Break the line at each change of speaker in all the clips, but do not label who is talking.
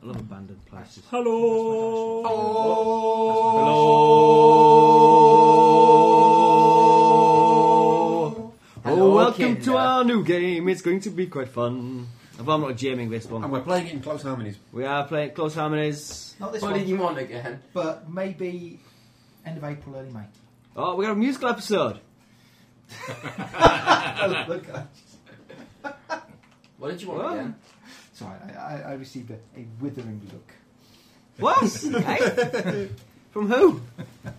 I love abandoned places.
Hello.
Hello, welcome to
Kinder.
our new game. It's going to be quite fun. If I'm not jamming this one,
Mm. And we're playing it in close harmonies.
we are playing Close Harmonies.
Not this
What
one,
did you want again?
but maybe end of April, early May.
Oh, we got a musical episode.
Oh, look, I-
What did you want
Well.
again?
sorry, I, I, I received a, a withering look.
What? Hey? From who?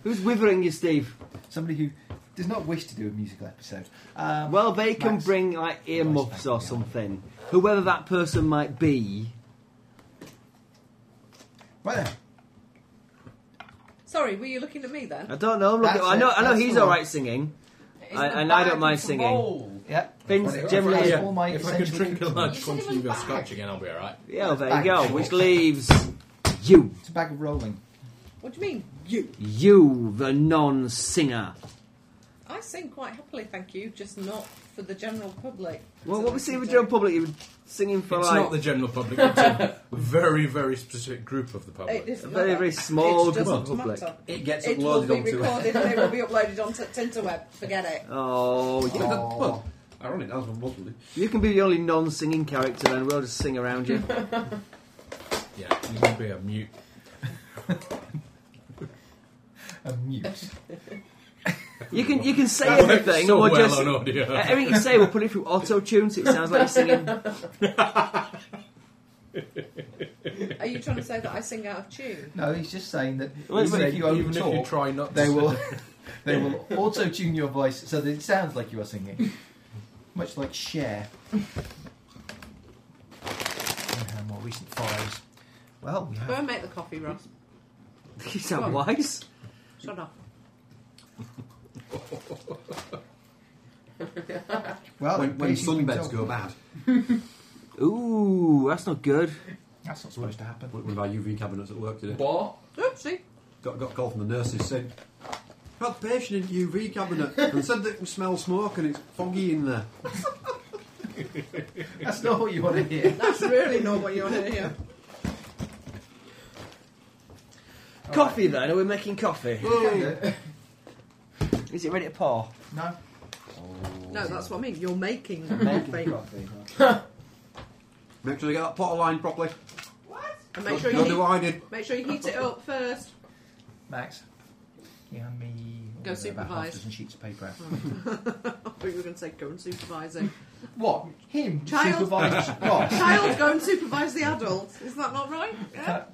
Who's withering you, Steve?
Somebody who does not wish to do a musical episode. Um,
Well, they can
Max.
bring like earmuffs or something. Whoever that person might be.
right then.
Sorry, were you looking at me then?
I don't know. I'm looking-
That's
I know.
it,
I know
that's
he's
all.
all right singing.
It's
I-
the
and I
bag,
don't mind
it's a
singing.
bowl.
Yeah.
Things
Well,
generally.
That's
Yeah,
yeah.
all my
if I could
essential
drink a
cooking.
large
You said it
quantity of
was
your
back.
scotch again, I'll be alright.
there you go. Which leaves you,
It's a bag of rolling.
What do you mean, you?
you, the non-singer.
I sing quite happily, thank you, just not for the general public.
Well,
So
what
I
we see
can
with
do-
Joe Public, you were singing for
It's
like
not the general public, it's a very, very specific group of the
It
public.
a
doesn't
very,
matter.
very small
It
group
doesn't
of public.
matter.
It gets
It will
uploaded
be
onto it.
recorded and it will be uploaded onto Tinterweb. Forget it.
Oh, you,
Aw.
Well, ironic, that was one wasn't it?
you can be the only non-singing character, then we'll just sing around you.
Yeah, you can be a mute.
A mute.
You can you can say
That works
everything,
so
or
well
just
on audio.
everything you say. We'll put it through auto tune, so it sounds like you're singing.
Are you trying to say that I sing out of tune?
No, he's just saying that
Well,
even
even
if you
even if you
overtalk,
try not
they
to
will they will auto tune your voice so that it sounds like you are singing, much like Cher. And her more recent follows. Well, we
Go
have
and make the coffee, Ross.
You sound wise.
Shut up.
well
when, when
she's been
sunbeds
told-
go bad,
Ooh, that's not good.
That's not supposed to happen.
one of our UV cabinets at work today
What?
Oopsie.
got, got a call from the nurses saying, had patient in UV cabinet and said that we smell smoke and it's foggy in there.
That's not what you want to hear.
That's really not what you want to hear.
coffee then? Are we making coffee? Is it ready to pour?
No.
No, that's what I mean. You're making coffee.
Make sure you get that pot aligned properly.
And make sure, you
Not
heat,
divided.
make sure you heat it up first.
Max, you and me.
Go
oh, there are about half
supervise. Hmm.
dozen sheets of paper. out.
I thought you were going to say go and supervise it.
What? Him?
Child-
Supervise Ross?
Child, go and supervise the adult. Is that not right? Yeah.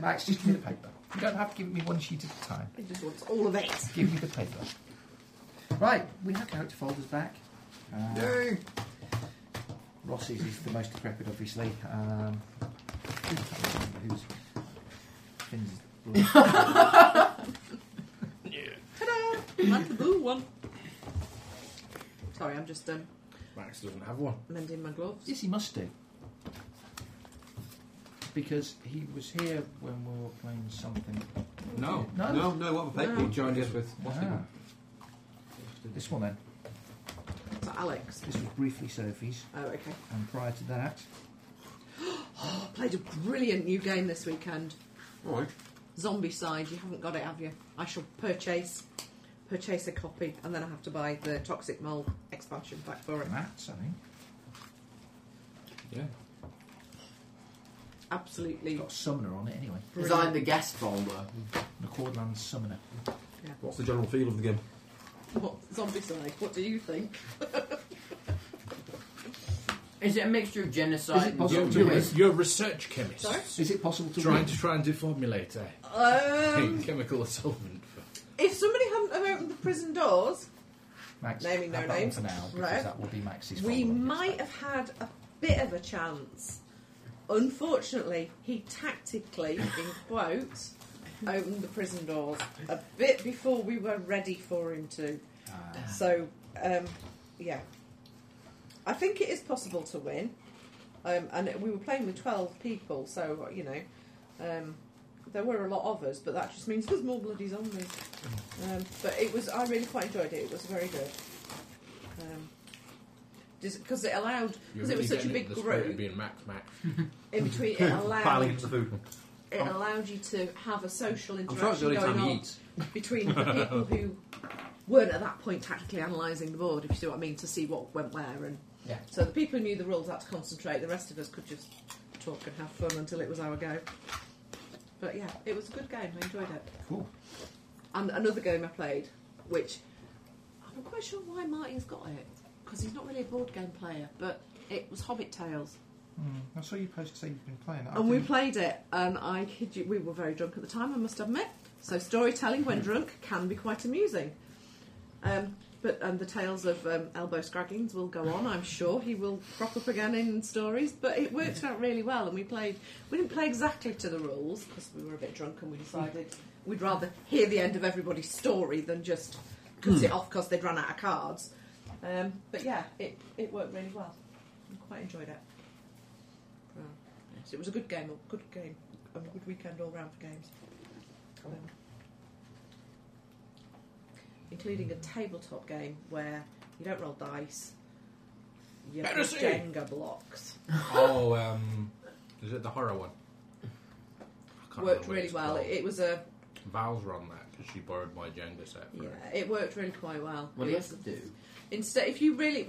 Max, just give me the paper. You don't have to give me one sheet at a time.
He just wants all of it.
Give me the paper. Right, we have character folders back. Uh,
Yay!
Ross's is the most decrepit, obviously. Um, I can't remember whose. Finn's is blue.
Ta-da! Like the blue one. Sorry, I'm just um,
Max doesn't have one.
mending my gloves.
yes, he must do. Because he was here when we were playing something.
No,
No.
no, no. What have I paid?
No.
He joined us with
Ah. This one then.
It's Alex.
This was briefly Sophie's,
Oh, okay. Oh,
and prior to that,
I played a brilliant new game this weekend.
Right.
Zombie Side. You haven't got it, have you? I shall purchase purchase a copy, and then I have to buy the Toxic Mole expansion pack for it.
Matt's, I think,
Yeah.
Absolutely.
got Summoner on it anyway.
Designed
Brilliant.
the guest folder.
The Cordland Summoner.
What's the general feel of the game?
What, zombie Side. What do you think?
Is it a mixture of genocide?
Is it
and
possible
You're,
to
zombie?
do
you're,
it?
you're a research chemist.
Sorry?
Is it possible to
Trying
win?
to try and deformulate a
Um,
chemical solvent.
if somebody hadn't have opened the prison doors,
Max,
Naming
have that
no
one
names.
for now, because
Right.
that will be Max's.
we
folder when he gets
might
back.
have had a bit of a chance. Unfortunately, he tactically, in quotes, opened the prison doors a bit before we were ready for him to.
Ah.
So, um, yeah. I think it is possible to win. Um, and we were playing with 12 people, so, you know, um, there were a lot of us, but that just means there's more bloody zombies. Um, but it was, I really quite enjoyed it. It was very good. Um, because it allowed
You're
because it was
really
such a
getting
big
into the spirit
group
of being Max Max.
in between. It
Piling
allowed
up the food.
it allowed you to have a social
I'm sure it's
interaction
the only
going
time he
on
eats.
between the people who weren't at that point tactically analysing the board, if you see what I mean, to see what went where. And
Yeah.
so the people who knew the rules had to concentrate. The rest of us could just talk and have fun until it was our go. But yeah, it was a good game. I enjoyed it.
Cool.
And another game I played, which I'm not quite sure why Martin's got it because he's not really a board game player, but it was Hobbit Tales.
Mm, I saw you post say you've been playing. it. I
And we
didn't-
played it, and I kid you, we were very drunk at the time, I must admit. So storytelling
Hmm.
when drunk can be quite amusing. Um, but and the tales of um, elbow scraggings will go on. I'm sure he will crop up again in stories. But it worked out really well, and we played. We didn't play exactly to the rules because we were a bit drunk, and we decided we'd rather hear the end of everybody's story than just cut
Hmm.
it off because they'd run out of cards. Um, but yeah, it, it worked really well. I quite enjoyed it. Um, yes, it was a good game, a good game, and a good weekend all round for games. Um, including a tabletop game where you don't roll dice, you have
Heresy!
Jenga blocks.
oh, um, is it the horror one? I can't
worked
remember what
really
it's
well.
called.
It, it was a
Val's run that because she borrowed my Jenga set. For
yeah,
it.
it worked really quite well.
What do
It
you
was-
have to do?
instead if you really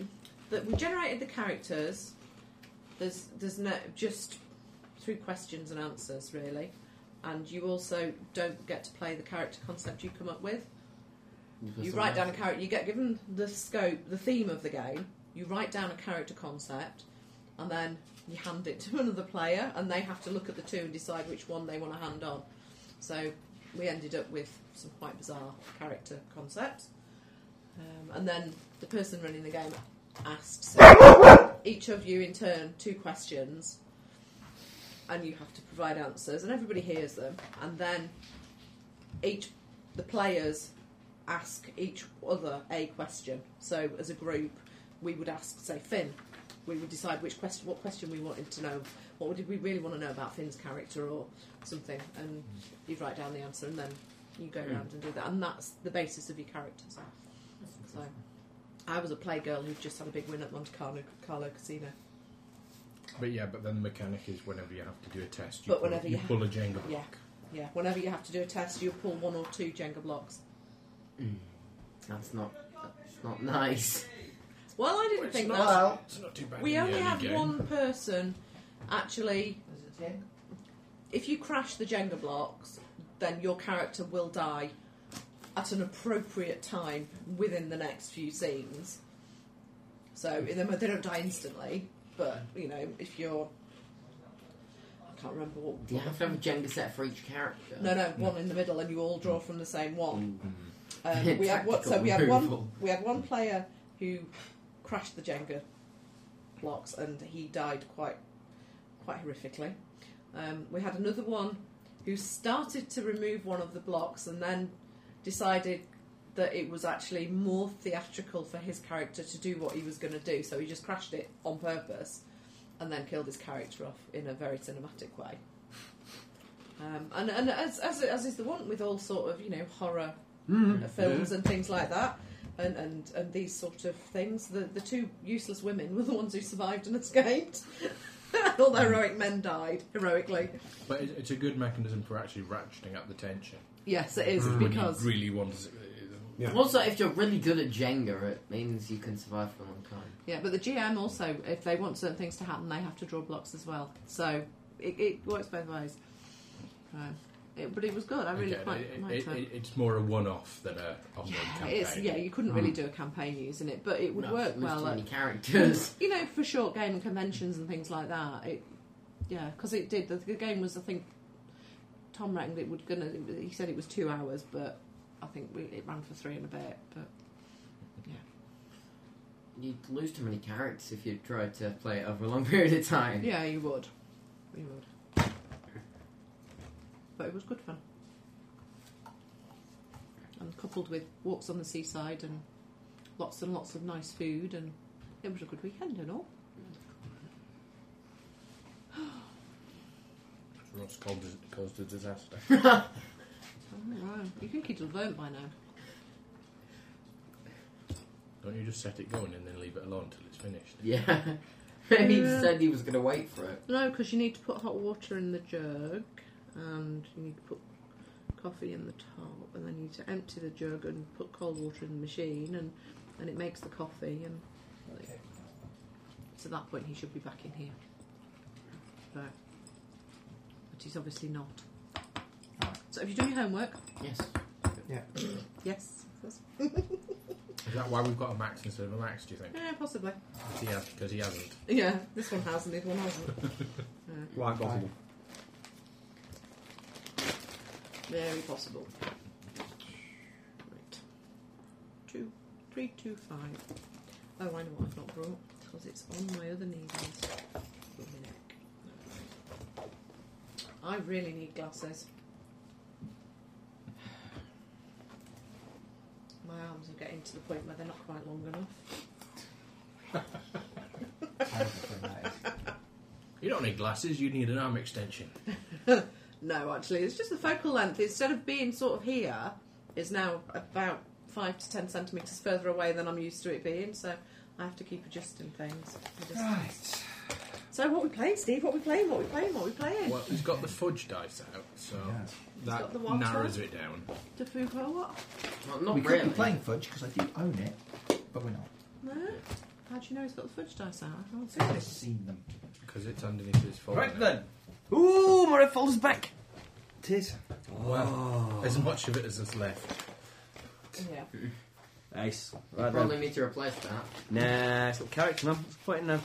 that we generated the characters there's there's no just through questions and answers really and you also don't get to play the character concept you come up with you write down a character you get given the scope the theme of the game you write down a character concept and then you hand it to another player and they have to look at the two and decide which one they want to hand on so we ended up with some quite bizarre character concepts um, and then the person running the game asked so each of you in turn two questions and you have to provide answers and everybody hears them and then each the players ask each other a question so as a group we would ask say Finn we would decide which question what question we wanted to know what did we really want to know about Finn's character or something and you write down the answer and then you go around and do that and that's the basis of your characters so, I was a playgirl who just had a big win at Monte Carlo, Carlo Casino.
But yeah, but then the mechanic is whenever you have to do a test, you,
But
pull,
whenever
you
you
pull a Jenga block.
Yeah, yeah. Whenever you have to do a test, you'll pull one or two Jenga blocks.
That's not. That's not nice.
Well, I didn't
It's
think
not-
that.
It's not too bad.
We
in the
only
early
had
game.
one person actually.
There's a ten.
If you crash the Jenga blocks, then your character will die at an appropriate time within the next few scenes. So in them, they don't die instantly, but you know if you're. I can't remember what
Do you have to have a Jenga set for each character?
No, no, one in the middle, and you all draw from the same one.
Mm.
Um, we had one, so we had
Tactical
one. We had one player who crashed the Jenga blocks, and he died quite, quite horrifically. Um, we had another one who started to remove one of the blocks, and then decided that it was actually more theatrical for his character to do what he was going to do, so he just crashed it on purpose, and then killed his character off in a very cinematic way. Um, and and as, as as is the one with all sort of you know horror
Mm.
Mm-hmm.
uh, films and things like that, and, and, and these sort of things. The, the two useless women were the ones who survived and escaped. All the heroic men died heroically.
But it- it's a good mechanism for actually ratcheting up the tension
Yes, it is because
when you Mm. really uh, want to.
Yeah.
Also, if you're really good at Jenga, it means you can survive for a long time.
yeah, but the GM also, if they want certain things to happen, they have to draw blocks as well. So it, it works both ways. Um, it, but it was good. I really
Again,
quite
it-
liked
it-
it.
it- it's more a one-off than a ongoing
yeah,
campaign. Mm.
it's, yeah, you couldn't really do a campaign using it, but it would
No,
work
there's
well.
Too
at-
many characters.
you know, for short game conventions and things like that. It, yeah, because it did. The, the game was, I think, Tom reckoned it would gonna. He said it was two hours, but I think we, it ran for three and a bit. But
You'd lose too many characters if you tried to play it over a long period of time.
yeah, you would, you would. But it was good fun, and coupled with walks on the seaside and lots and lots of nice food, and it was a good weekend and all.
It's what's called dis- caused a disaster.
Oh, right. You think he'd have learnt by now?
Don't you just set it going and then leave it alone till it's finished?
Yeah. he
Yeah.
said he was going to wait for it.
No, because you need to put hot water in the jug, and you need to put coffee in the top, and then you need to empty the jug and put cold water in the machine, and, and it makes the coffee. And
Okay.
so at that point, he should be back in here. But, but he's obviously not. So have you done your homework?
Yes.
Yes. That's-
Is that why we've got a max instead of a max? Do you think?
Yeah, possibly.
He has because he hasn't.
Yeah, this one has and this one hasn't.
Quite possible.
Very possible. Right. Two, three, two, five. Oh, I know what I've not brought because it's on my other needles. With my neck. I really need glasses. My arms are getting to the point where they're not quite long enough.
Terrible thing that is.
You don't need glasses. You need an arm extension.
No, actually, it's just the focal length. Instead of being sort of here, is now about five to ten centimeters further away than I'm used to it being. So I have to keep adjusting things.
Right.
So what we playing, Steve? What we playing? What we playing? What we playing?
Well, he's got the fudge dice out, so
Yeah.
that
got the what
narrows it down.
The food for what?
Well, not
we
really.
could be playing fudge because I do own it, but we're not.
No. How do you know he's got the fudge dice out? I haven't seen
I've
it.
seen them.
Because it's underneath his fold.
Right
now.
then. Ooh, Moret folds back.
Tis.
Oh.
Well, as much of it as is left.
Yeah.
Nice.
You
Right
probably
then.
need to replace that.
Nah, it's got character now. It's quite now.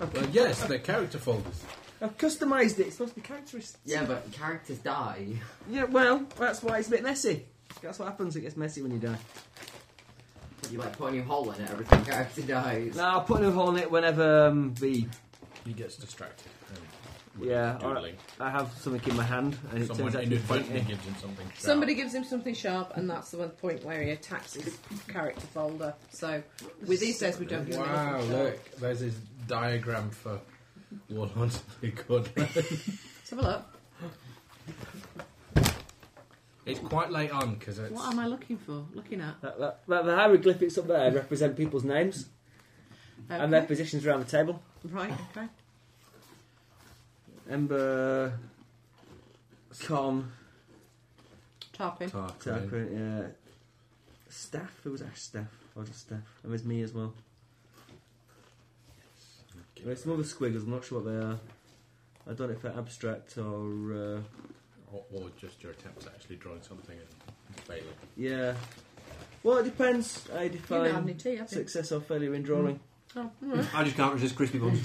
Well, yes, they're character folders.
I've customised it. It's supposed to be characteristic.
Yeah, but characters die.
Yeah, well, that's why it's a bit messy. That's what happens. It gets messy when you die.
You like put a new hole in it every time character dies.
No, I'll put a hole in it whenever um, the
He gets distracted. and
Yeah,
doodling.
I have something in my hand and it
Someone
turns out to be
inadvertently
pointy.
gives him something. sharp.
Somebody gives him something sharp, and that's the one point where he attacks his character folder. So with these says we don't give him
Wow,
anything sharp.
look, there's his diagram for Warlords of the Good.
Let's have a look.
it's quite late on because it's.
What am I looking for? Looking at?
That, that, that, the hieroglyphics up there represent people's names and their
Okay.
positions around the table.
Right. Okay.
Ember, Con,
Tarpin.
Tarquin.
Tarquin, uh, Staff. Who was Ash Staff? I was Staff. And there's me as well. There's some other squiggles. I'm not sure what they are. I don't know if they're abstract or uh,
Or, or just your attempt at actually drawing something and failing.
yeah. Well, it depends. I
You don't have any
define
tea, have you?
success or failure in drawing.
Oh, alright.
I just can't resist crispy buns.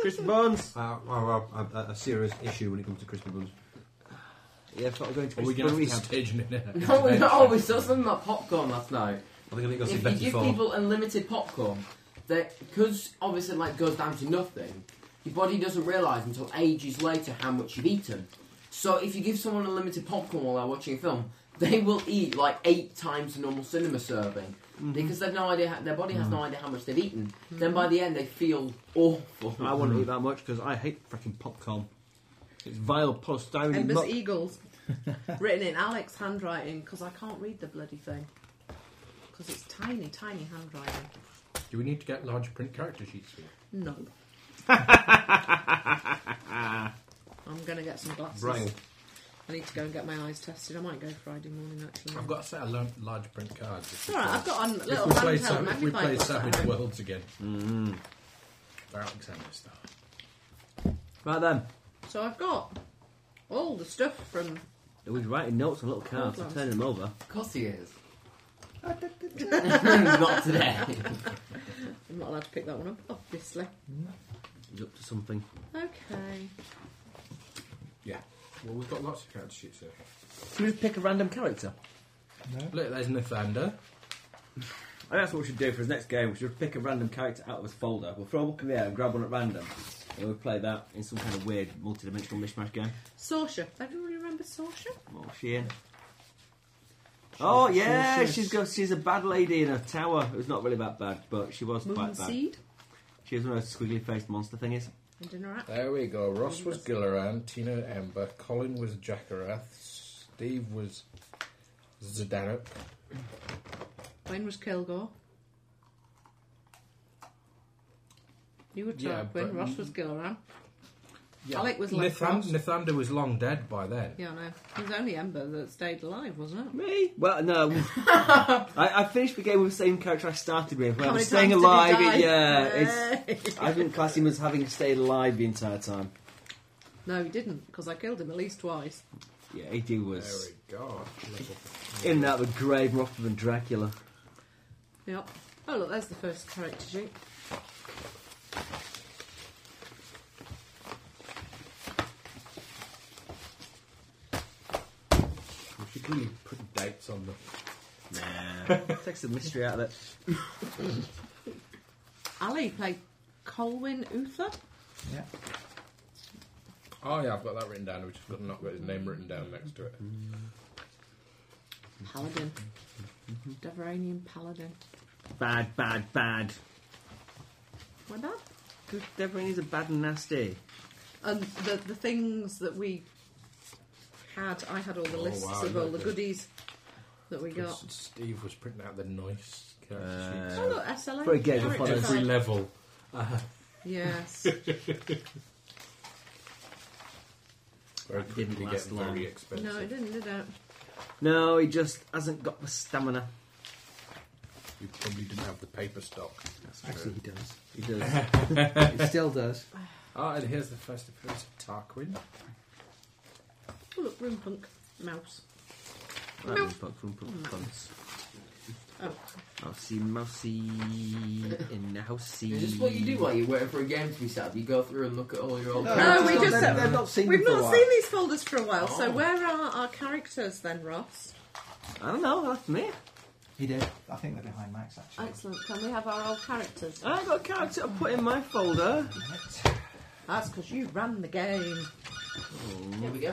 Chris Bones.
Uh, well, well, a, a serious issue when it comes to crispy buns.
Yeah, I thought we were going to
Are we
Chris
going to
Bones.
have to stage an internet
No,
convention?
no, we saw something about popcorn last night.
I think I need to go see
If you
Betty
give
Ford.
people unlimited popcorn, that because obviously like goes down to nothing, your body doesn't realise until ages later how much you've eaten. So if you give someone unlimited popcorn while they're watching a film, they will eat like eight times the normal cinema serving because they've no idea. How, their body has no idea how much they've eaten. Then by the end, they feel awful.
I wouldn't eat that much because I hate freaking popcorn. It's vile polystyrene.
Ember's
muck.
Eagles, written in Alex handwriting because I can't read the bloody thing because it's tiny, tiny handwriting.
Do we need to get large print character sheets for you?
No. I'm gonna get some glasses.
Braille.
I need to go and get my eyes tested. I might go Friday morning actually.
I've got a set of lo- large print cards.
It's
if we
All right,
play-
I've got on
If
little
we play,
handheld
Sav- if we play
magnifying glass. at
Savage
home.
Worlds again.
Mm-hmm.
Alex Ennis, though.
Right then,
So I've got all the stuff from.
it was writing notes on little cards and turning them over.
Of course he is. Not today.
I'm not allowed to pick that one up, obviously.
It's up to something.
Okay.
Yeah. Well, we've got lots of character sheets here.
Should we just pick a random character?
Look, there's Nathander.
I think that's what we should do for his next game. We should pick a random character out of his folder. We'll throw them up in the air and grab one at random. And we'll play that in some kind of weird multi-dimensional mishmash game.
Sorsha. Everybody remember Sorsha?
Oh, Sheehan. Oh yeah, she's got, she's a bad lady in a tower. Who's not really that bad, but she was
Moon
quite bad.
Seed.
She was one of those squiggly-faced monster thingies.
And dinner at.
There we go. Ross was Gilleran, Tina Ember, Colin was Jackarath, Steve was Zdanup,
Wayne was Kilgore. You were talking
Yeah,
when
but-
Ross was still around.
Yeah.
Alec was like
Nathan-
Frost.
Nathander was long dead by then.
Yeah, I know. It was only Ember that stayed alive, wasn't it?
Me? Well, no. I, I finished the game with the same character I started with. Where
How
I
many
was staying
times did he
alive.
die?
Yeah, it's,
Yay.
I didn't class him as having stayed alive the entire time.
no, he didn't, because I killed him at least twice.
Yeah, he was
Very God.
in and out of the grave more often than Dracula.
Yep. Oh look, there's the first character sheet.
We should really put dates on them.
Takes the mystery out of it.
Ali played Colwyn Uther.
Yeah.
Oh yeah, I've got that written down. We just got not got his name written down next to it.
Paladin.
Mm-hmm.
Deveranian Paladin.
Bad, bad, bad.
Why bad?
Good Deborah is a bad and nasty.
And the, the things that we had, I had all the
Oh,
lists
wow,
of all the
lovely.
goodies that we got.
Because Steve was printing out the nice
Uh,
character
Oh look, SLA.
Very good,
character
follows.
sheets.
Every
Every
card.
level.
Yes.
Very
That didn't
quickly
last
getting
long.
very expensive.
no, it didn't, did it?
No, he just hasn't got the stamina.
You probably didn't have the paper stock.
Actually, he does.
He does.
He still does.
Ah, and here's the first appearance of Tarquin.
Oh look, Room Punk. Mouse.
Right, we'll put- we'll put bugs.
Oh.
Mousey, mousey, in the housey.
Is this what you do while you're waiting for a game to be set up? You go through and look at all your old
No,
characters.
we
they've-
just-
they've not seen
We've
them for a
not
while.
seen these folders for a while, so
Oh.
where are our characters then, Ross?
I don't know, that's me.
He did. I think they're behind Max actually.
Excellent. Can we have our old characters? Oh,
I ain't got a character to put in my folder.
Right.
That's because you ran the game.
Here we go.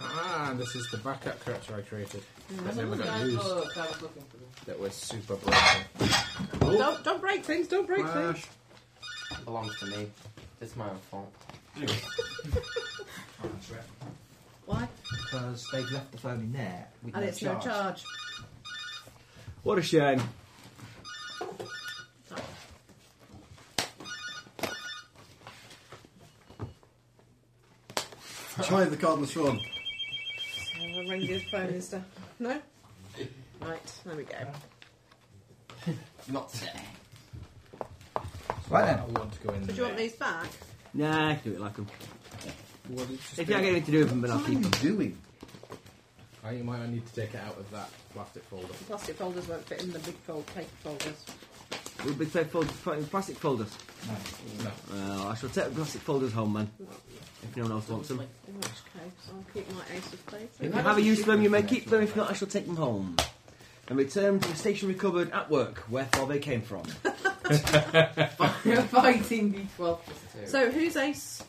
Ah, and this is the backup character I created. That never got used.
Oh,
Look, I was looking for them.
That was super broken.
Don't don't break things. Don't break things.
Flash.
belongs to me. It's my own fault.
Why?
Because they've left the phone in there with
And
no
it's no charge.
What a shame.
Try the card on the phone.
I'll ring his phone and stuff. No. Right. There we go.
Not today.
Right
I
then.
want to go in
So do
there.
you want these back?
Nah, I can do it like them.
Well, it's just
If you ain't got
a-
anything to do with them, then I'll
What are
keep
you
them.
doing?
Oh, you might need to take it out of that plastic folder.
The plastic folders won't fit in the big fold paper folders.
We'll be playing fold- playing plastic folders.
No.
No.
Well, I shall take the plastic folders home, man. If no one else wants them.
In which case, I'll keep my Ace of Spades.
If you have a use for them, you may keep them. If not, I shall take them home. And return to the station recovered at work, wherefore they came from.
Fighting D12 plus 2.
So who's Ace?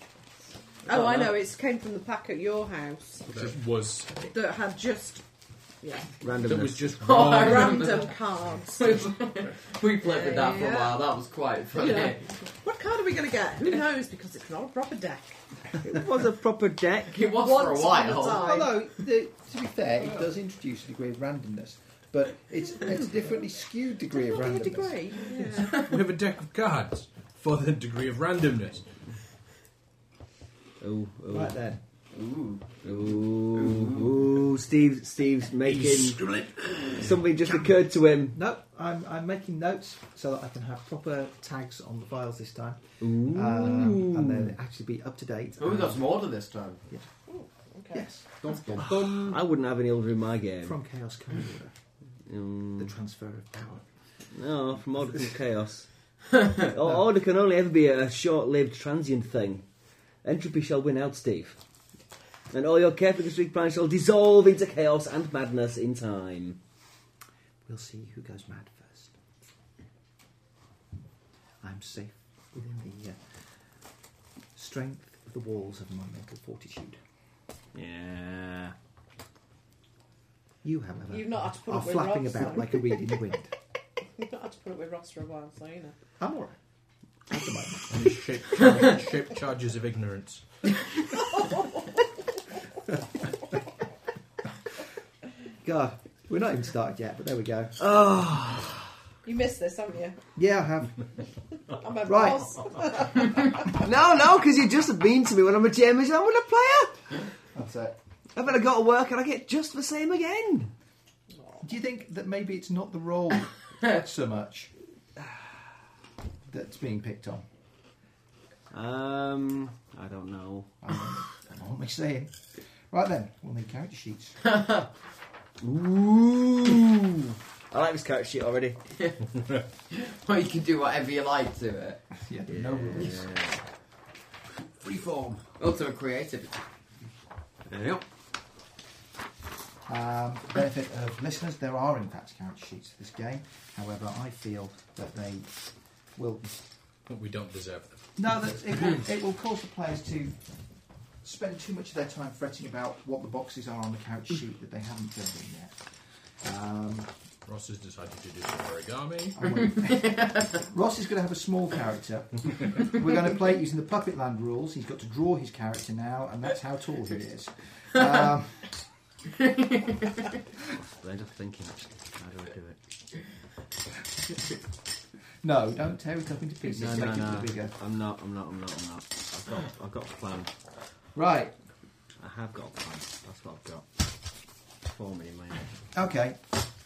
Oh, I know. It came from the pack at your house
That was
that had just yeah
that
Randomness.
was just
Oh, I
one.
ran-
random cards.
we played with that for a
Yeah.
while. That was quite funny.
Yeah. What card are we going to get? Who knows? Because it's not a proper deck.
it was a proper deck.
It was for a
Once
while.
upon a time.
Although, the, to be fair, it does introduce a degree of randomness, but it's, it's a differently skewed degree of randomness.
degree. Yeah.
we have a deck of cards for the degree of randomness.
Ooh, ooh,
Right then.
Ooh.
ooh, ooh. Steve, Steve's making
Scribbling.
something just occurred to him.
No, I'm, I'm making notes so that I can have proper tags on the files this time,
Ooh.
um, and they'll actually be up to date.
But Oh, we got
and-
some order this time.
Okay.
Yes,
Dum, dum, dum.
I wouldn't have any order in my game.
from Chaos Coming Order,
Mm,
the transfer of power.
no, from order from chaos. O- Order can only ever be a short-lived, transient thing. Entropy shall win out, Steve. And all your carefully discreet plans shall dissolve into chaos and madness in time.
We'll see who goes mad first. I'm safe within the uh, strength of the walls of my mental fortitude.
Yeah.
You, however,
You've not had to put
are
up with
flapping
Ross,
about
though.
like a reed in the wind.
You've not had to put up with Ross for a while, so you know.
I'm alright. At the moment.
And his shape, charge, shape charges of ignorance.
God, we're not even started yet, but there we go.
Oh,
You missed this, haven't you?
Yeah, I have.
I'm a
Right.
boss.
No, Oh, no, because you're just mean to me when I'm a James and when a player.
That's it.
I better go to work and I get just the same again.
Do you think that maybe it's not the role so much that's being picked on?
Um, I don't know.
I don't know what am I saying? Right then, we'll need character sheets.
Ooh, I like this character sheet already.
Well, you can do whatever you like to it.
yeah, no rules.
Freeform.
Ultimate creativity.
Yep.
Um, for the benefit of listeners, there are in fact character sheets for this game. However, I feel that they will.
But we don't deserve them.
No, that it will, it will cause the players to spend too much of their time fretting about what the boxes are on the character sheet that they haven't filled in yet. Um,
Ross has decided to do some origami.
I won't- Ross is going to have a small character. We're going to play it using the Puppet Land rules. He's got to draw his character now, and that's how tall he is. Um,
But I end up thinking, actually, how do I do it?
no, don't tear it up into pieces.
No,
Make
no,
it a
no.
little bigger.
I'm not. I'm not. I'm not. I'm not. I've got. I've got a plan.
Right.
I have got a plan. That's what I've got. Forming in my head.
Okay.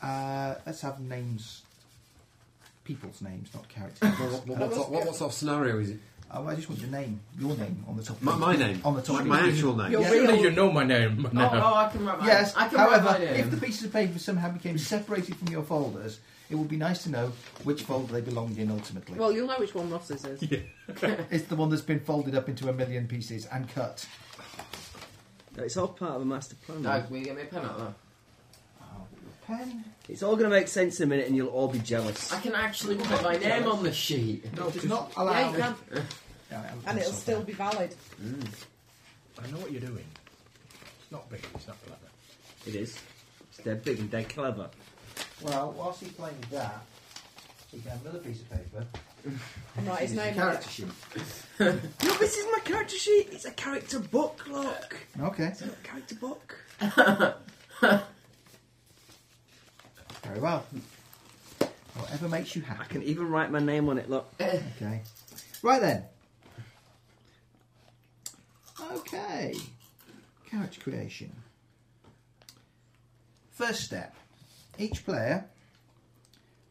Uh, let's have names. People's names, not characters.
Well, what, what, what's, our, what, what's our scenario is it?
oh, I just want your name, your name on the top. of
My,
it.
my name.
On the top.
My,
of
my
it.
actual name.
Your
Surely
real
you know my name now.
Oh, oh, I can write my
Yes.
I can write
However,
my
if the
name.
pieces of paper somehow became separated from your folders, it would be nice to know which folder they belonged in ultimately.
Well, you'll know which one Ross's is.
It's the one that's been folded up into a million pieces and cut.
It's all part of a master plan. man.
Doug, will you get me a pen out there?
Pen.
It's all going to make sense in a minute, and you'll all be jealous.
I can actually put my name on the sheet.
No, it's not
Yeah,
allowed.
you can.
Yeah, I haven't
And it'll
thought
still
of
be valid.
Mm,
I know what you're doing. It's not big, it's not clever.
It is. It's dead big and dead clever.
that. Well, whilst he's playing with that, he can have another piece of paper.
And write his
It's a
name on it.
character sheet.
No, this is my character sheet. It's a character book, look.
Okay.
It's not a character book.
Very well. Whatever makes you
I
happy.
can even write my name on it, look.
Okay. Right then. Okay. Character creation. First step. Each player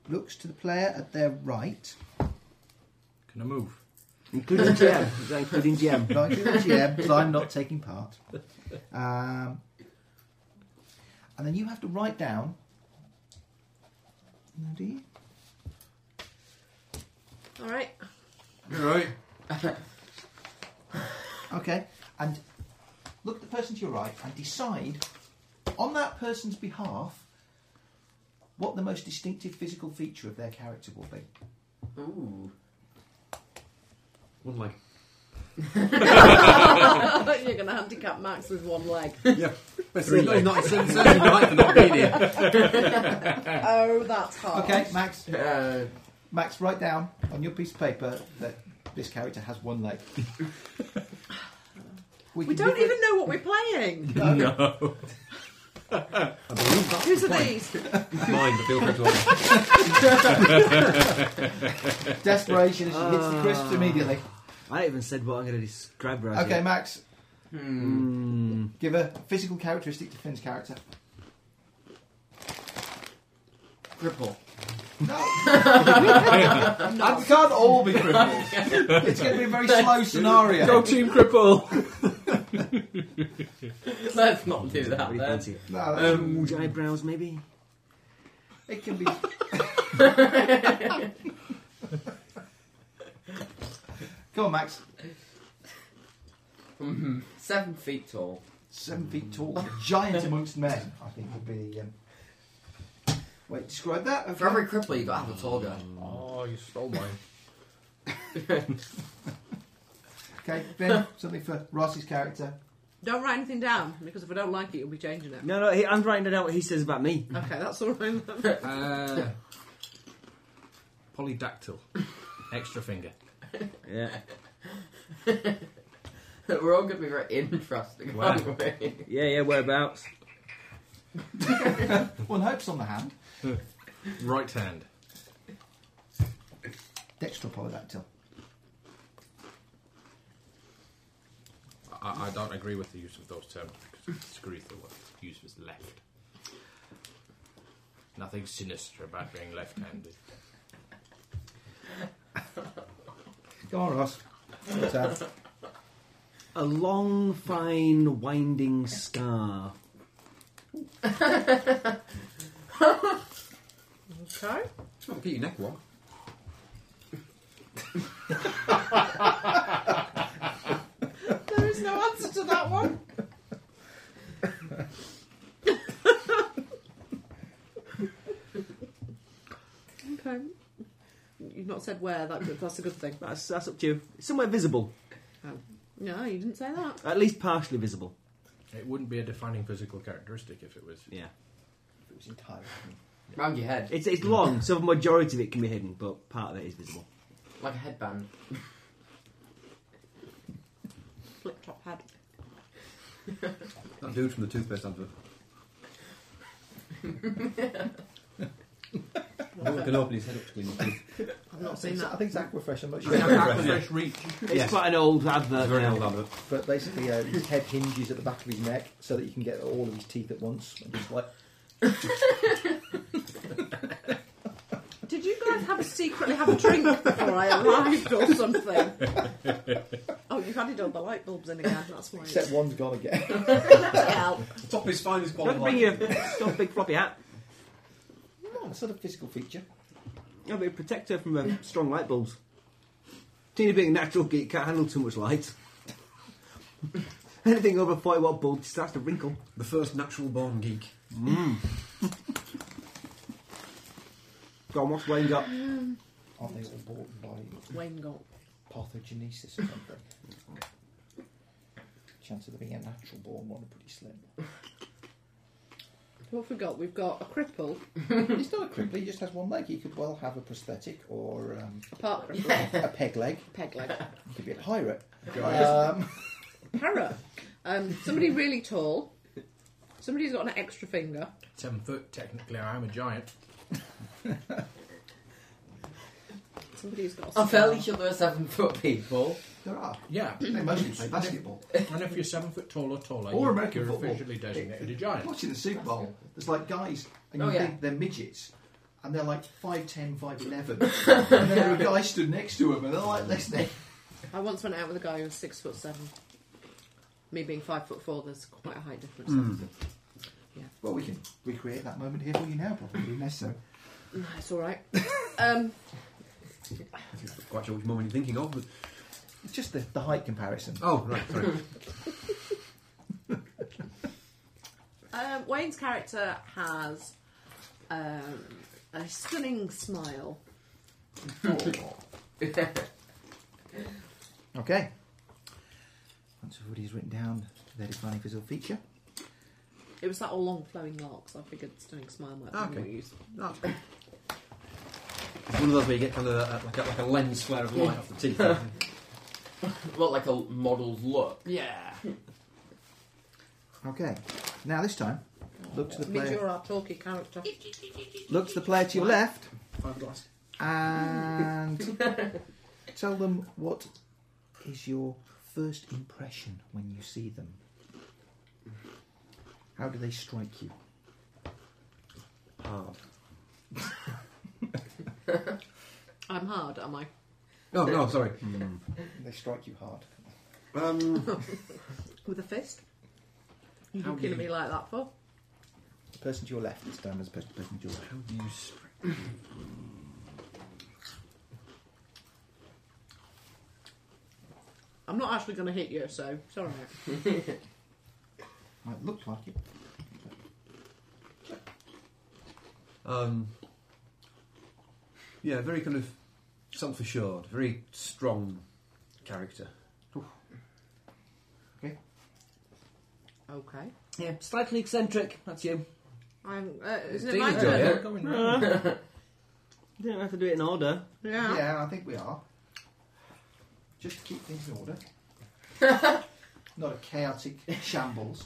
looks to the player at their right,
Can I move?
Including Gem. Is that including Gem?
like the GM, because I'm not taking part. Um, and then you have to write down. No, do you?
All right.
You're right.
Okay, and look at the person to your right and decide on that person's behalf what the most distinctive physical feature of their character will be.
Ooh.
One leg.
You're going to handicap Max with one leg.
Yeah. Three legs. Not sense right for not being here.
oh, that's hard.
Okay, Max.
Uh,
Max, write down on your piece of paper that this character has one leg.
We
can
don't
do-
even know what we're playing.
No.
Whose are these?
Mine, but feel free to ask.
Desperation she hits the crisps
Ah.
immediately.
I even said what I'm going to describe right
Okay,
here.
Max,
hmm.
Mm,
give a physical characteristic to Finn's character.
Cripple.
No! we can't all be criminals. it's going to be a very slow scenario.
Go team cripple!
Let's not do that.
pretty
Then.
fancy.
No, that's-
Um,
Huge eyebrows, maybe?
It can be. Come on, Max.
mhm, Seven feet tall.
Seven feet tall, giant amongst men. I think would be the. Um... Wait, describe that. Okay.
For every cripple, you got to have a tall guy.
oh, you stole mine.
Okay, Ben, something for Ross's character.
Don't write anything down because if I don't like it, you'll be changing it.
No, no, he, I'm writing down what he says about me.
Mm. Okay, that's all right.
Uh, polydactyl. Extra finger.
Yeah.
We're all going to be very interesting,
Wow.
aren't we?
Yeah, yeah, whereabouts?
One hopes on the hand.
Right hand.
Dextropolydactyl.
I, I don't agree with the use of those terms because Scaretha was used as left. Nothing sinister about being left-handed.
Go on, Ross. uh, What's that?
A long, fine, winding scar.
Okay.
Just want to keep your neck warm.
There is no answer to that one. okay. You've not said where. That good. That's a good thing.
That's, that's up to you. Somewhere visible.
No, you didn't say that.
At least partially visible.
It wouldn't be a defining physical characteristic if it was.
Yeah.
It was entirely.
Round your head,
It's, it's long, so the majority of it can be hidden, but part of it is visible.
like a headband.
Flip top hat.
That dude from the toothpaste advert. The one that can open his head up to clean his teeth.
I've not
I
seen
think I
that.
think it's Aquafresh. I'm not
Yeah,
sure.
back to fresh reach.
It's
Yes.
quite an old advert
Very
now.
old advert.
but basically, uh, his head hinges at the back of his neck so that you can get all of his teeth at once. And just like
Did you guys have a secretly have a drink before I arrived or something? oh, you've added all the light bulbs in again. That's why.
except one's gone again.
Well,
Top is fine as
Don't bring your stuff, big floppy hat.
Oh, sort of physical feature.
Yeah, but it protects her from uh, strong light bulbs. Tina being a natural geek can't handle too much light. Anything over 40 watt bulb starts to wrinkle.
The first natural born geek.
Go on, what's Wayne got?
Aren't they all bought by
Wayne got.
pathogenesis or something? Chance of being a natural born one are pretty slim.
What have we got? We've got a cripple,
He's not a cripple, he just has one leg. He could well have a prosthetic or um,
a part cripple,
a peg leg.
peg leg,
He could be a pirate.
Guys,
Um,
parrot, um, somebody really tall, somebody who's got an extra finger,
ten foot. Technically, I am a giant.
somebody who's got a
I fell
scar.
each other a seven foot people.
there are.
Yeah.
They mostly play basketball.
and if you're seven foot tall or taller,
Or
you-
American
you're
football.
officially designated a giant.
Watching the Super Bowl, there's like guys, and you
Oh, yeah.
think they're midgets, and they're like 5'10, 5'11. and then a guy stood next to him, and they're like this thing.
I once went out with a guy who was six foot seven. Me being five foot four, there's quite a height difference.
Well, we can recreate that moment here for you now, probably, unless so.
No, it's all right. Um,
I'm not quite sure which moment you're thinking of, but.
It's just the, the height comparison.
Oh, right, sorry.
Um, Wayne's character has um, a stunning smile.
Okay. Once everybody's written down their defining physical feature.
It was that all long flowing locks. I figured stunning smile might be
Okay.
more use.
That's good. It's one of those where you get kind of a, like, a, like a lens flare of light off the teeth.
Look like a model's look.
Yeah.
Okay. Now this time, look to the
Means
player.
you're our talky character.
Look to the player to your left,
Fiberglass.
and tell them what is your first impression when you see them. How do they strike you?
Hard.
I'm hard, am I?
Oh, no, sorry.
They strike you hard.
Um,
With a fist? You're
How
looking at
do
me
you-
like that for?
The person to your left is down as opposed to the person to your right.
how do you spray?
I'm not actually going to hit you, so it's all right.
Might look like it.
Um, yeah, very kind of self-assured, very strong character.
Okay.
Yeah, slightly eccentric, that's you.
I'm. Uh, isn't it
Dean
my
enjoy
turn?
it.
Going round.
you don't have to do it in order.
Yeah.
Yeah, I think we are. Just to keep things in order. Not a chaotic shambles.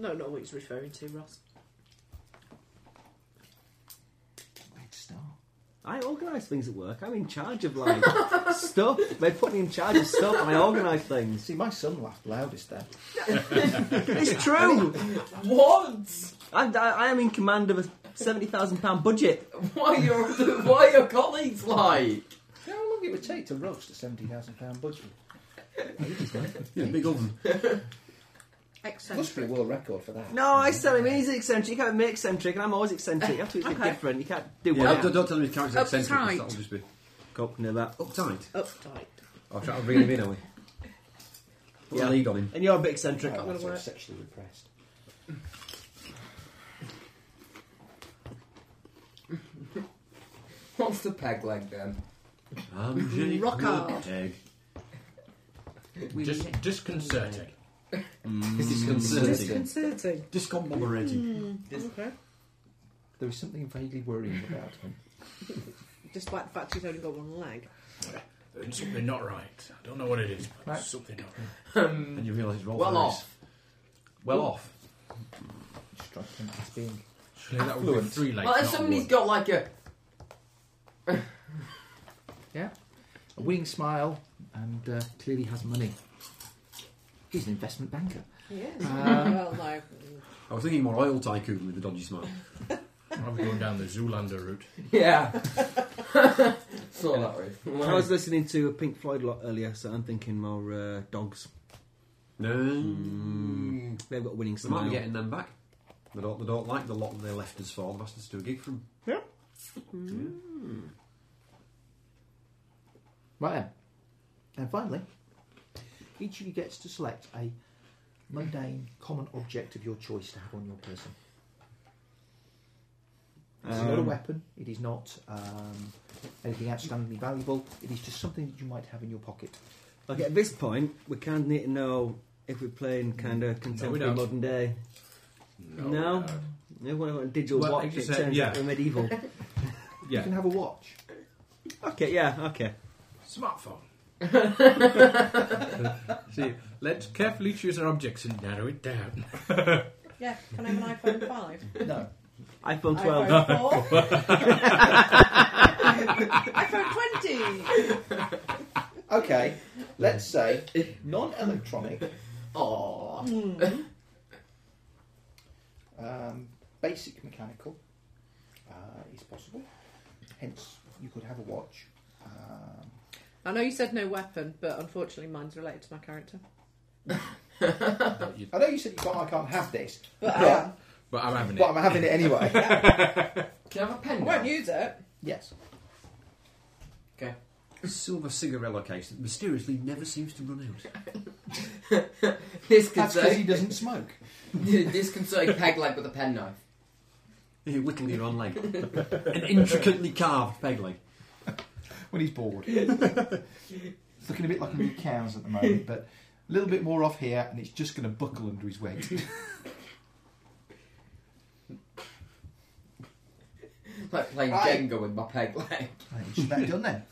No, not what he's referring to, Ross.
I organise things at work. I'm in charge of like stuff. They put me in charge of stuff, and I organise things.
See, my son laughed loudest there.
It's true.
What?
I, I, I am in command of a seventy thousand pound budget.
Why are your Why are your colleagues like?
How long it would take to roast a seventy thousand pound budget?
Yeah, big oven.
Must be a
Eccentric.
world record for that.
No, I said him. He's eccentric. You can't make eccentric, and I'm always eccentric. You have to be a bit
Okay.
different. You can't do
Yeah,
what.
don't, don't tell me your character's eccentric. 'cause
Uptight.
That'll just be
Coke, no that. oh,
uptight.
Uptight.
I'll try to bring him in, are we?
Put
Yeah.
a lead on him.
And you're a bit eccentric.
Oh, that's
Well,
all sexually repressed.
What's the peg leg then?
Um, Jake,
Rock
another
hard.
peg.
Just disconcerting.
This is concerning.
Disconcerting.
Discombobulating.
Okay.
There is something vaguely worrying about him.
Despite the fact he's only got one leg.
It's something not right. I don't know what it is, but
Right.
it's something not right.
Um,
And you realise it's Rolf
well
Harris.
off.
Well off.
Strike him as being.
Surely that would be
Affluent.
three legs.
well, if
not
somebody's
one.
got like a
Yeah. A winning smile and uh, clearly has money. He's an investment banker.
Yes.
Ah.
well, no.
I was thinking more oil tycoon with the dodgy smile.
I'll be going down the Zoolander route.
yeah. Saw that
I
route.
was listening to a Pink Floyd lot earlier, so I'm thinking more uh, dogs.
No.
They've got a winning
Mm. They might
smile.
be getting them back. They don't, they don't like the lot they left us for. The bastards do a gig from.
Yeah.
Right then. And finally, each of you gets to select a mundane common object of your choice to have on your person. It's not a
Um,
weapon, it is not um, anything outstandingly valuable, it is just something that you might have in your pocket.
Like at this point, we kind of need to know if we're playing kind of contemporary
don't.
modern day. No.
uh,
Everyone want a digital
Well,
watch.
it's
It
a-
turns
yeah.
out they're medieval.
Yeah.
You can have a watch.
okay, yeah, okay.
Smartphone. See, let's carefully choose our objects and narrow it down.
Yeah, can I have an iPhone 5?
No.
iPhone 12.
iPhone 4? iPhone 20!
Okay, let's say non electronic,
Aww.
Hmm.
um, basic mechanical uh, is possible. Hence, you could have a watch. Um,
I know you said no weapon, but unfortunately mine's related to my character.
But you-
I know you said you can't, I can't have this,
But uh, I,
but,
but I'm having it.
but I'm having it anyway.
Can I have a
I
pen?
won't
now?
use it.
yes.
Okay.
A silver cigarello case that mysteriously never seems to run out.
That's
This
because he
concerning.
doesn't smoke.
this concerning peg leg with a pen knife.
You whittle your own leg. An intricately carved peg leg.
When he's bored. it's looking a bit like a new cow's at the moment, but a little bit more off here, and it's just going to buckle under his weight.
Like playing
Aye.
Jenga with my peg leg.
I think you should have that done then.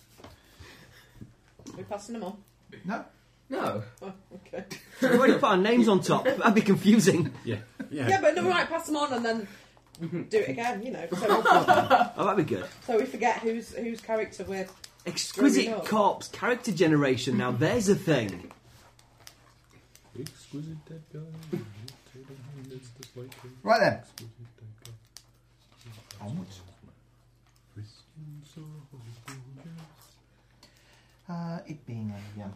We're passing them on.
No?
No.
Okay.
So we've already put our names on top. That'd be confusing.
Yeah.
Yeah.
Yeah, but no, we might pass them on and then do it again, you know. So,
Oh, that'd be good.
so we forget whose whose character we're.
Exquisite
Growing up.
corpse character generation. Now there's a thing.
Exquisite dead guy. It's the white thing.
Right then.
Exquisite dead guy.
Onwards.
Christian soldiers.
Uh, it being a, um,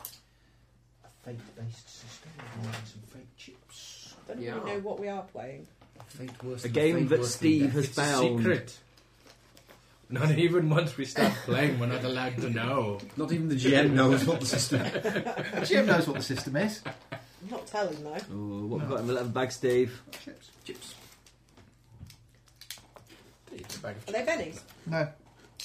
a fate-based system, involving some fake chips.
Don't
Yeah.
even know what we are playing.
Fate worse
A
than
game
fate
that
worse than death.
Steve has
It's a
found.
secret. Not even once we start playing, we're not allowed to know.
Not even the GM knows what the system is.
Jim knows what the system is.
I'm not telling though.
Oh, what have we got in the leather bag, Steve?
Chips.
Chips.
It's a bag of
Are they Bennies?
No.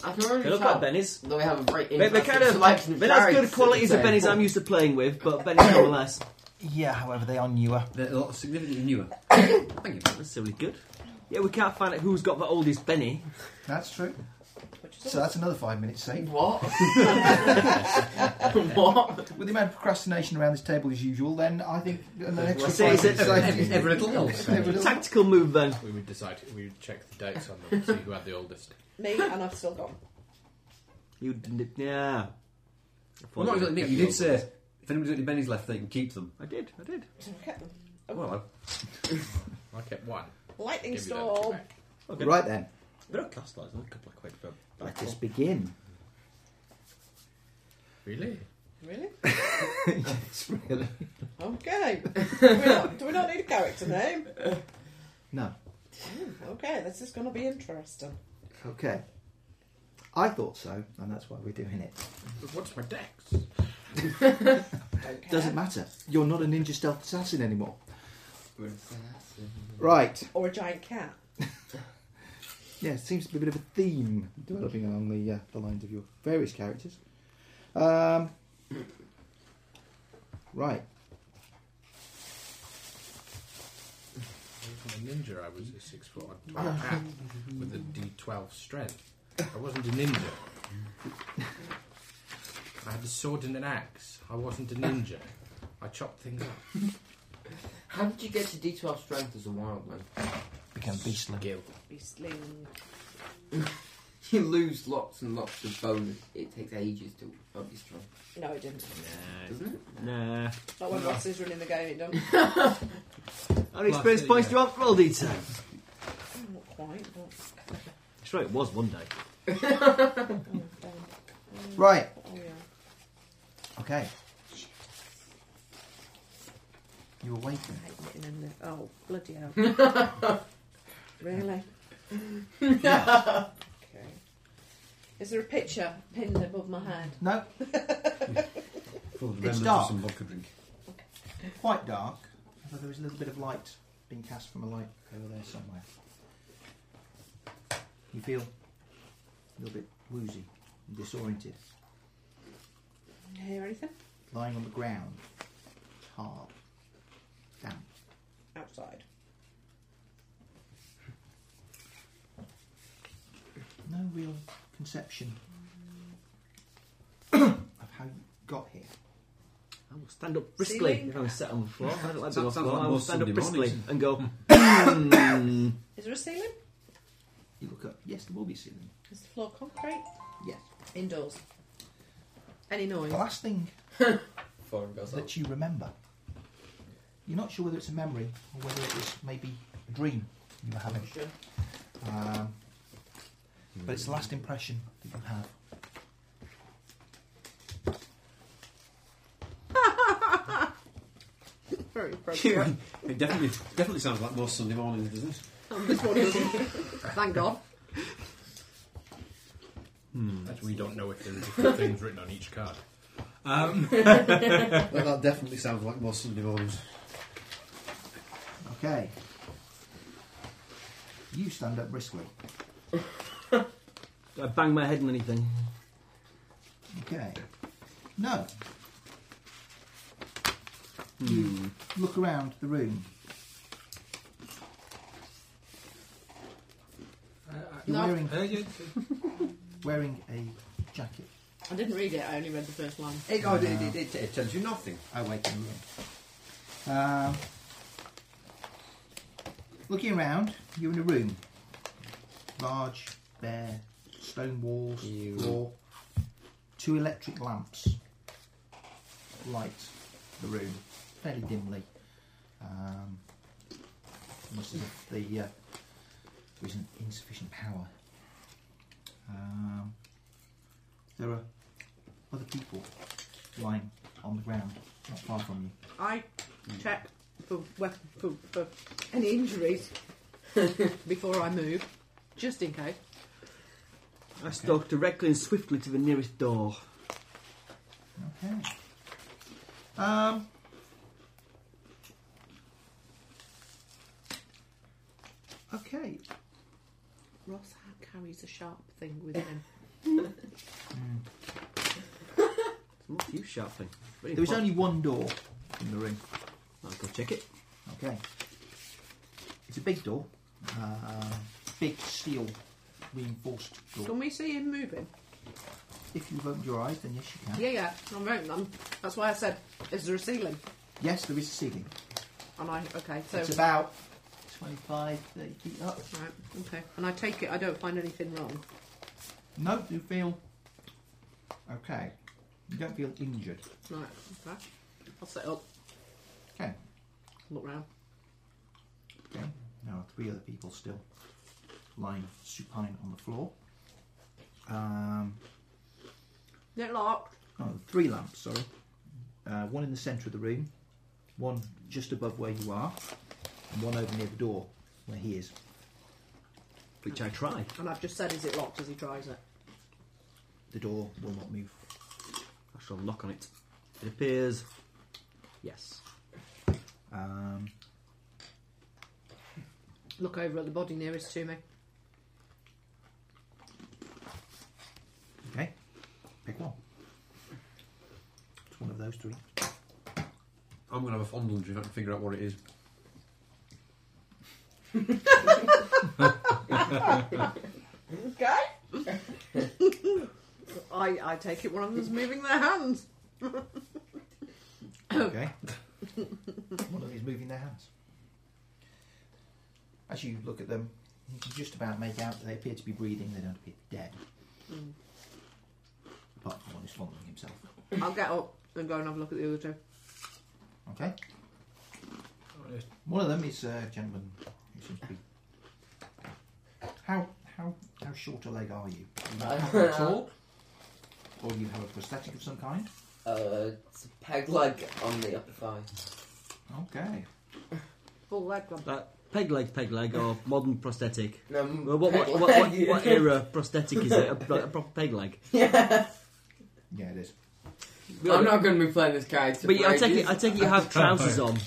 I can already
They look
tell
like Bennies.
that we have a great
They, they're
interesting
kind of like,
selection
they're not as good
characters
qualities
at
of
the same
Bennies I'm
point.
used to playing with, but Bennies nonetheless.
Yeah, however, they are newer.
They're a lot significantly newer. Thank you.
That's really good. Yeah, we can't find out who's got the oldest Benny.
That's true.
which is
So that's another five minutes saved.
What? what?
With the amount of procrastination around this table as usual, then I think an extra
say
five
it's
minutes
every-
saved.
every little else.
Every little-
Tactical move then.
We would decide. We would check the dates on them, see who had the oldest.
me, and I've still got.
You didn't. Yeah.
Well, not exactly me. You
Yeah.
did say if anybody's got any bennies left, they can keep them.
I did, I did.
kept them.
Well,
I kept one.
Lightning
Give me that
storm.
back.
Right then,
there are cast lights. A couple of quid for.
let us begin.
Really?
Really?
It's really
Okay. do, we not, do we not need a character name?
no.
Okay, this is going to be interesting.
Okay. I thought so, and that's why we're doing it.
But What's my dex?
Okay.
Doesn't matter. You're not a ninja stealth assassin anymore. Right.
Or a giant cat.
Yeah, it seems to be a bit of a theme developing along the uh, the lines of your various characters. Um, right.
I wasn't a ninja. I was a six foot odd tall
Ah.
cat with a D twelve strength. I wasn't a ninja. I had a sword and an axe. I wasn't a ninja. I chopped things up.
How did you get to D12 strength as a wildman?
Become beastly.
Skill.
Beastling.
You lose lots and lots of bonus. It takes ages to up your strength,
No, it didn't.
doesn't it?
Nah.
Not when Ross is running the game, it done.
How many experience
Plus,
points
yeah.
do you have for all these times?
Not quite, but.
Sure, it was one day.
Oh, damn.
Right.
Oh, yeah.
Okay. You awaken.
I hate knitting in the. Oh, bloody hell. really?
Yeah.
Okay. Is there a picture pinned above my head?
No,
It's
dark.
Some vodka drink.
quite dark. Although there is a little bit of light being cast from a light over there somewhere. You feel a little bit woozy and disoriented.
Hear anything?
Lying on the ground. It's hard. Damp.
Outside.
No real conception of how you got here.
I will stand up briskly
Ceiling.
if I'm sat on the floor. I don't
Sounds-
like being on the
sounds
floor.
like
I will
most
stand up
Sunday
briskly
mornings.
and go.
Is there a ceiling?
You look up. Yes, there will be ceiling.
Is the floor concrete?
Yes.
Indoors. Any noise?
The last thing
Foreign girls.
that you remember. You're not sure whether it's a memory or whether it was maybe a dream you were having.
Sure.
Um, but it's the last impression that you have.
Very appropriate.
It definitely, definitely sounds like most Sunday mornings, doesn't it?
this one doesn't. Thank God.
That's we don't know if there are different things written on each card. Um,
Well, that definitely sounds like most Sunday mornings.
Okay. You stand up briskly.
Do I bang my head on anything?
Okay. No. You look around the room. You're wearing, wearing a jacket.
I didn't read it, I only read the first line.
It, oh, it, it, it, it tells you nothing.
I wake in the room. Um, looking around, you're in a room. Large, bare, stone walls,
Ew.
floor. Two electric lamps light the room fairly dimly. Um, almost as if the, uh, there isn't insufficient power. Um, there are other people lying on the ground, not far from you.
I check for, we- for, for any injuries before I move, just in case.
I stalk directly and swiftly to the nearest door.
Okay. Um. Okay.
Ross carries a sharp thing with him.
It's not you, sharp thing. Very
There is
important.
only one door in the room.
I'll go check it.
Okay. It's a big door. Uh, big steel reinforced door.
Can we see him moving?
If you've opened your eyes, then yes, you can.
Yeah, yeah. I'm open. I'm, that's why I said, is there a ceiling?
Yes, there is a ceiling.
And I okay. So
It's about 25, 30 feet up.
right, okay. And I take it. I don't find anything wrong.
No, you feel okay. You don't feel injured.
Right. Okay. I'll set up.
Okay.
Look round.
Okay. There are three other people still lying supine on the floor. Um,
They're locked.
Oh, three lamps, sorry. Uh, one in the centre of the room, one just above where you are, and one over near the door where he is.
Which I try.
And I've just said, is it locked? As he tries it.
The door will not move.
I shall knock on it. It appears. Yes.
Um,
Look over at the body nearest to me.
okay, pick one. It's one of those three.
I'm going to have a fondle if I can figure out what it is.
Okay. I, I take it one of them's moving their hands.
Okay. one of them's moving their hands. As you look at them, you can just about make out that they appear to be breathing, they don't appear dead. Apart from one who's fondling himself.
I'll get up and go and have a look at the other two.
Okay. One of them is a gentleman who seems to be. How how how short a leg are you? You not have
Uh,
one at all, or you have a prosthetic of some kind?
Uh, it's a peg leg on the upper thigh.
Okay.
Full leg gone.
That peg leg, peg leg, or modern prosthetic.
No,
Well, what, what, what, what, what era prosthetic is it? A, like a proper peg leg.
Yeah, it is.
I'm not going to be playing this character.
But yeah,
for
I take
ages.
it. I take it. You have trousers on,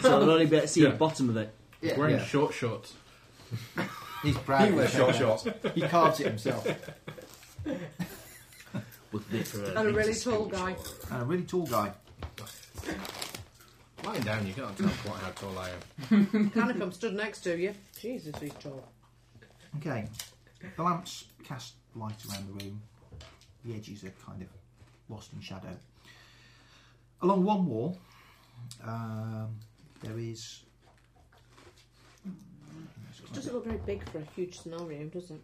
so I'll only be able to see the bottom of it.
Yeah.
Wearing
Yeah.
short shorts.
He's proud.
He
of
wears
it.
short shorts.
He carves it himself.
With this, uh,
And a really tall guy.
And a really tall guy.
Lying down, you can't tell quite how tall I am.
Canicum stood next to you. Jesus, he's tall.
Okay. The lamps cast light around the room. The edges are kind of lost in shadow. Along one wall, um, there is.
Doesn't look very big for a huge scenario, does it?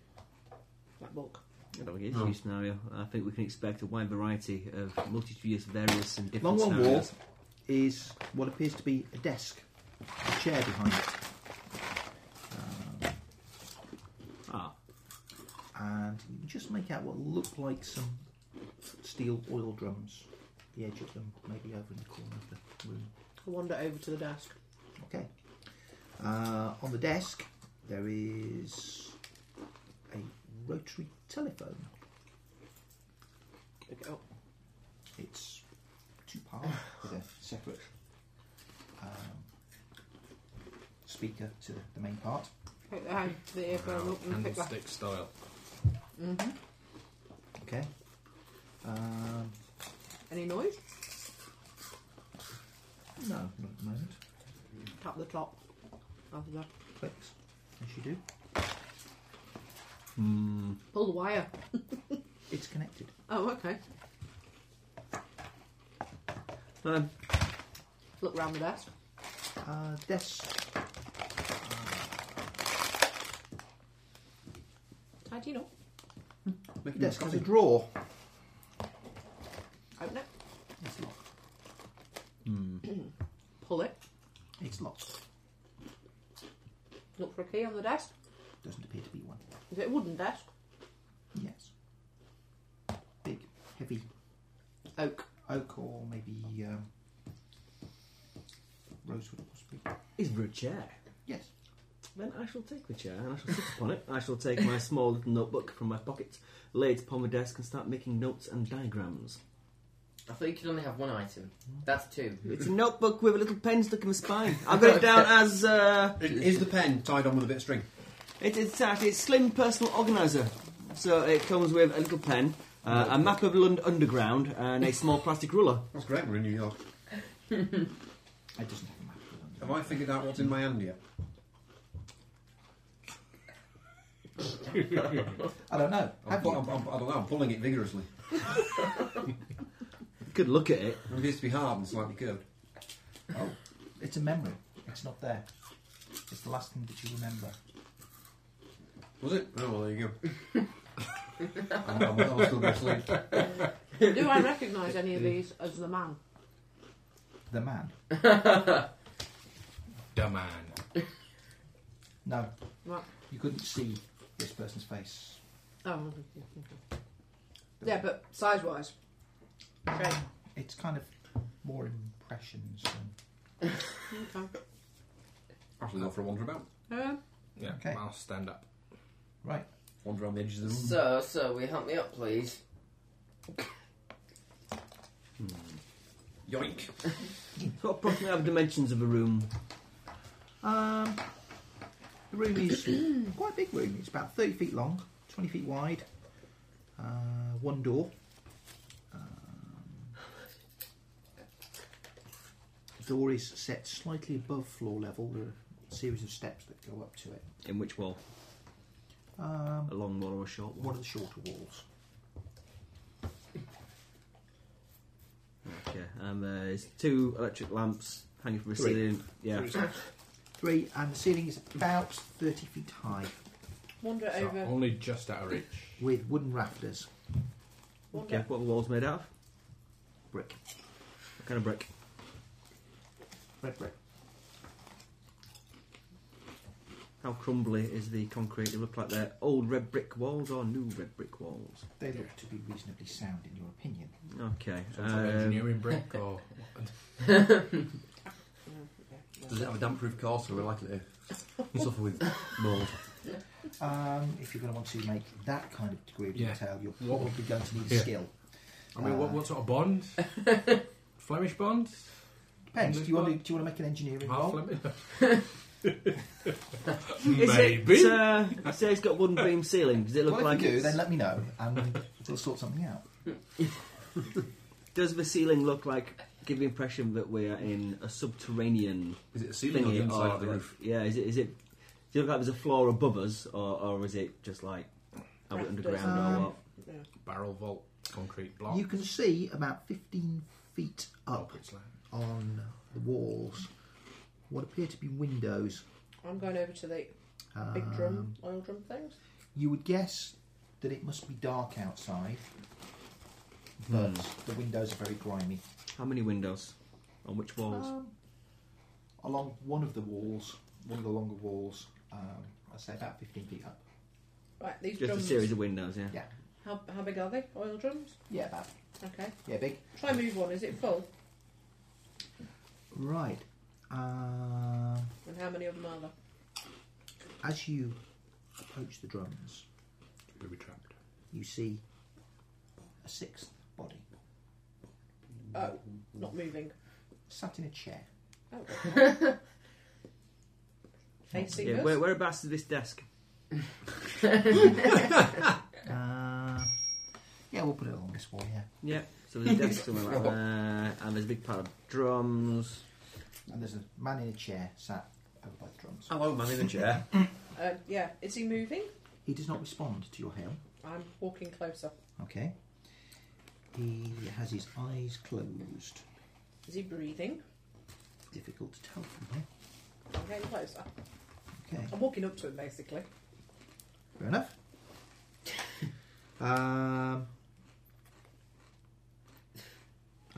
That book.
I don't think it's a new scenario. I think we can expect a wide variety of multi-use, various and
Along
different
one wall
scenarios.
is what appears to be a desk, a chair behind Um, it,
Ah,
and you can just make out what look like some steel oil drums. The edge of them, maybe over in the corner of the room.
I wander over to the desk.
Okay. Uh, on the desk, there is a rotary telephone.
Pick it up.
It's two part with a separate um, speaker to the, the main part.
Pick the, hand, the earphone up and pick that.
stick style.
Mm-hmm.
Okay. Um,
Any noise?
no, not at the moment.
Tap the top. After that.
Clicks, as you do.
hmm.
Pull the wire.
It's connected.
Oh, okay.
Um,
Look round the desk.
Uh, desk.
Tidy up.
The desk has a drawer.
Open it.
It's locked.
Pull it.
It's locked.
Look for a key on the desk.
Doesn't appear to be one.
Is it a wooden desk?
Yes. Big, heavy
Oak.
oak or maybe um, rosewood possibly.
is there a chair?
Yes.
Then I shall take the chair and I shall sit upon it. I shall take my small little notebook from my pocket, lay it upon the desk, and start making notes and diagrams.
I thought you could only have one item. That's two.
It's a notebook with a little pen stuck in the spine. I've got it down as uh,
Is the pen tied on with a bit of string?
it, it's that it's slim personal organizer. So it comes with a little pen, uh, a map of London Underground, and a small plastic ruler.
That's great, we're in New York.
It doesn't have a map.
Have I figured out what's in my hand yet?
I don't know.
I'm,
Have you?
pu- I'm, I'm, I don't know, I'm pulling it vigorously.
You could look at it.
It needs to be hard and slightly curved.
Oh, it's a memory. It's not there. It's the last thing that you remember.
Was it? um, Oh, well, there you go. I'm, I'm, I'm still going to sleep.
Do I recognise any of these as the man?
The man.
The man.
No.
What?
You couldn't see this person's face.
Oh, okay, yeah, okay. yeah, but size wise. Okay.
It's kind of more impressions than.
okay.
Actually, go for a wander about.
Um,
Yeah,
Okay.
I'll stand up.
Right.
Wander around the edges of the room.
So, so, will you help me up, please?
Yoink.
What approximately have dimensions of a room?
Um, the room is quite a big room. It's about 30 feet long, 20 feet wide, uh, one door. Um, door is set slightly above floor level. There are a series of steps that go up to it.
In which wall?
Um,
A long wall or a short wall?
one of the shorter walls.
Okay. And there's two electric lamps hanging from a
Three.
ceiling. Yeah.
Three, and the ceiling is about 30 feet high
wander
So
over.
only just out of reach.
with wooden rafters.
Wander.
Okay. What are the walls made out of?
Brick.
What kind of brick?
Red brick.
How crumbly is the concrete? They look like they're old red brick walls or new red brick walls.
They look to be reasonably sound in your opinion.
Okay.
Some sort of
um,
engineering brick or
Does it have a damp proof course or are we likely to suffer with mould?
Um, if you're going to want to make that kind of degree of
Yeah.
detail, you're
What-
probably going to need a
Yeah.
skill.
I mean, what, what sort of bond? Flemish bond?
Depends. Do you, want to,
Well-
do you want to make an engineering
Half
roll?
Flemish.
Is
Maybe.
It, uh, you say it's got wooden beam ceiling. Does it look
Well, if
like
you do,
it's-
then let me know, and we'll sort something out.
Does the ceiling look like give the impression that we are in a subterranean
Is it a ceiling or the
thingy?
inside
or-
of the roof?
oh, Yeah, is it is it do you look like there's a floor above us or, or is it just like out
Rafters.
underground or
Um,
what?
Barrel vault, concrete block.
You can see about 15 feet up
Concrete slab.
on the walls what appear to be windows.
I'm going over to the
Um,
big drum, oil drum things.
You would guess that it must be dark outside, but
Hmm.
the windows are very grimy.
How many windows? On which walls?
Um, along one of the walls, one of the longer walls, um, I'd say about 15 feet up.
Right, these
just a
drums.
series of windows, yeah.
Yeah,
How, how big are they? Oil drums?
yeah, about,
Okay.
yeah, big.
Try move one. Is it full?
Right. Um,
And how many of them are there?
as you approach the drums,
We'll be trapped.
you see a sixth body
Oh, not moving.
sat in a chair.
Oh. Facing
Yeah,
us.
where, whereabouts is this desk?
Uh, yeah, we'll put it along this wall, yeah.
Yeah, so there's a desk somewhere like that, and there's a big pile of drums.
And there's a man in a chair sat over by the drums.
Hello, man in the chair.
Uh, yeah. Is he moving?
He does not respond to your hail.
I'm walking closer.
Okay. He has his eyes closed.
Is he breathing?
Difficult to tell from here.
I'm getting closer.
Okay,
I'm walking up to him basically.
fair enough. Um,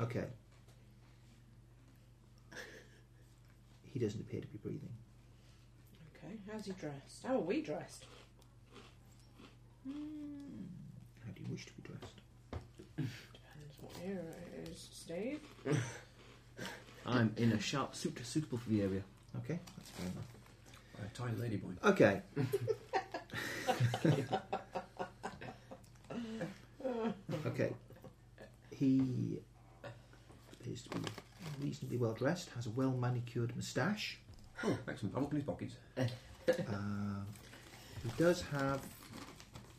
okay. He doesn't appear to be breathing.
Okay. How's he dressed? How are we dressed?
How do you wish to be dressed?
Depends what era it is, Steve.
I'm in a sharp suit suitable for the area.
Okay, that's fair enough.
A tiny ladyboy.
Okay. okay. He appears to be reasonably well dressed, has a well manicured moustache.
Oh, excellent. I'll look in his pockets.
Um, he does have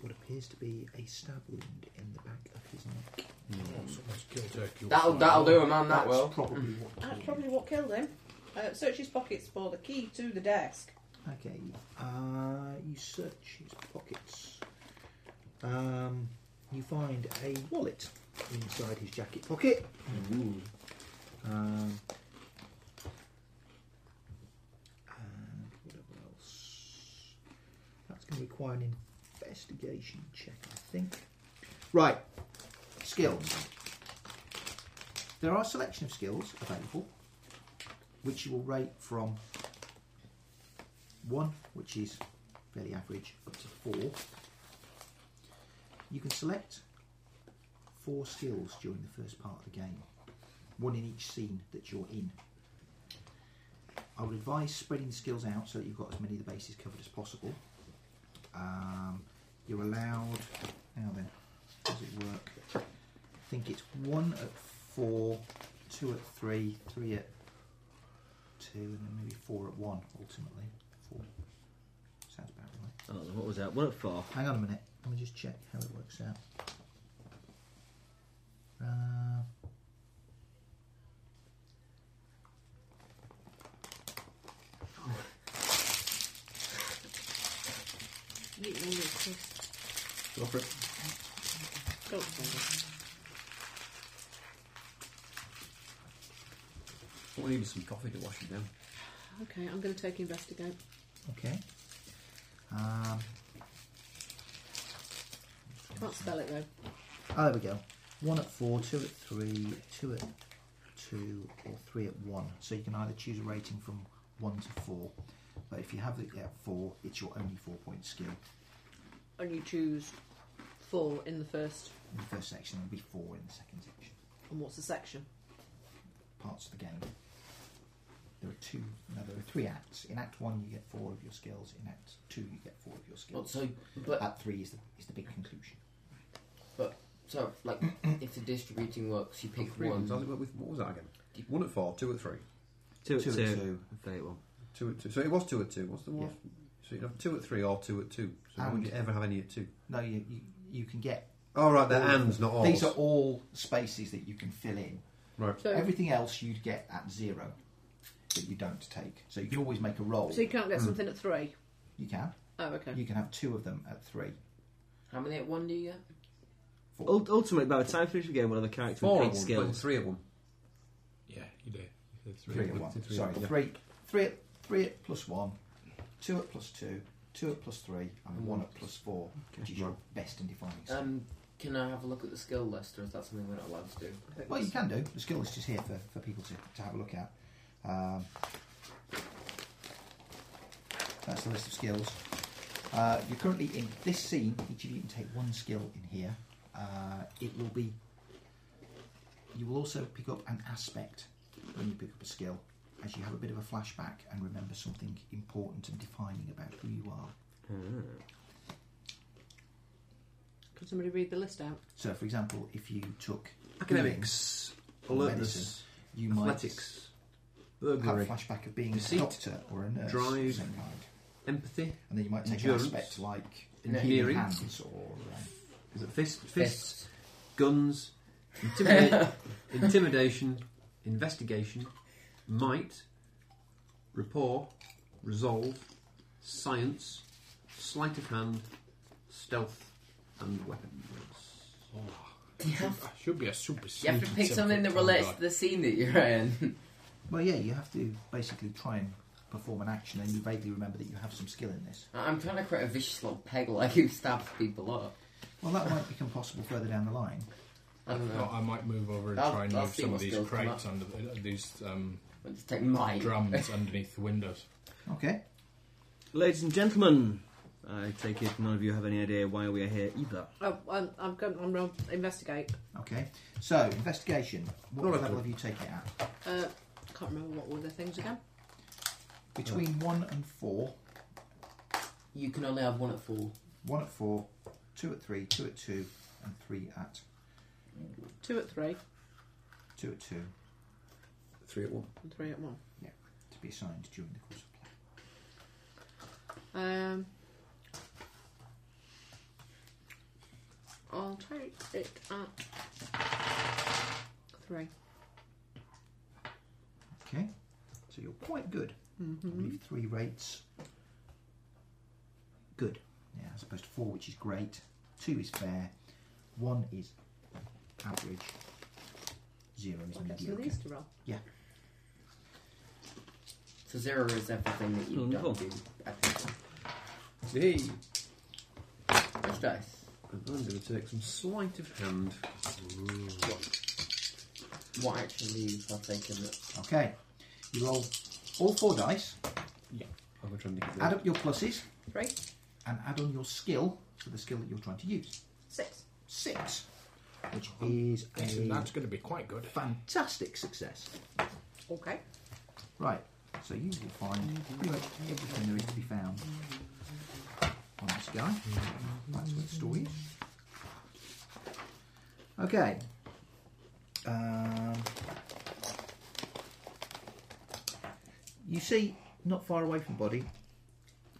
what appears to be a stab wound in the back of his neck.
Someone's killed Turkey.
That'll, that'll do a man, that
That's
will.
probably what.
That's
killed him.
probably what killed him. Uh, search his pockets for the key to the desk.
Okay. Uh, you search his pockets. Um, you find a wallet inside his jacket pocket. Um, and whatever else. That's going to require an investigation check, I think. Right. Skills. There are a selection of skills available, which you will rate from one, which is fairly average, up to four. You can select four skills during the first part of the game, one in each scene that you're in. I would advise spreading the skills out so that you've got as many of the bases covered as possible. Um, you're allowed. Now then, how does it work? I think it's one at four, two at three, three at two, and then maybe four at one ultimately. Four. Sounds about right.
Oh, what was that? One at four.
Hang on a minute. Let me just check how it works out. Uh,
You can do this.
Go for it.
Go for
I want to give you some coffee to wash it down.
it. Okay, I'm going to take investigate.
okay. Um,
Can't spell it though.
Oh, there we go. One at four, two at three, two at two, or three at one. So you can either choose a rating from one to four. But if you have it at four, it's your only four point skill.
And you choose four in the first.
In the first section, it'll be four in the second section.
And what's the section?
Parts of the game. There are two, no, there are three acts. In Act One, you get four of your skills. In Act Two, you get four of your
But
skills.
so, but
Act Three is the, is the big conclusion.
so like, if the distributing works, you pick
Three ones. I
one.
think, what was- what was that again? One at four, two at three,
Two at
Two
two.
at two.
Very well.
two at two. So it was two at two. What's the one? So you'd have two at three or two at two. So
And-
would you ever have any at two?
No, you, you, you can get.
Oh right, they're ands, not alls.
These are all spaces that you can fill in.
right.
So,
Everything else you'd get at zero that you don't take. So you can always make a roll.
so you can't get something at three.
You can.
Oh, okay.
You can have two of them at three.
How many at one do you get?
Oh.
Ult- ultimately, by the time we finish the game, we'll have a character
Four
with
at
eight
one, but
skills.
three at one.
Yeah, you do. You said
Three at
You
one.
said three
Sorry,
at one.
three. Three at, three at plus one, two at plus two, two at plus three, and one at plus four, which is your best and defining skill.
Um, can I have a look at the skill list, or is that something we're not allowed to do?
well, you can do. The skill list is here for, for people to, to have a look at. Um, that's the list of skills. Uh, you're currently in this scene. Each of you can take one skill in here. Uh, it will be. You will also pick up an aspect when you pick up a skill, as you have a bit of a flashback and remember something important and defining about who you are.
Can somebody read the list out?
So, for example, if you took
Academics,
healing or
alertness,
medicine, you might
athletics,
have a
burglary,
flashback of being
Deceit.
a doctor or a nurse,
Drive.
of some kind.
empathy.
and then you might take
Endurance.
an aspect like
Engineering.
healing hands or uh,
Is it fist, fists, guns, intimida- intimidation, investigation, might, rapport, resolve, science, sleight of hand, stealth, and weapons.
You have,
Oh. I should be a super.
you have to
sneaky
pick
temp
something that
at
Oh,
relates
Vanguard.
to the scene that you're in.
Well, yeah, you have to basically try and perform an action, and you vaguely remember that you have some skill in this.
I- I'm trying to create a vicious little peg like who stabs people up.
Well, that might become possible further down the line.
I don't
Well,
know.
I might move over and
I'll-
try and
I'll
move
see
some of
what
these
skills come
crates under the, uh, these um,
Let's just take my
drums underneath the windows.
Okay.
Ladies and gentlemen, I take it none of you have any idea why we are here either.
Oh, I'm, I'm going. I'm going to investigate.
Okay. So investigation. What
Well, I
level
could-
have you taken it at?
Uh, can't remember what were the things again.
Between one and four.
You can only have one at four.
One at four, two at three, two at two, and three at
Two at three
two at two
Three at one.
and three at one.
to be assigned during the course of play.
Um, I'll take it at three. Mm-hmm.
Okay. So you're quite good. I believe three rates good. Yeah, as opposed to four, which is great. Two is fair. One is average. Zero is
I'll get some of
mediocre.
these to roll.
So zero is everything that you
Wonderful.
don't do. at the time.
Hey,
Which dice?
I'm going to take some sleight of hand.
What action do you partake in? that-
Okay, you roll all four dice,
I'm going to try and get
add up your pluses,
Three,
and add on your skill for the skill that you're trying to use.
six.
Six, which is
Guessing
a
that's going to be quite good.
fantastic success.
Okay.
Right, so you will find pretty much everything there is to be found on this guy. That's where the story is. Okay. Um, you see, not far away from Body,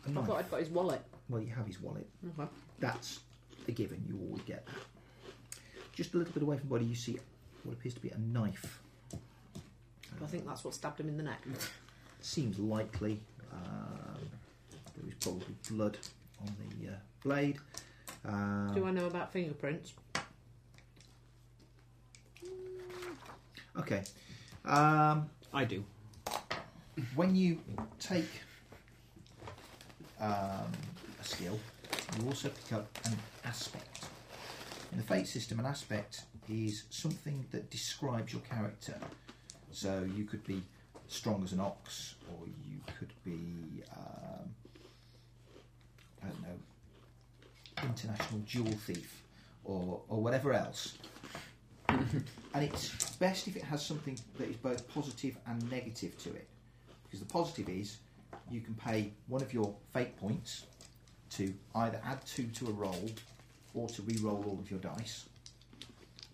a
I
knife.
thought I'd got his wallet.
Well, you have his wallet.
Okay.
That's a given, you always get that. Just a little bit away from Body, you see what appears to be a knife.
I think that's what stabbed him in the neck.
seems likely. Um, there is probably blood on the uh, blade. Um,
Do I know about fingerprints?
Okay. Um,
I do.
when you take um, a skill, you also pick up an aspect. In the fate system, an aspect is something that describes your character. So you could be strong as an ox, or you could be, um, I don't know, international jewel thief, or, or whatever else. and it's best if it has something that is both positive and negative to it because the positive is you can pay one of your fate points to either add two to a roll or to re-roll all of your dice,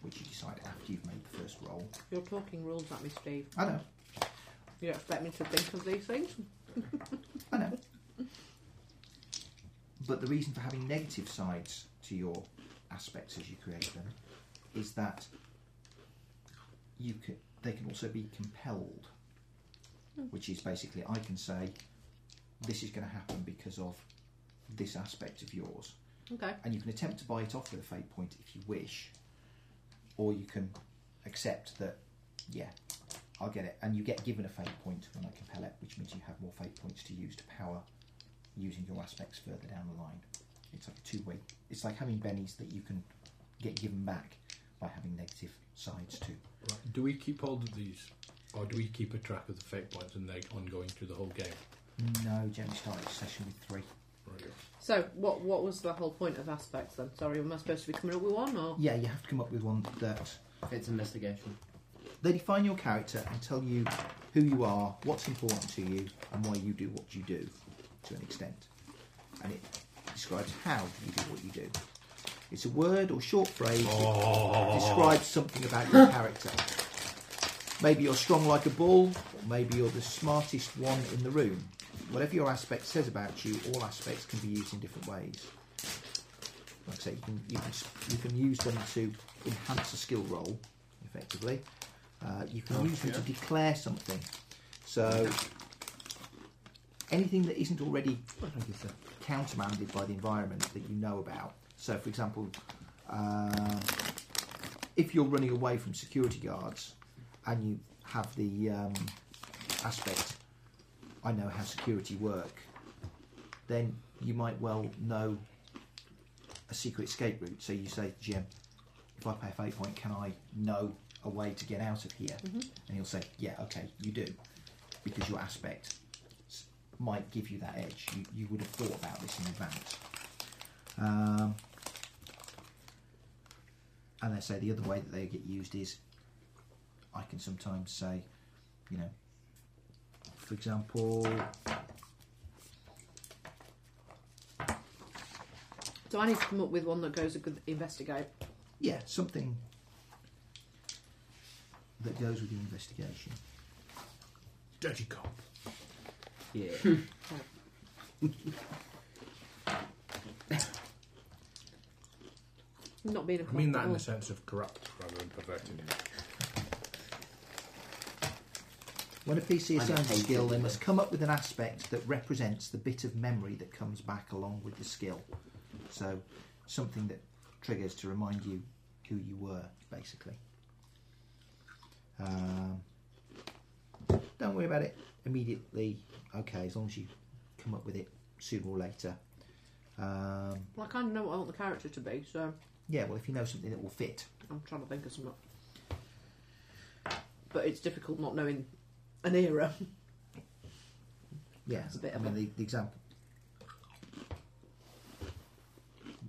which you decide after you've made the first roll.
You're talking rules at me, Steve.
I know,
You expect me to think of these things?
I know. But the reason for having negative sides to your aspects as you create them is that you can, they can also be compelled, which is basically I can say this is going to happen because of this aspect of yours.
Okay.
and you can attempt to buy it off with a fate point if you wish, or you can accept that, yeah, I'll get it, and you get given a fate point when I compel it, which means you have more fate points to use to power using your aspects further down the line. It's like a two-way. It's like having bennies that you can get given back by having negative sides to.
Right. Do we keep hold of these, or do we keep a track of the fake points and they're ongoing through the whole game?
No, Jamie started his session with three.
Right.
So, what what was the whole point of aspects then? Sorry, am I supposed to be coming up with one or?
Yeah, you have to come up with one that
If it's investigation.
They define your character and tell you who you are, what's important to you, and why you do what you do to an extent. And it describes how you do what you do. It's a word or short phrase that describes something about your character. Maybe you're strong like a bull, or maybe you're the smartest one in the room. Whatever your aspect says about you, all aspects can be used in different ways. Like I say, you can, you can, you can use them to enhance a skill roll, effectively. Uh, you can use them to declare something. So anything that isn't already countermanded by the environment that you know about. So, for example, um if you're running away from security guards and you have the um, aspect, I know how security work, then you might well know a secret escape route. So you say, Jim, if I pay a fate point, can I know a way to get out of here? And he'll say, yeah, okay, you do, because your aspect s- might give you that edge. You, you would have thought about this in advance. Um, and they say the other way that they get used is I can sometimes say, you know, for example,
So I need to come up with one that goes with investigate.
yeah, something that goes with the investigation.
Dirty cop.
Yeah.
Not being a
I mean that
comfortable-
in
Oh.
the sense of corrupt rather than perverted.
When a PC
I get
assigns a
paid
skill,
for
they
it.
must come up with an aspect that represents the bit of memory that comes back along with the skill. So, something that triggers to remind you who you were, basically. Um, don't worry about it immediately. Okay, as long as you come up with it sooner or later. Um,
Well, I kind of know what I want the character to be, so
yeah, well, if you know something that will fit,
I'm trying to think of something. But it's difficult not knowing an era.
Yeah,
It's a bit
I
of
mean,
a-
the, the example.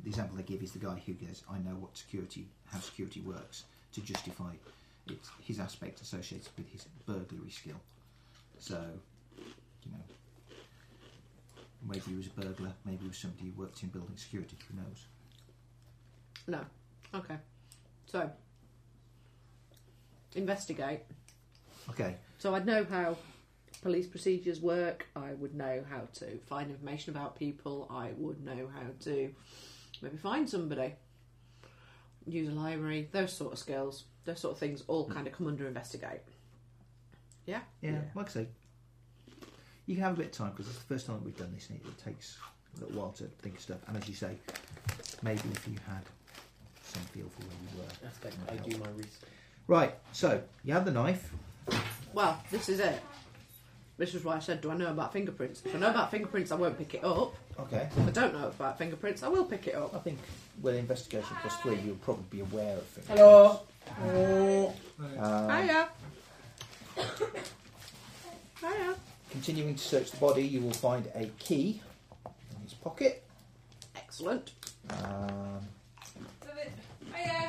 The example they give is the guy who goes, "I know what security, how security works," to justify it's his aspect associated with his burglary skill. So, you know, maybe he was a burglar, maybe he was somebody who worked in building security. Who knows?
No. Okay. So, investigate.
Okay,
So I'd know how police procedures work. I would know how to find information about people. I would know how to maybe find somebody, use a library. Those sort of skills, those sort of things, all kind of come under investigate.
yeah,
Yeah.
like I say, you can have a bit of time because it's the first time we've done this, and it, it takes a little while to think of stuff. And as you say, maybe if you had some feel for where you were.
Aspect. I do my research.
Right, so you have the knife.
Well, this is it. This is why I said, do I know about fingerprints? If I know about fingerprints, I won't pick it up.
Okay.
If I don't know about fingerprints, I will pick it up.
I think with investigation plus three, you'll probably be aware of things.
Hello.
Um,
Hiya. Hiya.
continuing to search the body, you will find a key in his pocket.
Excellent.
Um,
Hello.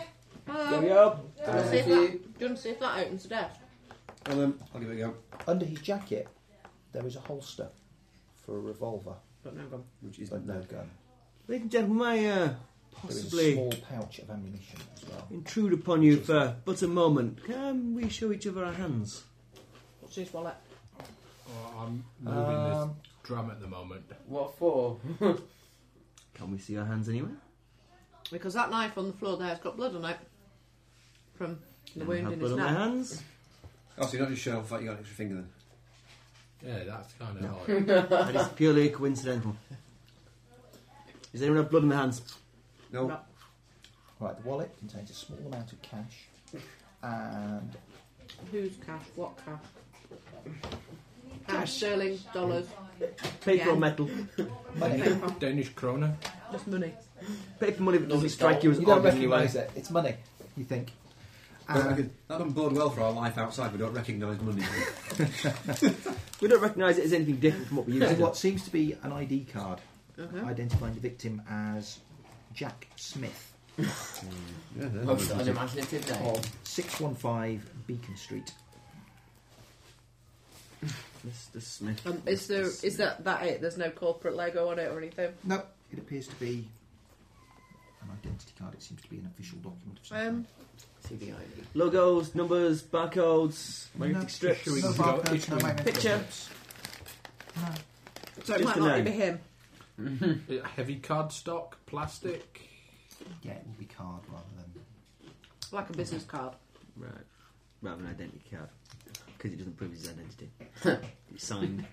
Um, Do you want to see if that- do you want to see if that opens the desk?
Well, um, I'll give it a go.
under his jacket, there is a holster for a revolver,
But no, gone.
Which is
but no gun.
Ladies and gentlemen, may I uh,
There is
possibly
a small pouch of ammunition as well.
intrude upon you for but a moment? Can we show each other our hands?
What's in his wallet?
Oh, I'm moving
Um,
this drum at the moment.
What for?
Can we see our hands anyway?
Because that knife on the floor there has got blood on it from
Can
the
I
wound
Mm, have
in
blood
his
on my
neck.
hands?
Oh, so you're not just showing off that you got an extra finger then?
Yeah, that's kind of odd.
that is purely coincidental. Is anyone have blood on their hands?
No.
No.
Right, the wallet contains a small amount of cash and
Who's cash? What cash? Cash, sterling, dollars,
Paper
Yeah.
or metal?
money.
paper,
Danish kroner.
just money.
Paper money that doesn't
it's
strike you as
You
odd
don't
in any way.
recognise it. It's money, you think. Uh,
Well, I
And-
could- that doesn't bode well for our life outside. We don't recognise money.
We don't recognise it as anything different from what we used
There's
to.
what seems to be an ID card
Okay.
identifying the victim as Jack Smith
yeah, that's
Most
what it is.
unimaginative day.
of 615 Beacon Street.
Mr. Smith.
Um, is there
Mr.
is that that it? There's no corporate logo on it or anything.
No, it appears to be an identity card. It seems to be an official document of some
Um,
kind.
CBI.
Logos, numbers, barcodes,
No,
magnetic strips.
just
no
we go
barcodes,
each
no
way.
magnetic
Picture.
strips. No.
so it
Just
might
a
not
name.
be him.
Uh, Heavy cardstock, plastic.
Yeah, it will be card rather than.
Like a business card.
Right. Rather than identity card. Because it doesn't prove his identity. it's signed.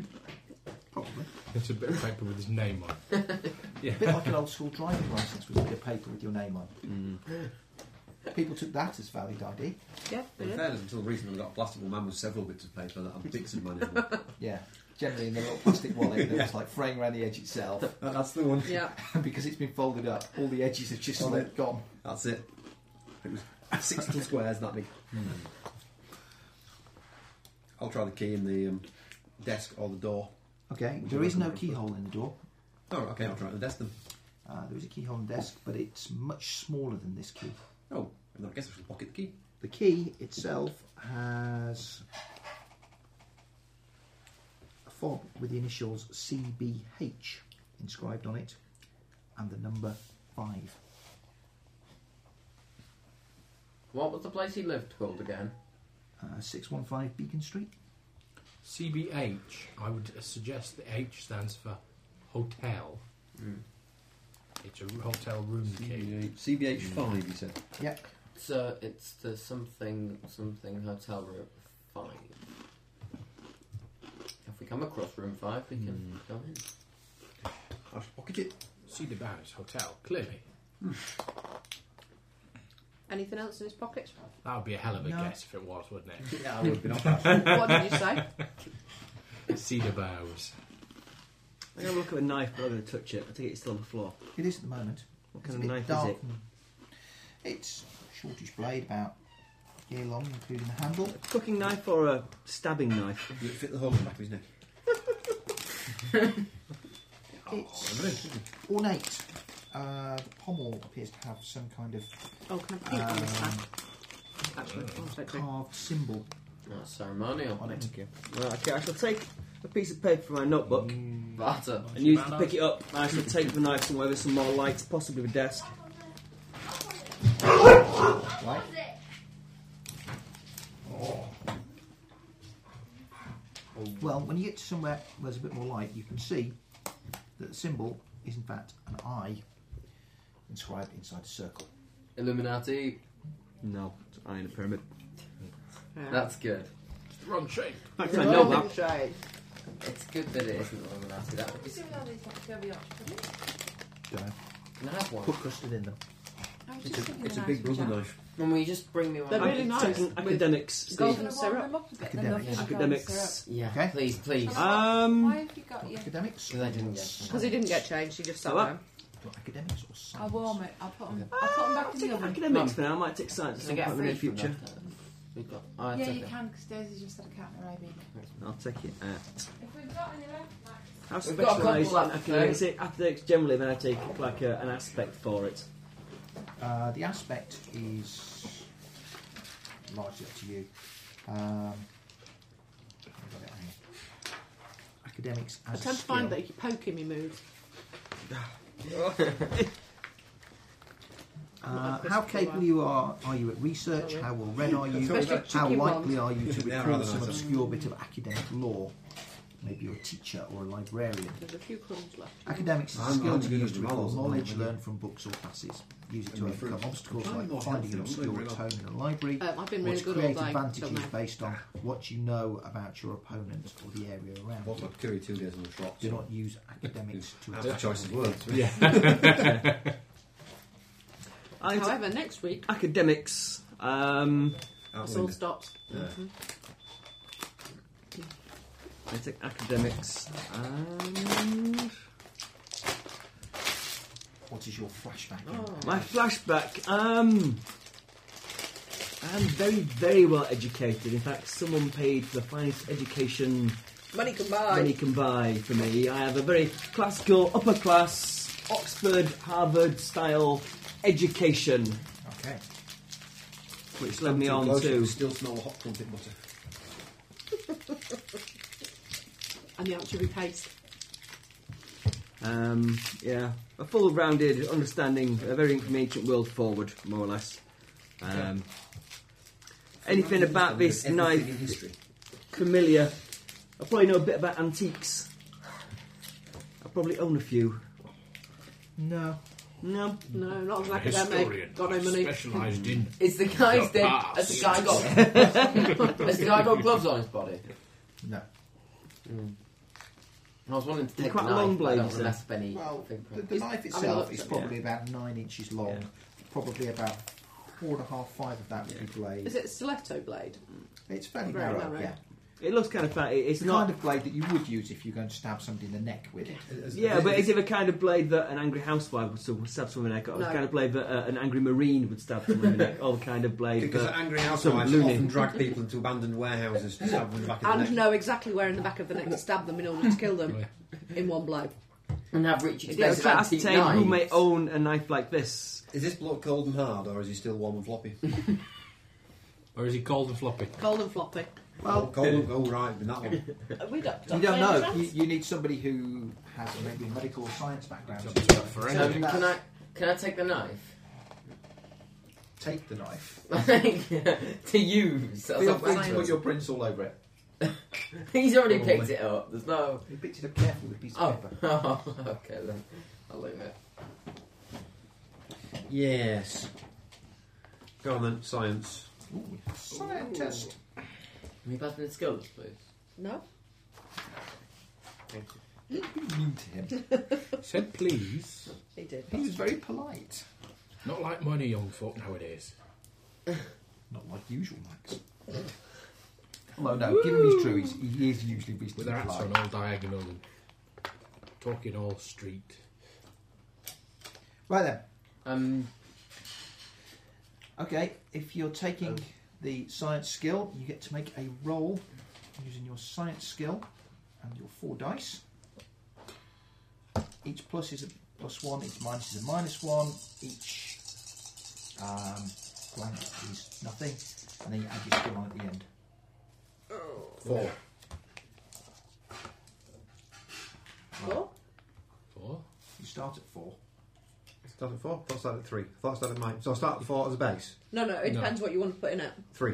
Probably.
It's a bit of paper with his name on. it.
A bit like an old school driving license with a bit of paper with your name on.
Mm.
People took that as valid ID.
Yeah,
In fairness, until recently, we got a plastic man with several bits of paper that I'm Dixon man. in. That-
Yeah. Generally in the little plastic wallet that's like fraying around the edge itself.
That's the one.
yeah.
And because it's been folded up, all the edges are just
Oh,
like gone.
That's it. It was six little squares that big. Hmm. I'll try the key in the um, desk or the door.
Okay,
Would you
there is no
recommend-
keyhole in the door.
Oh, okay, I'll try it in the desk then.
Uh, there is a keyhole in the desk, but it's much smaller than this key.
Oh, and I guess I should pocket the key.
The key itself has a fob with the initials CBH inscribed on it and the number 5.
What was the place he lived called again?
Uh, 615 Beacon Street.
CBH. I would suggest the H stands for hotel. It's a hotel room key.
CBH five, you said.
Yep.
So it's the something something hotel room five. think I'm across room five. We can
Hmm.
go in.
I should pocket it.
Cedar Barracks Hotel, clearly.
Anything else in his pockets?
That would be a hell of a
No.
guess if it was, wouldn't
Yeah, I would have been off that.
what did you say?
it? Cedar Boughs.
I'm going to look at a knife, but I'm not going to touch it. I think it's still on the floor.
It is at the moment.
What
It's a
kind of
bit
knife
dark
is it?
and- It's shortish blade, about here long, including the handle.
Cooking knife or a stabbing knife?
Does it fit the hole in the back of his neck?
Oh,
It's ornate. Uh, the pommel appears to have some kind of
Oh, can I peek on this
um,
Actually, oh, don't do.
carved symbol
That's Oh, ceremonial.
on
Mm-hmm.
it.
Right, okay, I shall take a piece of paper from my notebook
Butter.
and use it to pick it up. I shall take the knife somewhere with some more lights, possibly a desk.
Right? Well, when you get to somewhere where there's a bit more light, you can see that the symbol is in fact an eye inscribed inside a circle.
Illuminati.
No, it's eye in a pyramid.
Yeah.
That's good.
It's the wrong shape.
Fact, I know that.
Shade.
It's good that it isn't Illuminati. That would be.
Don't know.
Can I have one?
Put custard in them.
It's a, it's a big brother knife.
Mum, will you just bring me one?
They're
I-
really nice.
It's an academics, Steve.
Golden
syrup.
syrup. Up a bit, then
Academics.
they'll finish golden syrup.
Academics.
Yeah,
Okay.
please, please.
Uh,
Why
Um,
have you got your...
Academics?
Because I didn't get
Science.
Because he didn't get changed, he just sat
Hello?
down.
Not academics or
I'll
science.
warm it. I'll put them, I'll put them back in the
take
oven.
academics for now. I might take science at
Can I
some
get
point
a
in the near
free
future.
We've got. Oh, it's
Yeah, you
okay.
can, because Daisy just said I can't arrive either.
I'll take it Uh, at.
If we've got any left, Max.
How
We've got a couple
specialised in
left,
academics? it- Academics generally, then I take like a, an aspect for it.
Uh, the aspect is largely up to you. Um, I've got it on here. Academics
I
as
tend
a
to find
skill.
that if you poke him, he moves.
Uh, how capable you are are you at research? How well read are you?
Especially
How
tricky
likely are you to
Yeah,
recall
rather
some
than-
obscure bit of academic law? Maybe you're a teacher or a librarian.
There's a few crumbs left.
Academics is a
I'm-
skill
I'm
to
good
use to
at the
recall
models,
knowledge
aren't I?
learned from books or classes. Use it to
Gonna be
overcome
fruit.
obstacles
I'm
like
not
finding an
healthy, I'm
obscure
doing really well.
tome in a library.
Um, I've been
What's
really good all
creative
day.
advantage
till
is
now.
based on what you know about your opponent or the area around
What
you.
about curry two days on the trot?
Do not use academics to
That's a
attack
choice of words.
Yeah.
I take
However, next week,
academics. Um,
Out
this all
window.
stops.
Yeah.
I take academics and
What is your flashback?
Oh.
my flashback. Um, I'm very, very well educated. In fact, someone paid for the finest education
Money can buy.
money can buy for me. I have a very classical, upper class, Oxford, Harvard style education,
Okay.
which led me on
Close, you
to.
can Still smell the hot crumpet butter.
And the anchovy paste.
Um, yeah, a full rounded understanding of everything from the ancient world forward, more or less. Um, anything about this
Everything
knife
in history.
familiar? I probably know a bit about antiques. I probably own a few.
No.
No,
No, not as an
Historian.
academic. Got no money.
Specialised in.
It's the guy's dead.
Ah,
Has the
see,
guy got? Has the guy got gloves on his body?
No.
I was wanting to take
quite a
the
long
knife, but I
blade,
don't
you
want
eh?
to
said.
mess up any
Well, the,
fingerprints.
the knife
I mean,
itself
look,
is
yeah.
probably about nine inches long.
Yeah.
Probably about four and a half, five of that would be blade.
Is it a stiletto blade?
It's fairly
Very
narrow,
narrow.
yeah.
it looks kind of fatty. It's
It's the
not.
kind of blade that you would use if you're going to stab somebody in the neck with it.
Yeah, but is it the kind of blade that an angry housewife would stab stab someone in the neck, or the
No.
kind of blade that uh, an angry marine would stab someone in the neck, or the kind of blade
Because
that...
angry
some
housewives
loony.
often drag people into abandoned warehouses to stab them in the back of the
And
neck.
know exactly where in the back of the neck to stab them in order to kill them in one blow.
And have Richard
It is
It's to
expensive
ascertain who may
knives.
own a knife like this.
Is this bloke cold and hard, or is he still warm and floppy?
Oh.
Or is he cold and floppy?
Cold and floppy.
Well, cold and oh right, it's been that one.
We don't,
You don't know. You, you need somebody who has maybe a medical or science background.
It's
to
up
do
to
that.
for
So,
anything.
can I? Can I take the knife?
Take the knife.
to use. I was
Feel
like,
free to
why
put your prints all over it.
not? He's already picked it up. There's no.
You picked it up carefully with a piece of
Oh,
paper.
okay then. I'll leave it.
Yes. Go on then, science.
Ooh, scientist.
Can we pass me the skills, please?
No?
Thank you.
New to him.
Said please.
He did.
He was very polite.
Not like money, young folk nowadays.
Not like usual, Max. Although, no, given he's true, he's, he is usually reasonably
With their hats
polite.
on all diagonal and talking all street.
Right then.
Um,
Okay, if you're taking the science skill, you get to make a roll using your science skill and your four dice. Each plus is a plus one, each minus is a minus one, each um, blank is nothing, and then you add your skill on at the end.
Four.
Four?
Four?
You start at four.
Start at four. Thought start at three. Thought start at mine. So I start at four as a base.
No, no, it
No.
depends what you want to put in it.
Three.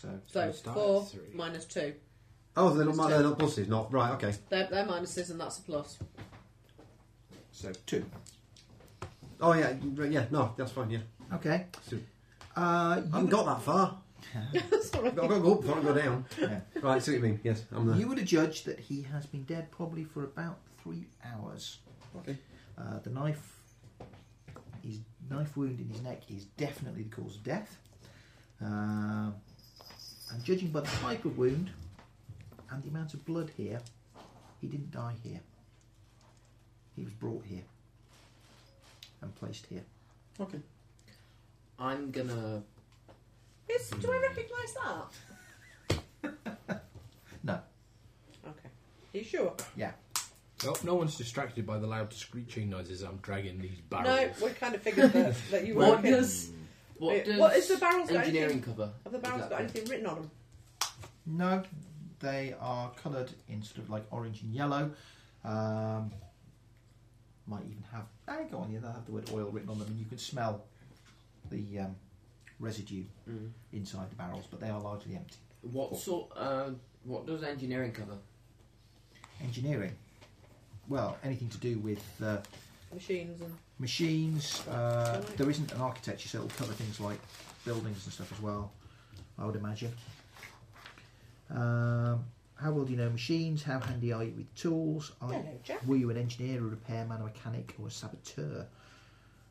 So,
So
Let's start
four
at three.
minus two.
Oh, they're
That's
not,
two.
they're not pluses. Not right. Okay.
They're, they're minuses, and that's a plus.
so two.
Oh yeah. right, Yeah. No, that's fine. Yeah.
Okay.
So-
Uh,
I
you,
haven't got that far.
That's all
I've
right.
got to go up before I go down.
Yeah.
Right. See what you mean? Yes. I'm there.
you would have judged that he has been dead probably for about three hours.
Okay.
Uh, the knife, his knife wound in his neck is definitely the cause of death. Um and judging by the type of wound and the amount of blood here, he didn't die here. He was brought here and placed here.
Okay.
I'm gonna.
It's- do I recognise that?
No.
Okay. Are you sure?
Well, Oh, no one's distracted by the loud screeching noises I'm dragging these
No,
barrels.
we kind of figured that, that you were.
What does? What
Wait,
does?
what is the barrel's got
engineering
anything-
cover?
Have the barrels got anything written on them?
No, they are coloured in sort of like orange and yellow. Um, might even have I go on, yeah, they'll have the word oil written on them, and you can smell the um, residue
Mm.
inside the barrels, but they are largely empty.
What sort? Uh, what does engineering cover?
Engineering, well, anything to do with uh,
Machines and.
machines. Uh, there isn't an architecture, so it'll cover things like buildings and stuff as well. I would imagine. Um, how well do you know machines? How handy are you with tools? Are you-
Hello, Jack.
Were you an engineer, a repairman, a mechanic, or a saboteur?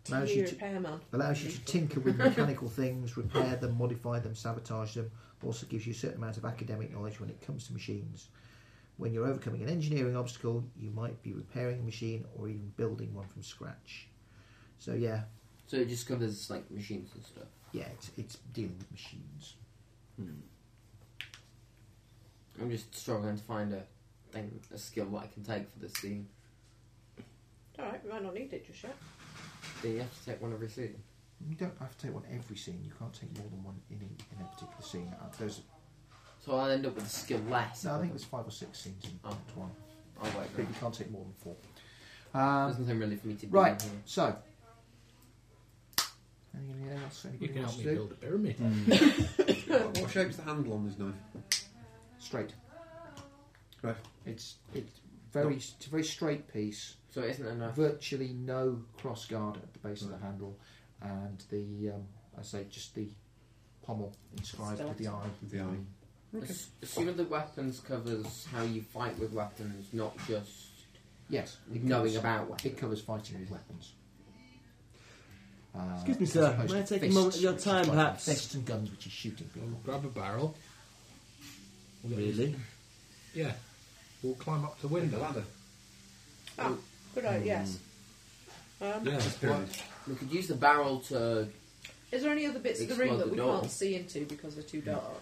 Allows
You're
you
a
to,
repairman.
allows you to tinker with mechanical things, repair them, modify them, sabotage them. Also gives you a certain amount of academic knowledge when it comes to machines. When you're overcoming an engineering obstacle, you might be repairing a machine or even building one from scratch. So yeah,
So it just covers like machines and stuff.
yeah, it's, it's dealing with machines.
I'm just struggling to find a thing, a skill that I can take for this scene.
Alright, we might not need it just yet.
Do you have to take one every scene?
You don't have to take one every scene. You can't take more than one in a, in a particular scene. Uh, There's
So I'll end up with a skill less.
no, I think there's five or six scenes in
Oh.
that one,
Oh, wait,
but
no.
you can't take more than four. Um,
There's nothing really for me to do.
Right,
in here.
so. Anything else
You
anybody
can
wants
help
to
me
do? Hmm.
build a pyramid.
What, what shape's the handle on this knife?
Straight.
Right.
It's it's very it's a very straight piece.
So it isn't enough.
Virtually no cross guard at the base of the handle, and the um, I say just the pommel inscribed with the eye.
With the eye.
Ass- Assuming the weapons covers how you fight with weapons, not just
Yes, it
knowing
covers-
about weapons.
It covers fighting with weapons. Uh,
Excuse me,
as
sir.
opposed
May I
to
take a
fists,
moment of your
which is
time,
fighting-
perhaps?
Fists and guns, which is shooting people.
Grab a barrel.
Really?
Yeah. We'll climb up to the
With the
window.
ladder.
Oh, good idea, yes. Um,
Yeah.
We could use the barrel to.
Is there any other bits of the room
Explode
that
the
we
door.
can't see into because they're too dark?
Or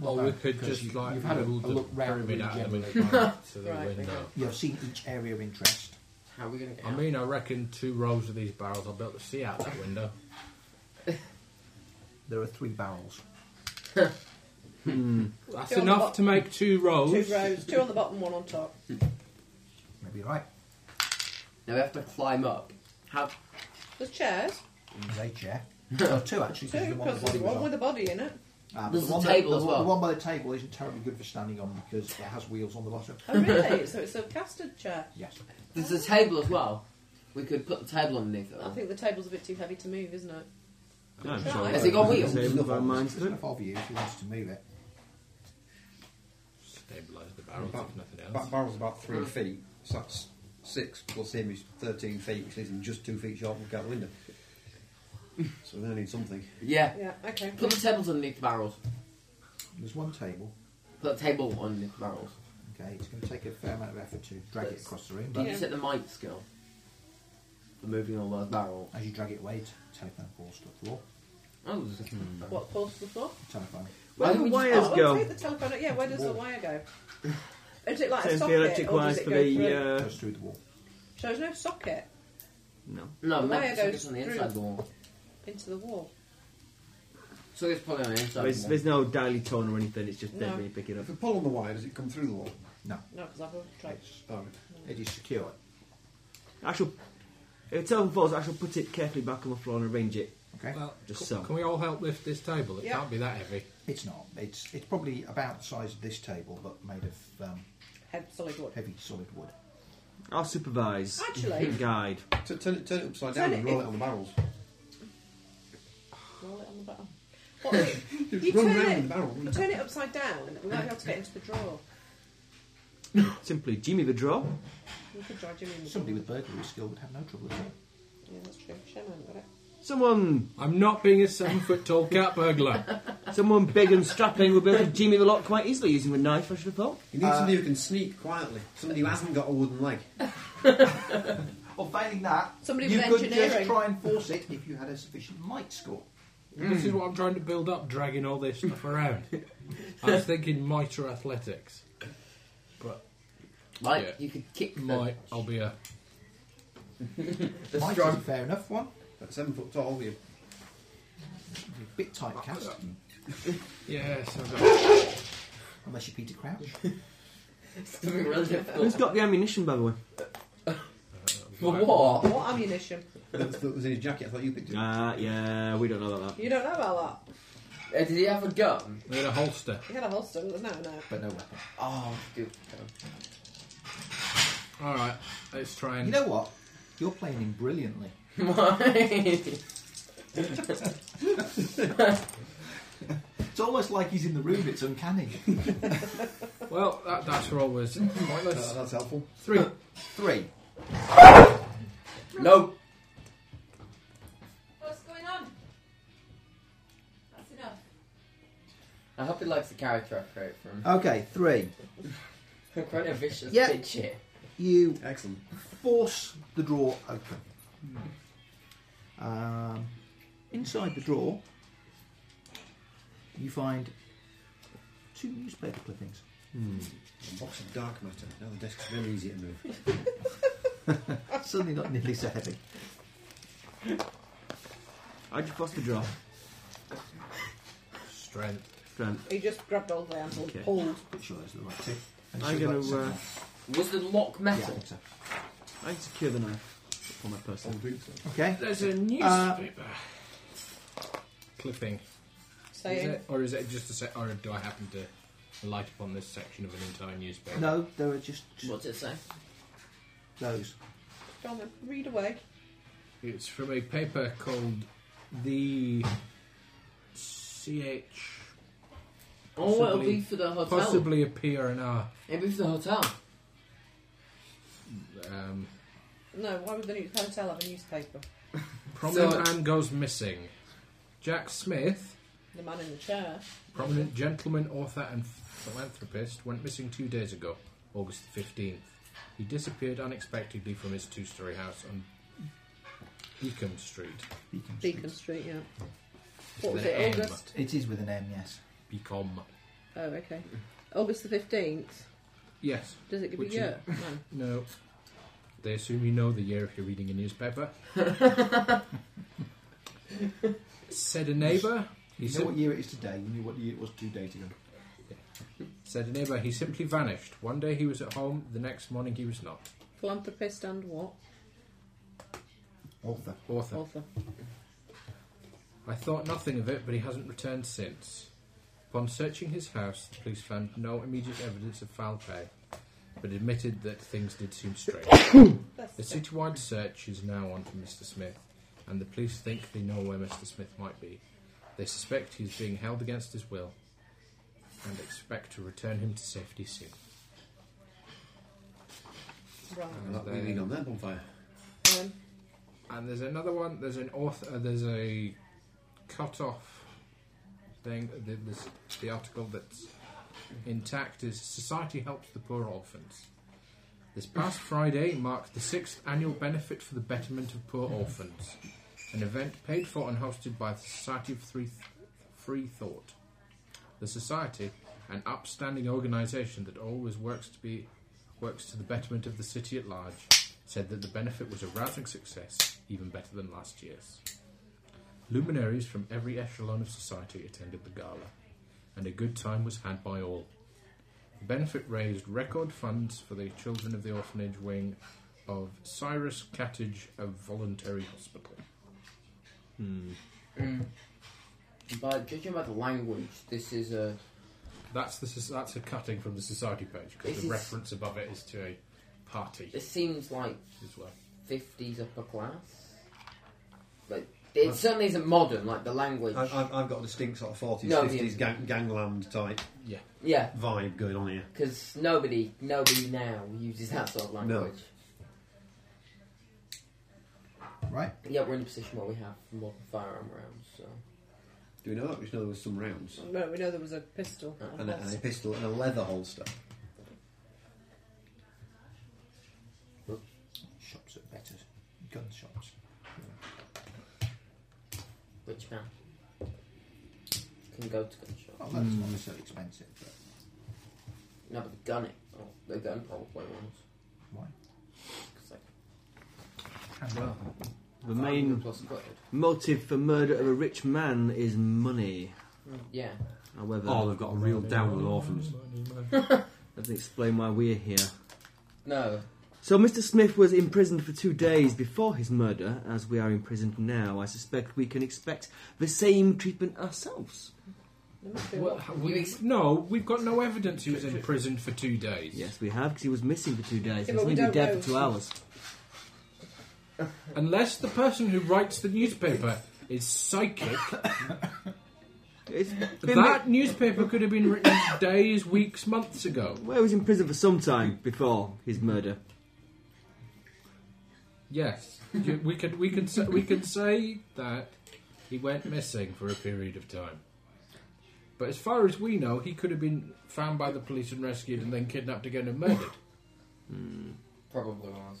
Well,
Oh, we
no,
could
because
just
you-
like
you've had a, a
move the
look round
pyramid
really
out of them and
generally.
climb up to the
Right,
window.
okay.
You've seen each area of interest.
How are we going to get
I
out?
mean, I reckon two rows of these barrels, I'll be able to see out that window.
There are three barrels.
That's
Two on the
enough
bot-
to make two
Oh,
rows.
Two rows, two on the bottom, one on top.
Maybe you're right.
Now we have to climb up. How?
There's chairs.
There's a chair. no, two actually.
Two,
Because the one,
because
with the body
there's
was
one
on.
with a body in it.
Ah, but
There's
the one
a
that-
table
the
as
one-
well.
The one by the table isn't terribly good for standing on because it has wheels on the bottom.
Oh, really? so it's a custard chair.
Yes.
There's a table as well. We could put the table underneath it.
I think the table's a bit too heavy to move, isn't it?
No,
Right. Has
it got wheels?
Same
There's
with
enough
our
of-
minds,
there's
too.
enough of you if you wanted to move it.
stabilise the barrels, if nothing else.
That barrel's about three feet, so that's six plus him is 13 feet, which leaves him just two feet short of out the window. so we're going to need something.
Yeah.
Yeah, okay.
Put the tables underneath the barrels.
There's one table.
Put the table underneath the barrels.
Okay, it's going to take a fair amount of effort to drag it across the room,
Did
but
you
Yeah.
set the mic skill? For moving all those barrels.
as you drag it away, t- telephone falls to the floor.
Oh, there's a-
What falls to the floor?
Telephone.
Where
Why
do
don't we just-
wires
oh,
go?
oh, take the telephone. Yeah, where does the wire go? Is it like a
Same for
socket?
the electric
or does
wires
it
for
go
the.
through?
Uh,
goes through the wall.
So there's no socket
no.
No,
The
no,
wire
so
goes
it's on the
through.
inside of the wall.
into the wall.
So it's probably on the inside
There's,
of the wall.
there's no dialy tone or anything, it's just
No.
dead when you pick it up.
If we pull on the wire, does it come through the wall?
No, because I've already tried.
Oh,
It is secure.
I shall. If the telephone falls, I shall put it carefully back on the floor and arrange it.
Okay.
Well,
Just
c-
so.
Can we all help lift this table? It
Yeah.
can't be that heavy.
It's not. It's it's probably about the size of this table, but made of um,
Head solid wood.
heavy solid wood.
I'll supervise.
Actually,
Guide.
T- turn, it, turn it upside
Turn
down and
it-
roll it on the barrels.
roll it on the bottom. What, you, you
run
turn
round
it,
the barrel, wouldn't
you turn it upside down, and we might be able to get into the drawer.
Simply, Jimmy the draw.
We could try Jimmy in the
Somebody
drawer.
with burglary skill would have no trouble with that.
Yeah, that's true. Shame I haven't got it.
Someone,
I'm not being a seven foot tall cat burglar.
someone big and strapping would be able to Jimmy the lock quite easily using a knife, I should have thought.
You need somebody who can sneak quietly. Somebody who hasn't got a wooden leg.
Or failing that,
Somebody
you
with
could just
engineering.
try and force it if you had a sufficient might score.
This is what I'm trying to build up, dragging all this stuff around. I was thinking might or athletics. But
Like,
Yeah.
you could kick the,
might, I'll be a.
the
might is a
strong...
fair enough one.
At seven foot tall, you
You're a bit tight cast,
Yes, I've got-
unless you're Peter Crouch.
Something really
Who's
difficult.
got the ammunition, by the way?
For what? Uh,
What ammunition?
that was- that was in his jacket. I thought you picked it.
Ah, yeah, we don't know about that.
You don't know about that.
Uh, did he have a gun?
I had a holster.
You had a holster. No, no.
but no weapon.
Oh, dude.
Alright, let's try and.
You know what? You're playing him brilliantly. It's almost like he's in the room. It's uncanny.
Well, that dice roll was
Uh,
pointless.
that's helpful.
Three.
Three.
no.
What's going on? That's enough.
I hope he likes the character I create for him.
Okay, three.
I'm quite a vicious
Uh, Yeah.
bitch here.
You
Excellent.
force the drawer open. Um, inside the drawer, you find two newspaper clippings.
A box of dark matter. Now the desk's really easy to move.
Suddenly, not nearly so heavy.
How'd you force the draw?
Strength.
Strength.
He just grabbed all the handles
Okay.
and pulled.
Pretty sure those are the right two. And
I'm
sure
gonna,
that's the
uh,
second
Was the lock
one. Yeah, I
metal?
think so.
I secure the knife for my person.
uh,
Okay.
There's a newspaper. Clipping. Is
Saying,
it- or is it just a set? Or do I happen to light upon this section of an entire newspaper?
No, there are just
What's it say?
those.
"Go on then, read away."
It's from a paper called the CH.
Oh, it'll
Possibly-
be for the hotel.
Possibly a PR&R.
It'll be for the hotel.
Um,
No, why would the new hotel have a newspaper?
prominent
So-
man goes missing. Jack Smith,
The man in the chair.
prominent gentleman, author, and philanthropist, went missing two days ago, August 15th. He disappeared unexpectedly from his two story house on Beacon Street.
Beacon Street, yeah. What was
With an
it,
M.
August?
It is with an M, yes.
Beacom.
Oh, okay. August the 15th.
Yes.
Does it give
Which
a year? No.
No. They assume you know the year if you're reading a newspaper. said a neighbour. He
You know
sim-
what year it is today. You knew what year it was two days ago.
said a neighbour. He simply vanished. One day he was at home. The next morning he was not.
Philanthropist and what?
Author.
Author.
Author.
I thought nothing of it, but he hasn't returned since. Upon searching his house, the police found no immediate evidence of foul play, but admitted that things did seem strange.
That's
the citywide search is now on for Mr. Smith, and the police think they know where Mr. Smith might be. They suspect he's being held against his will. and expect to return him to safety soon.
Right.
And
That we need on that bonfire.
Um,
And there's another one. There's an author. Uh, there's a cut-off thing. The, this, the article that's intact is "Society Helps the Poor Orphans." This past Friday marked the sixth annual benefit for the betterment of poor orphans, an event paid for and hosted by the Society of Free, Free Thought. The Society, an upstanding organisation that always works to be works to the betterment of the city at large, said that the benefit was a rousing success, even better than last year's. Luminaries from every echelon of society attended the gala, and a good time was had by all. The benefit raised record funds for the children of the orphanage wing of Cyrus Cattage of Voluntary Hospital.
But judging by the language, this is a.
That's the soc- that's a cutting from the society page
This
because the
is-
reference above it is to a party
This seems like
as well.
50s upper class. Like it certainly isn't modern. Like the language.
I've, I've, I've got a distinct sort of 40s,
No,
50s
the-
gang, gangland type
Yeah.
Yeah,
vibe going on here.
because nobody, nobody now uses that sort of language.
Right.
Yeah, we're in a position where we have modern firearm rounds. So
Do we know that? We just know there was some rounds.
no, we know there was a pistol.
Uh,
Oh,
And a, and a pistol and a leather holster.
Shops are better. Gun shops.
which man can go to gun shop?
Well, that's not necessarily expensive, but
No, but the gun it. Oh, the gun probably wants.
why?
'cause, like,
Well,
The main
plus equipped.
motive for murder of a rich man is money.
Yeah.
However,
Oh, they've got a real down on orphans.
doesn't explain why we're here.
No.
So Mr. Smith was imprisoned for two days before his murder, as we are imprisoned now. I suspect we can expect the same treatment ourselves.
There must be
Well,
one.
ha- we- no, we've got no evidence he was in prison for two days.
Yes, we have, because he was missing for two days.
Yeah,
He's
but we
only been
don't
dead
know.
for two hours.
Unless the person who writes the newspaper is psychic,
It's been
that newspaper could have been written days, weeks, months ago.
Well, he was in prison for some time before his murder.
Yes, You- we could we could say, we could say that he went missing for a period of time. But as far as we know, he could have been found by the police and rescued, and then kidnapped again and murdered.
Probably was.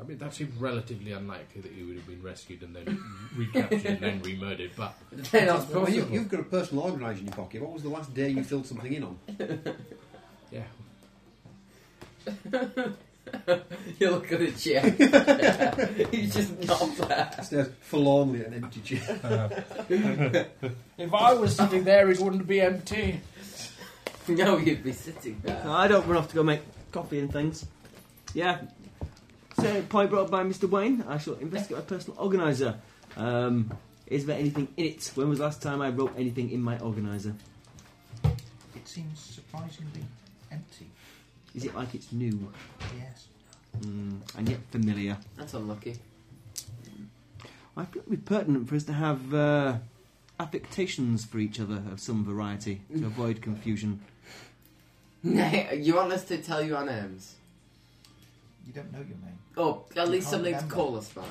I mean, that seems relatively unlikely that he would have been rescued and then recaptured and then re-murdered. But
Then I was
Well, Oh, you,
possible.
you've got a personal organiser in your pocket. What was the last day you filled something in on?
yeah,
You look at the chair. He's just not there.
Stares forlornly at an empty chair.
if I was sitting there, it wouldn't be empty.
No, you'd be sitting there.
Uh, I don't run off to go make coffee and things. Yeah. So, point brought up by Mr. Wayne. I shall investigate my personal organiser. Um, is there anything in it? When was the last time I wrote anything in my organiser?
it seems surprisingly empty.
Is it like it's new
Yes.
mm, and yet familiar?
That's unlucky.
I feel it would be pertinent for us to have uh, affectations for each other of some variety to avoid confusion.
Nay, you want us to tell you our names?
You don't know your name.
Oh, at
You
least
can't
something
remember.
to call us by.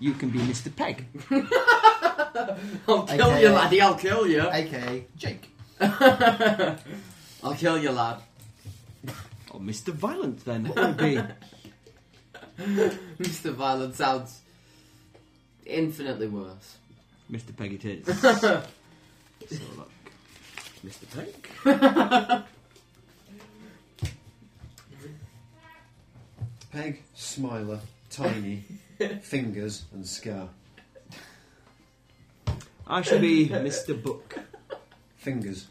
You can be Mr. Peg.
I'll kill
Okay.
you, laddie. I'll kill you.
AKA Jake.
I'll kill you, lad.
Or Mr. Violent, then. What would it be?
Mr. Violent sounds infinitely worse.
Mr. Peggy Tits. so look. Mr. Peg?
Peg, Smiler, Tiny, Fingers, and Scar.
I shall be Mr. Book.
Fingers.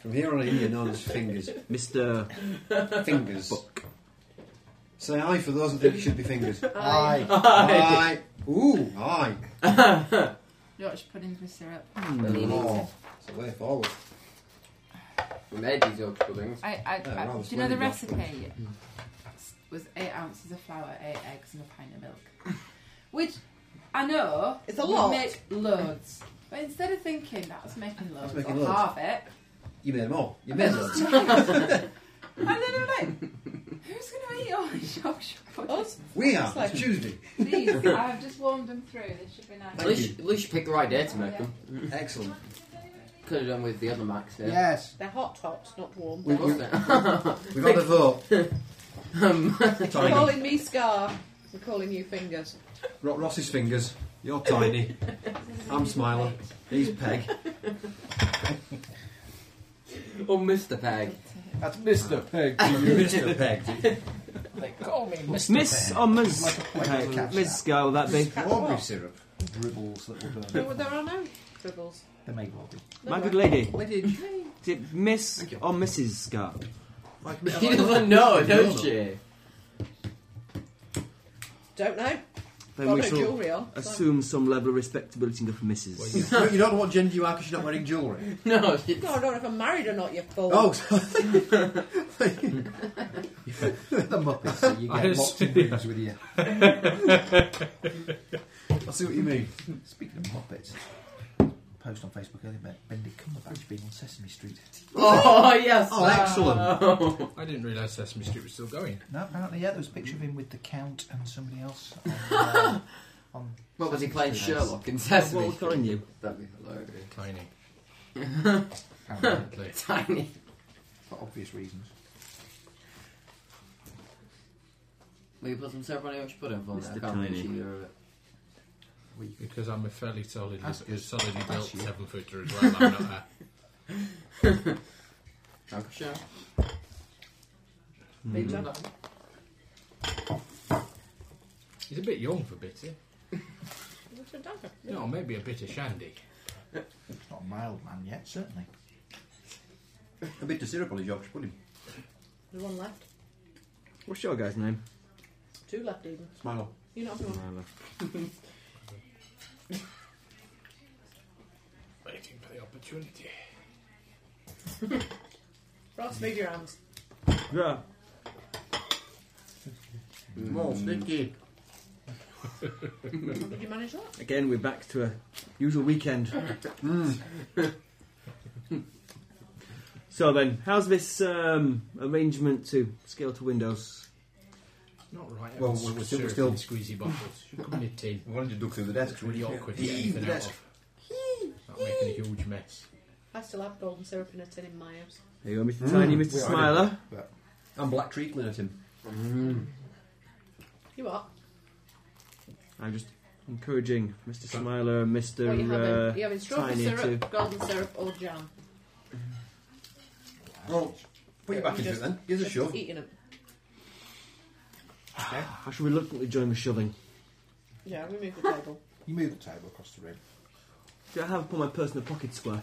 From here on in, you're known as Fingers.
Mr.
Fingers. Say aye for those that think it should be fingers.
Aye.
aye. Ooh, aye.
Yorkshire puddings with syrup.
Mm.
Oh, it's a way forward.
We made these Yorkshire puddings.
I, I,
Oh,
I-
rather
do you know the
splendid Yorkshire
recipe? S- was eight ounces of flour, eight eggs, and a pint of milk. Which I know
It's a
would
lot.
Make loads, but instead of thinking that's making loads,
making
or
loads.
half it,
You made them all. You made them.
And then I'm like, who's going to eat all these shop shop? Us.
We are. It's Tuesday.
These, I've just warmed them through. They should be nice.
At least, at least you picked the right day to make
Yeah.
them.
Excellent.
Could have done with the other Max there.
Yes.
They're hot tops, not warm.
We-
They're
we-
hot
We've
tops.
had a vote.
um,
You're
Tiny.
calling me Scar. We're calling you Fingers.
Ro- Ross's fingers. You're tiny. I'm Smiler. He's Peg.
or Mr. Oh, Peg.
That's Mr. Peg.
Mr. Peg.
They call me Mr.
Miss or Ms.
Like a plate
Okay,
of catch
Ms. Scar, will that be?
Strawberry syrup.
Dribbles that will burn.
There, there are no dribbles.
There may well be.
My good lady,
Lady.
is it Miss or Mrs. Scar?
Like,
She doesn't know, don't she?
Don't know.
Then
Got
we
no
shall
jewellery on. so-
assume some level of respectability enough for Mrs.
Well, yeah.
But you don't know what gender you are because you're not wearing jewellery.
No, she.
No, I don't know if I'm married or not, you fool.
Oh, so-
the Muppets that you
I
get locked in
see.
rooms with you.
I see what you mean.
Speaking of Muppets, post on Facebook earlier about Benedict Cumberbatch being on Sesame Street.
Oh yes.
Oh, excellent.
I didn't realise Sesame Street was still going.
No, apparently, yeah, there was a picture of him with the Count and somebody else. On, uh, on
What was he
Sesame
playing
Street.
Sherlock in
That's
Sesame
what we're calling you.
That'd be hilarious.
Tiny.
Apparently,
Apparently.
Tiny.
for obvious reasons.
Will you put some ceremony on put in for me? I
Mr.
can't remember
Tiny.
if you were-
Because I'm a fairly solid,
That's good.
solidly
That's
built
you.
seven footer as well. I'm not a,
Okay, sure.
Big job.
he's a bit young for Bitty.
What's your dagger?
No, maybe a bit of Shandy.
He's not a mild man yet, certainly.
A bit of syrup on his Yorkshire pudding.
There's one left.
What's your guy's name?
Two left, even.
Smile.
You not having one.
Waiting for the opportunity.
Ross, move your hands.
Yeah.
More sticky.
How did you manage that?
Again, we're back to a usual weekend. so then, how's this um, arrangement to scale to Windows?
Not right.
Well,
Well,
we're-
we're,
we're still-
still,
we're still-
squeezy bottles. Should come in a tin.
We wanted to duck through the desk.
It's really awkward to get
Eee,
anything
the
out
desk.
of. Not making a huge mess.
I still have golden syrup in a tin in my house.
There you go, Mr. Tiny, Mr.
we are
Smiler.
And black tree clean at him.
You what?
I'm just encouraging Mr. Smiler and Mr.
what you
uh,
having? You having strawberry
Tiny
syrup,
to.
golden syrup, or jam?
Well, put your back into it then. Give us a
Just
shove.
Eating them.
I should reluctantly join the shoving.
Yeah, we move the table.
You move the table across the room.
Do I have put my purse in the pocket square?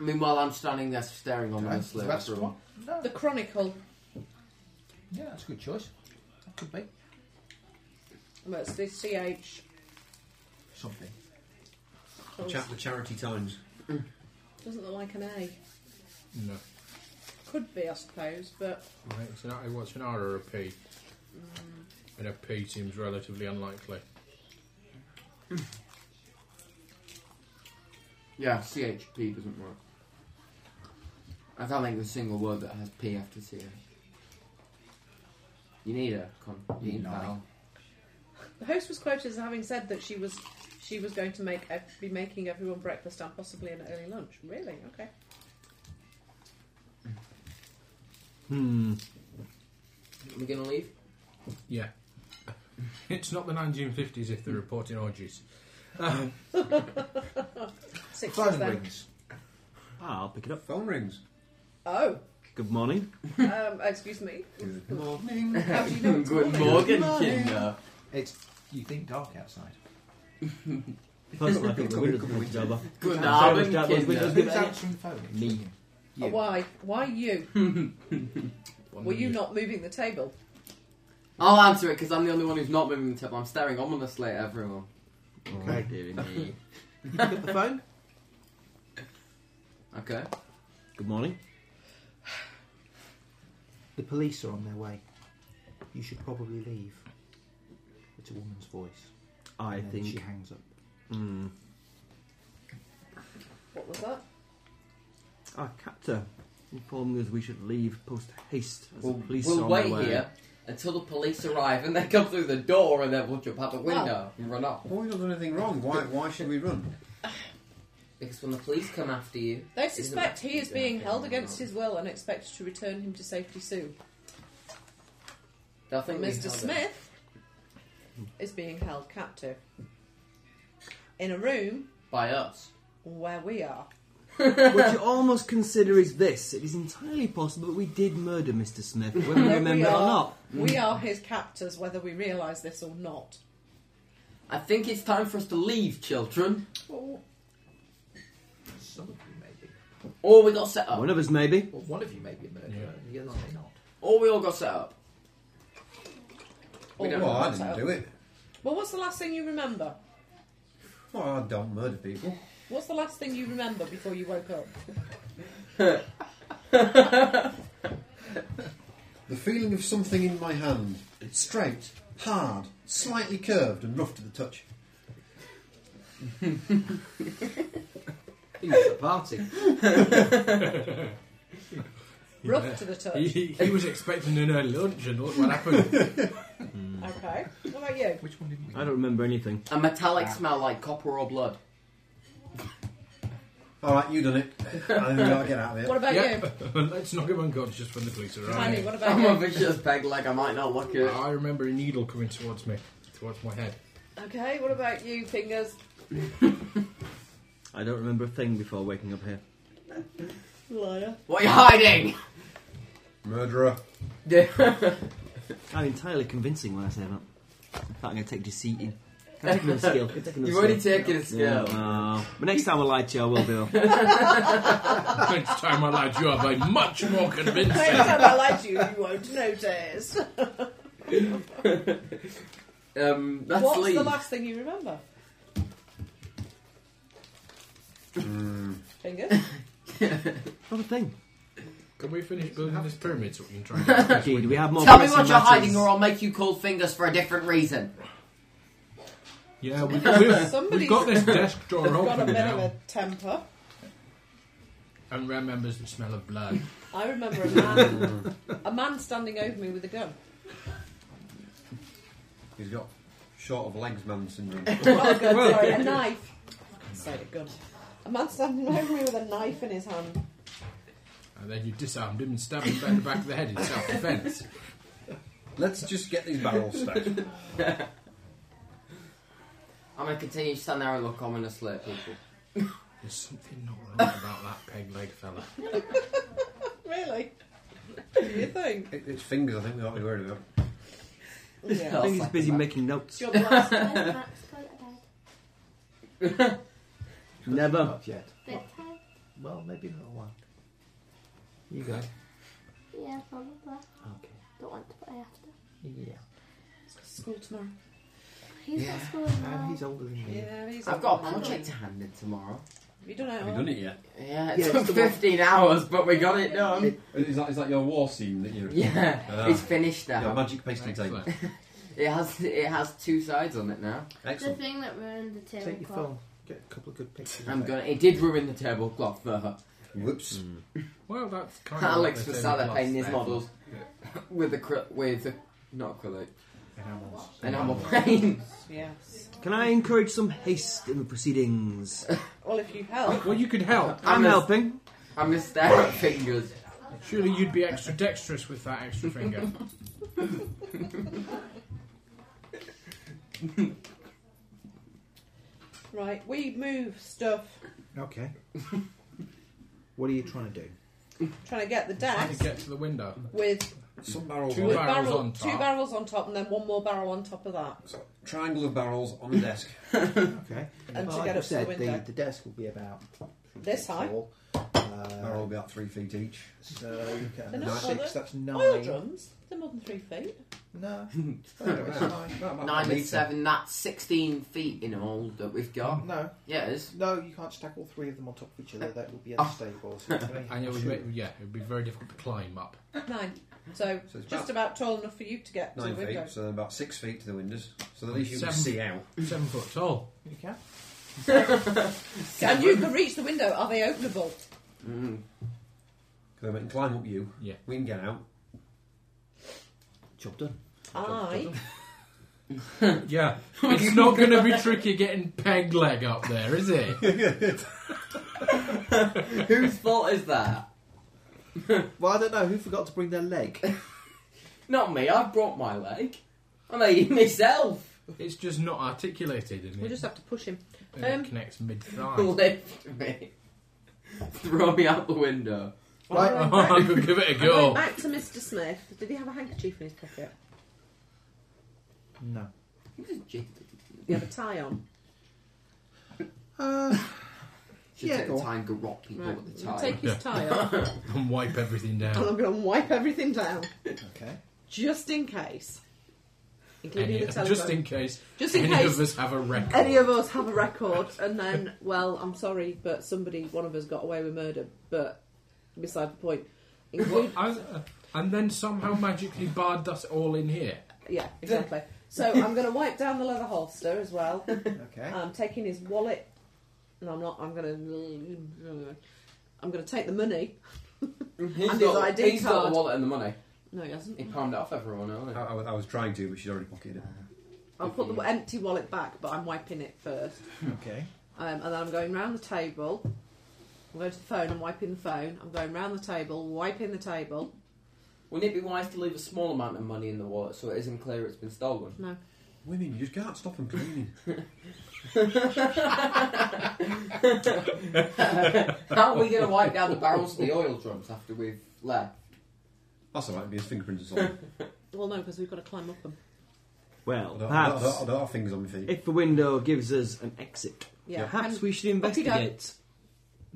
Meanwhile, I'm standing there staring on
Right,
this
so that's
room.
one. No,
The Chronicle.
yeah, that's a good choice. That could be
Well, it's the CH.
something.
Chat the charity times.
Doesn't look like an A.
No.
Could be, I suppose, but
Right, it's an, what's an R or a P?
Mm.
And a P seems relatively unlikely.
Yeah, CHP doesn't work. I can't think of a single word that has P after CH. You need a con. You need a
No.
pal.
the host was quoted as having said that she was she was going to make ev- be making everyone breakfast and possibly an early lunch. Really? Okay.
Hmm.
Are we gonna leave?
Yeah. It's not the 1950s if they're reporting orgies. Um,
Six
Phone
then.
rings.
Ah, I'll pick it up.
Phone rings.
Oh,
Good morning.
um, excuse me.
Good morning.
How do you know it's
Good
morning?
morning,
Morning.
Kinder.
It's you think dark outside.
Personally, I think the windows are good job.
Good
Sorry,
morning,
Mr. Adams, we
Kinder.
just-
Who's answering the phone? It's
Me.
you.
Uh, Why? Why you?
one
Were you
minute.
not moving the table?
I'll answer it because I'm the only one who's not moving the table. I'm staring ominously at everyone.
Oh, dearie me.
Get the phone.
Okay.
Good morning.
The police are on their way. You should probably leave. It's a woman's voice.
I
and then she
think. hmm,
hangs up.
Mm,
What was that?
Our captor informed us we should leave post haste as
We'll,
the police
we'll
are on
wait
their way.
here until the police arrive and they come through the door and then we'll jump out the window and run off.
Well, we've not done anything wrong. Why, why should we run?
Because when the police come after you,
They
it doesn't
suspect
matter
he
if
is
you do
being
anything
held
or
against
not.
his will and expected to return him to safety soon.
They'll think we
Mr.
held him.
Smith is being held captive in a room
by us
where we are.
what you almost consider is this: it is entirely possible that we did murder Mr. Smith, whether we
That
remember
we
it or
are,
not.
We are his captors, whether we realise this or not.
I think it's time for us to leave, children.
Oh. Some of you maybe.
Or we got set up.
One of us, maybe.
Well, one of you may be a murderer, and the others may not.
Or we all got set up.
Or
Well,
we
I
got
didn't
out.
do it.
Well, what's the last thing you remember?
Well, I don't murder people.
What's the last thing you remember before you woke up?
The feeling of something in my hand. Straight, hard, slightly curved, and rough to the touch.
He was at the party.
Rough to the touch.
He, he- he was expecting an early lunch, and look what happened.
Okay. What about you?
Which one did we?
I don't remember anything.
A metallic
Ah.
smell like copper or blood.
All right, you done it. I think we gotta get out of
What
here.
about
Yeah.
you?
Let's knock him unconscious when the police
Tiny,
arrive.
what about
I'm a
you?
vicious peg leg, I might not look it.
I remember a needle coming towards me, towards my head.
Okay, what about you, Fingers?
I don't remember a thing before waking up here.
Liar.
What are you hiding?
Murderer.
I'm entirely convincing when I say that. I can't going to take deceit in. Can I take another skill? Can I take another
You've already
skill?
taken a
Yeah,
skill.
no. But next time I lie to you, I will do.
Next time I lied, you are by much more convincing.
Next time I lie to you, you won't notice.
Um, let's
What's
leave.
the last thing you remember? Fingers?
Not a thing.
Can we finish building this pyramid so we can try and get this
Indeed,
window?
we have more
Tell me what
pressing
you're
matters.
hiding, or I'll make you cold fingers for a different reason.
Yeah, we've, we've,
Somebody's
we've got this desk drawer
got a
open
bit of a
now.
temper.
And remembers the smell of blood.
I remember a man, a man standing over me with a gun.
He's got short of legs man syndrome.
Not a gun, sorry, a knife. Sorry, a gun. A man standing over me with a knife in his hand.
And then you disarmed him and stabbed him back in the back of the head in self defence.
Let's just get these barrels stacked.
I'm gonna continue to stand there and look ominously at people.
There's something not right about that peg leg fella.
Really? What do you think?
It- It's fingers, I think, we ought to be worried about.
Yeah.
I think he's busy making
It's
notes.
your blast.
Max go to bed?
Never.
Not yet.
Bedtime?
Well, maybe in a little while.
You go.
Yeah, probably.
Okay.
Don't want to, but I have to.
Yeah.
School tomorrow.
He's
Yeah.
at school
Um,
No,
now.
he's older than me.
Yeah, he's
I've got a project to hand in tomorrow.
Have you done it?
Have
all?
you done it yet?
Yeah,
Yeah,
it
it's
took
the one-
15 hours, but we got it done.
Is that, is that your war scene that you're...
Yeah,
Ah.
it's finished
Your
now.
magic pasting tape.
Excellent.
It has it has two sides on it now.
The
Excellent.
thing that ruined the
Take your
tablecloth.
phone. Get a couple of good pictures.
I'm
of it.
gonna. It did ruin the tablecloth for her.
Whoops.
Well, that's kind of.
Alex
what
was
they
sat
say
there
with
painting his
lots
models with acry- with a, not acrylic
Enamels.
enamel paint.
Yes.
Can I encourage some haste in the proceedings?
Well, if you
of
help.
stuff. Well, you could help.
I'm
a-
helping.
I'm gonna stare at fingers.
Surely you'd be extra dexterous with that extra finger.
Right, we move stuff.
Okay. what are you trying to do?
Trying to get the
Trying to
desk
get to the window.
with,
Some barrels
Two
on
with
a
barrels
barrel-
on
two
top.
barrels on top and then one more barrel on top of that.
triangle of barrels on a desk.
Okay.
And
Well,
to
like
get
I
up to the
said,
window.
the desk will be about
This high.
four.
barrel
Uh,
Oh.
will be about three feet each.
so you can
They're not
six.
bothered.
That's nine.
Oil drums, they're more than three feet.
No.
Nine and seven. That's 16 feet in all that we've got.
No.
Yeah, it is.
No, you can't stack all three of them on top of each other. That would
Ah.
be unstable. So you're gonna
And it
have
would
to-
make, yeah, it would be very difficult to climb up.
Nine. So,
So it's
just about tall enough for you to get to
Nine
the
feet,
window.
so about six feet to the windows. So at least you
Seven.
can see out.
Seven foot tall.
You can.
And you can reach the window. Are they openable?
Mm. Because I can climb up you.
Yeah.
We can get out.
Job done.
I.
yeah, it's not going to be tricky getting peg leg up there, is it?
Whose fault is that?
well, I don't know. Who forgot to bring their leg?
Not me. I've brought my leg. I made it myself.
It's just not articulated, and
We'll
it,
just have to push him.
and it
Um,
connects mid thigh.
Lift me. Throw me out the window.
Right.
Oh, I could give it a
Going
go.
back to Mr. Smith. Did he have a handkerchief in his pocket?
No.
She
Did he have a tie on?
Uh,
should
Yeah,
take
go
the
on.
time to rock people
Right,
at the
we'll
time.
take his tie off.
and wipe everything
And
down.
I'm going to wipe everything down,
Okay.
just in case. Including
Any,
the telephone.
just in case.
Just in
any
case
of us have a record.
Any of us have a record, and then, well, I'm sorry, but somebody, one of us got away with murder, but beside the point.
Well,
Include,
I- uh, and then somehow magically barred us all in here.
yeah, exactly. So I'm going to wipe down the leather holster as well.
Okay.
I'm taking his wallet, and I'm not. I'm going to. I'm going to take the money.
Mm, He's
And his
got,
ID
he's got
card.
the wallet and the money.
No, he
He
hasn't.
palmed it off everyone,
I,
hasn't
I, was- I was trying to, but she'd already pocketed it.
I'll put the empty wallet back, but I'm wiping it first.
Okay.
Um, and then I'm going round the table. I'm going to the phone, I'm wiping the phone. I'm going round the table, wiping the table.
he? Wouldn't it be wise to leave a small amount of money in the wallet so it isn't clear it's been stolen?
No.
Women, you just can't stop them cleaning.
How are we going to wipe down the barrels of the oil drums after we've left?
That's alright, be his fingerprints or something.
Well, no, because we've got to climb up them.
I
Well,
don't, I, don't, I,
perhaps
don't, I don't have fingers on my feet.
if the window gives us an exit,
Yeah.
perhaps
And-
we should investigate.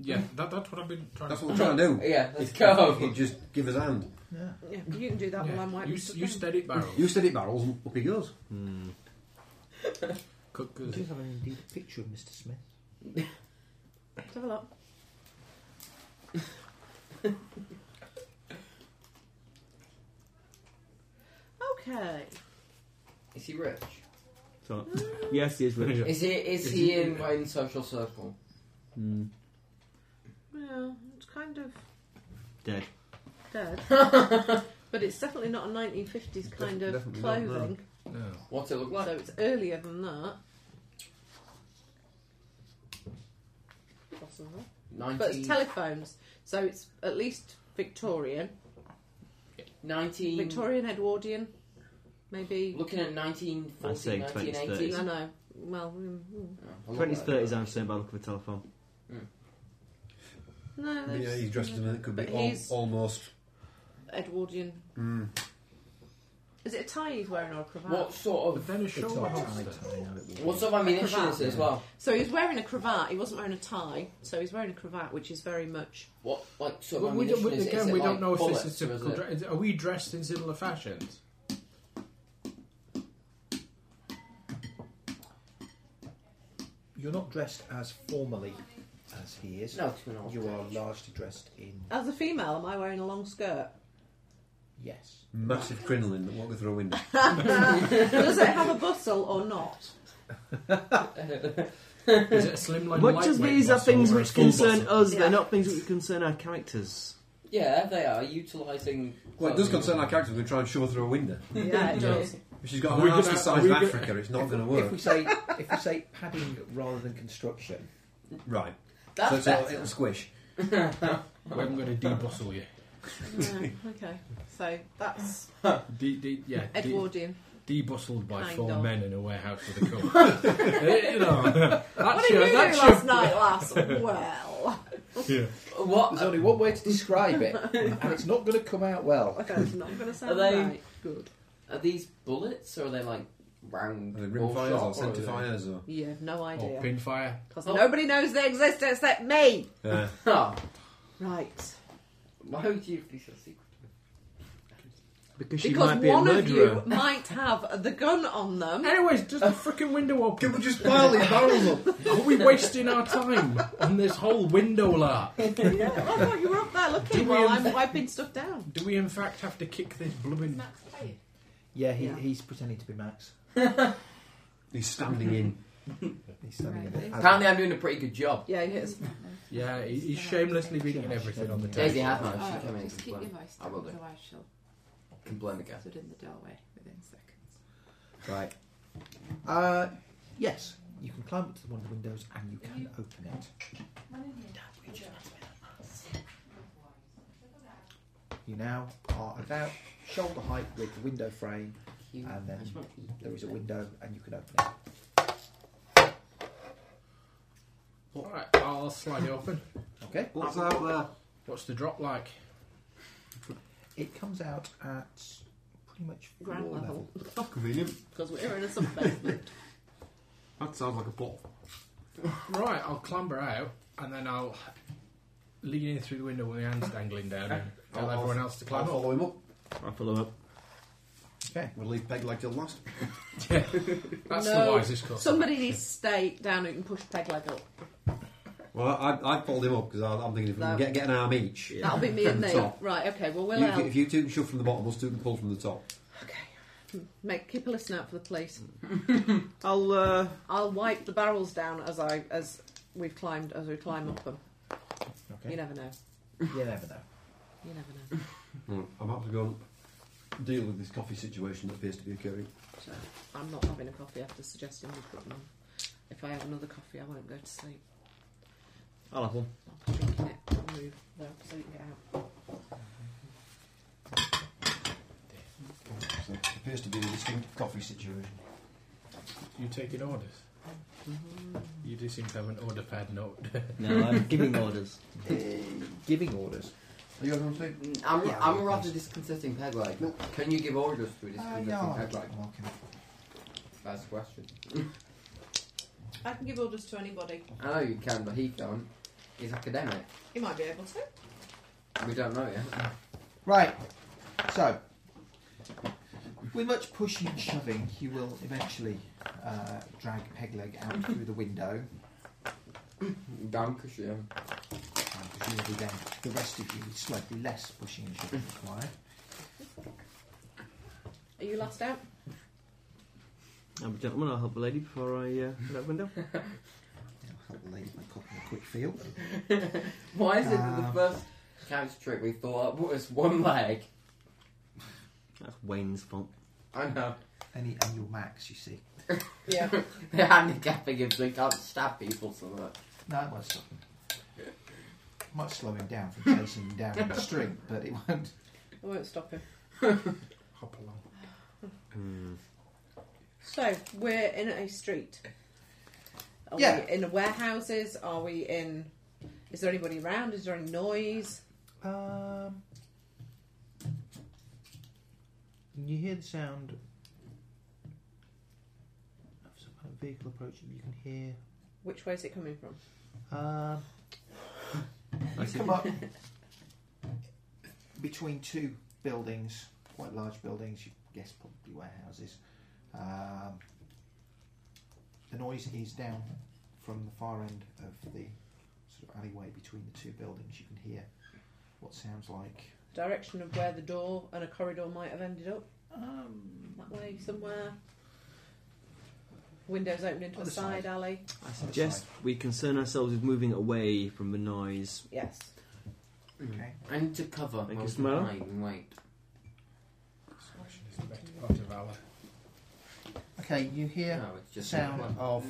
Yeah, that, that's what I've been trying
That's
to
what we're trying to do.
Yeah, let's
If-
go.
if you just give us a hand.
Yeah.
Yeah, you can do that while I'm
yeah.
wiping.
You,
the
s- you
phone.
steady it, barrel.
You said it barrels and up he goes.
Hmm,
Cook
We
good.
do have an indeed picture of Mr. Smith.
Let's have a look. okay.
Is he rich?
So, yes, he is with
Yeah.
us.
Is he is,
Is
he,
he-
in in social circle?
Mm,
Yeah, it's kind of
dead.
dead. but it's definitely not a 1950s kind
Defi-
of
definitely not, no.
clothing.
No.
What's it look like?
So it's earlier than that. Possible. But it's
19,
telephones, so it's at least Victorian.
19
Victorian, Edwardian, maybe.
Looking at 1940,
I'd say
1980.
I know. Well, mm, mm.
Oh, I love
20s,
that.
30s, I'm saying by the look of the telephone.
no,
Yeah,
that's
he's dressed in it. Could be
But
al-
he's-
almost.
Edwardian.
Mm.
Is it a tie he's wearing or a cravat?
What sort
But
of
then a
It's
shoulder
not tied,
holster.
I know it will
what
be.
sort of ammunition is it as well?
So he's wearing a cravat. He wasn't wearing a tie, so he's wearing a cravat, which is very much.
What like sort
Well,
of
we
ammunition
don't, we-
is it? Is
again,
it
we don't
like
know if
bullets,
this is
or
typical.
it-
Dre- are we dressed in similar fashions?
You're not dressed as formally as he is.
No, it's not.
You are largely dressed in
As a female, am I wearing a long skirt?
yes.
Massive crinoline that won't go through a window.
Does it have a bustle or not?
Is it a slimline
Much as
lightweight
these are
muscle
things
or a
which
full
concern
muscle?
us,
Yeah.
they're not things which concern our characters.
Yeah, they are utilising.
Well, it does concern our character. We're trying to shove her through a window.
Yeah, it does.
If she's got
Are
an
we
arse the
gonna-
size
are
of
we gonna-
Africa, it's not going to
If
work.
we say if we say padding rather than construction,
Right.
That's
so
better.
it'll, it'll squish.
Well, I'm going to debustle you.
No, okay, so that's
De, de, yeah, de-
Edwardian.
debustled by
Kind
four
of.
men in a warehouse with a coat. you know,
What
that's
did you
your,
do
that's
last night, lass? Well,
your,
What
there's only one way to describe it, and it's not going to come out well.
okay, it's not going to sound
they-
right. Good.
are these bullets? Or are they like round?
Are they
ball
rim fires
shot,
or
are
centre
they-
fires or.
You have no
or
idea
pinfire.
because
Oh.
nobody knows they exist except me.
Yeah.
Oh,
Right.
why would you be so secretive?
Because she
Because
might be a
one of you
murderer.
might have the gun on them.
Anyways, just the freaking window
Can
open.
we just pile these barrels up?
Are we wasting our time on this whole window lark?
yeah, I thought you were up there looking
Do we
while
have-
I'm wiping stuff down.
Do we in fact have to kick this blooming?
Max tired.
Yeah, he,
Yeah.
he's pretending to be Max.
He's standing in.
He's standing in the-
Apparently, I'm doing a pretty good job.
Yeah, he is.
Yeah, he, he's shamelessly reading everything on the table.
Daisy Hathman,
Oh,
she came in and
just keep your
complained.
voice
I
down,
will do.
otherwise she'll
Complain again.
sit in the doorway within seconds.
Right. Uh, yes, you can climb up to one of the windows and you can open it. You now are about shoulder height with the window frame, and then there is a window and you can open it.
Alright, I'll slide it open.
Okay.
What's out there?
What's the drop like?
It comes out at pretty much floor
Ground
level.
level.
That's convenient.
Because we're in a sub-basement.
That sounds like a plot.
Right, I'll clamber out and then I'll lean in through the window with my hands dangling down and tell
I'll-
everyone else to climb
I'll
up.
follow him up.
I follow up.
Okay.
We'll leave Peg leg till last.
That's
No.
the wisest course.
Somebody needs to stay down who can push peg leg up.
Well, I, I followed him up because I'm thinking if we can
No.
get, get an arm each.
That'll be me
from
and
the
Nate.
top.
Right, okay, well, we'll
You-
help.
if you two can shove from the bottom, us two can pull from the top.
Make, keep a listen out for the police.
I'll uh,
I'll wipe the barrels down as I as we've climbed as we climb up them.
Okay.
You never know.
You never know.
You never know.
I'm about to go and deal with this coffee situation that appears to be occurring.
So, I'm not having a coffee after suggesting we put them on. If I have another coffee, I won't go to sleep.
I'll have one.
I'll be drinking it. I'll move there so you can get out.
So it appears to be a distinct coffee situation.
You taking orders? You do seem to have an order pad note.
No, I'm giving orders.
Giving orders.
Are you having a sleep?
Mm, I'm,
Yeah,
I'm
I
a rather
think
disconcerting peg leg. Can you give orders through this
Uh,
disconcerting
yeah, I'll
peg leg?
keep walking.
That's the question.
I can give orders to anybody.
I know you can, but he can't. He's academic.
You might be able to.
We don't know yet.
Right. So, with much pushing and shoving, you will eventually uh, drag Pegleg out through the window.
Damn cushion.
And presumably then the rest of you with slightly less pushing and shoving required.
Are you last out?
I'm a gentleman. I'll help the lady before I uh, let the window.
I'll help the lady by cooking a quick feel.
Why is it that
Um,
the first counter trick we thought up was one leg?
That's Wayne's fault.
I know.
Any annual max, you see.
Yeah.
They're handicapping him so he can't stab people so much.
No, it won't stop him. Might slow him down from chasing him down in the street, but it won't.
I won't stop him.
Hop along.
So we're in a street. Are
Yeah.
we in warehouses? Are we in? Is there anybody around? Is there any noise?
Um, you hear the sound of some kind of vehicle approaching. You can hear.
Which way is it coming from?
Um,
I
you
see.
come up between two buildings, quite large buildings. You guess probably warehouses. Um, the noise is down from the far end of the sort of alleyway between the two buildings. You can hear what sounds like
Direction of where the door and a corridor might have ended up. Um, That way, somewhere. Windows open into a
Other
side,
side.
alley.
I suggest we concern ourselves with moving away from the noise.
Yes.
Okay.
I need to cover.
Make
my
us smile.
mind and wait.
Discretion is the better part of valour.
Okay, you hear
No, it's
the
just
sound of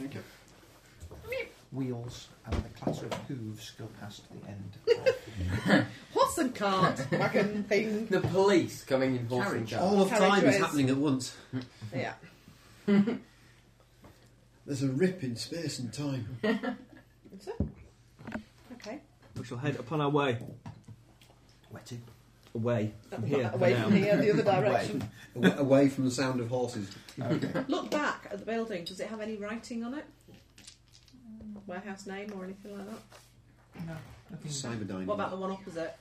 wheels and the clatter of hooves go past the end. of-
Horse and cart, wagon thing.
The police coming in horse and
Carriage.
cart.
All of time is
Carriageways.
happening at once.
Yeah.
There's a rip in space and time.
Is it? Okay.
We shall head upon our way.
Wetted.
Away from here.
away
for
from
now.
here, the other direction.
Aw- Away from the sound of horses.
Okay.
Look back at the building. Does it have any writing on it? Warehouse name or anything like that?
no,
Hmm.
nothing.
Cyberdyne.
What about the one opposite?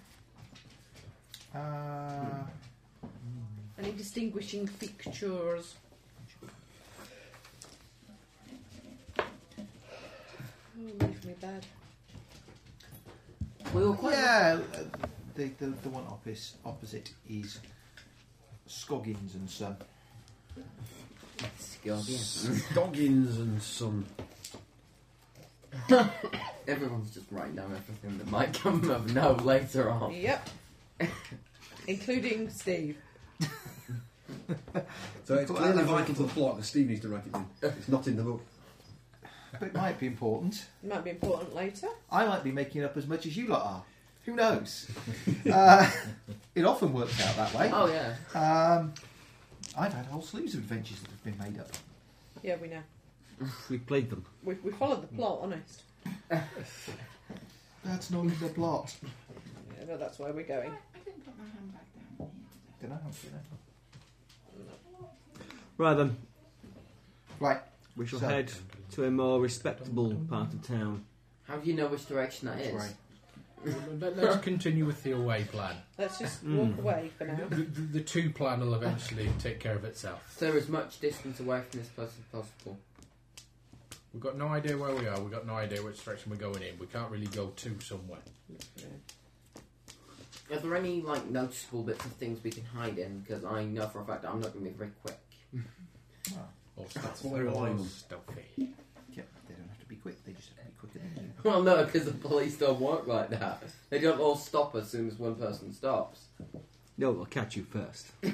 Uh,
Any distinguishing features? Oh, leave me bed.
We were quite.
yeah, uh, the, the the one opposite opposite is Scoggins and Son.
Scoggins.
Oh, Scoggins and some.
Everyone's just writing down everything that might come of no later on.
Yep. Including Steve.
So it's
Well,
clearly
I've
vital to the plot because Steve needs to write it down. It's not in the book.
But it might be important.
It might be important later.
I might be making up as much as you lot are. Who knows? uh, it often works out that way.
Oh, yeah.
Um, I've had whole sleeves of adventures that have been made up.
Yeah, we know.
We played them.
We, we followed the plot, honest.
That's not in the plot.
Yeah, but that's where we're going.
Don't know, don't know.
Right then.
Right.
We shall
So-
head to a more respectable part of town.
How do you know which direction that is?
Let, us continue with the away plan.
Let's just
Mm.
walk away for now.
The, the, the two plan will eventually take care of itself.
Stay as much distance away from this place as possible.
We've got no idea where we are. We've got no idea which direction we're going in. We can't really go to somewhere.
Are there any like noticeable bits of things we can hide in? Because I know for a fact that I'm not going to be very quick.
Or
That's what they're relying on.
stealthy.
Yeah, they don't have to be quick. They just have to be quicker than you.
Well, no, because the police don't work like that. They don't all stop as soon as one person stops.
No, we'll catch you first.
I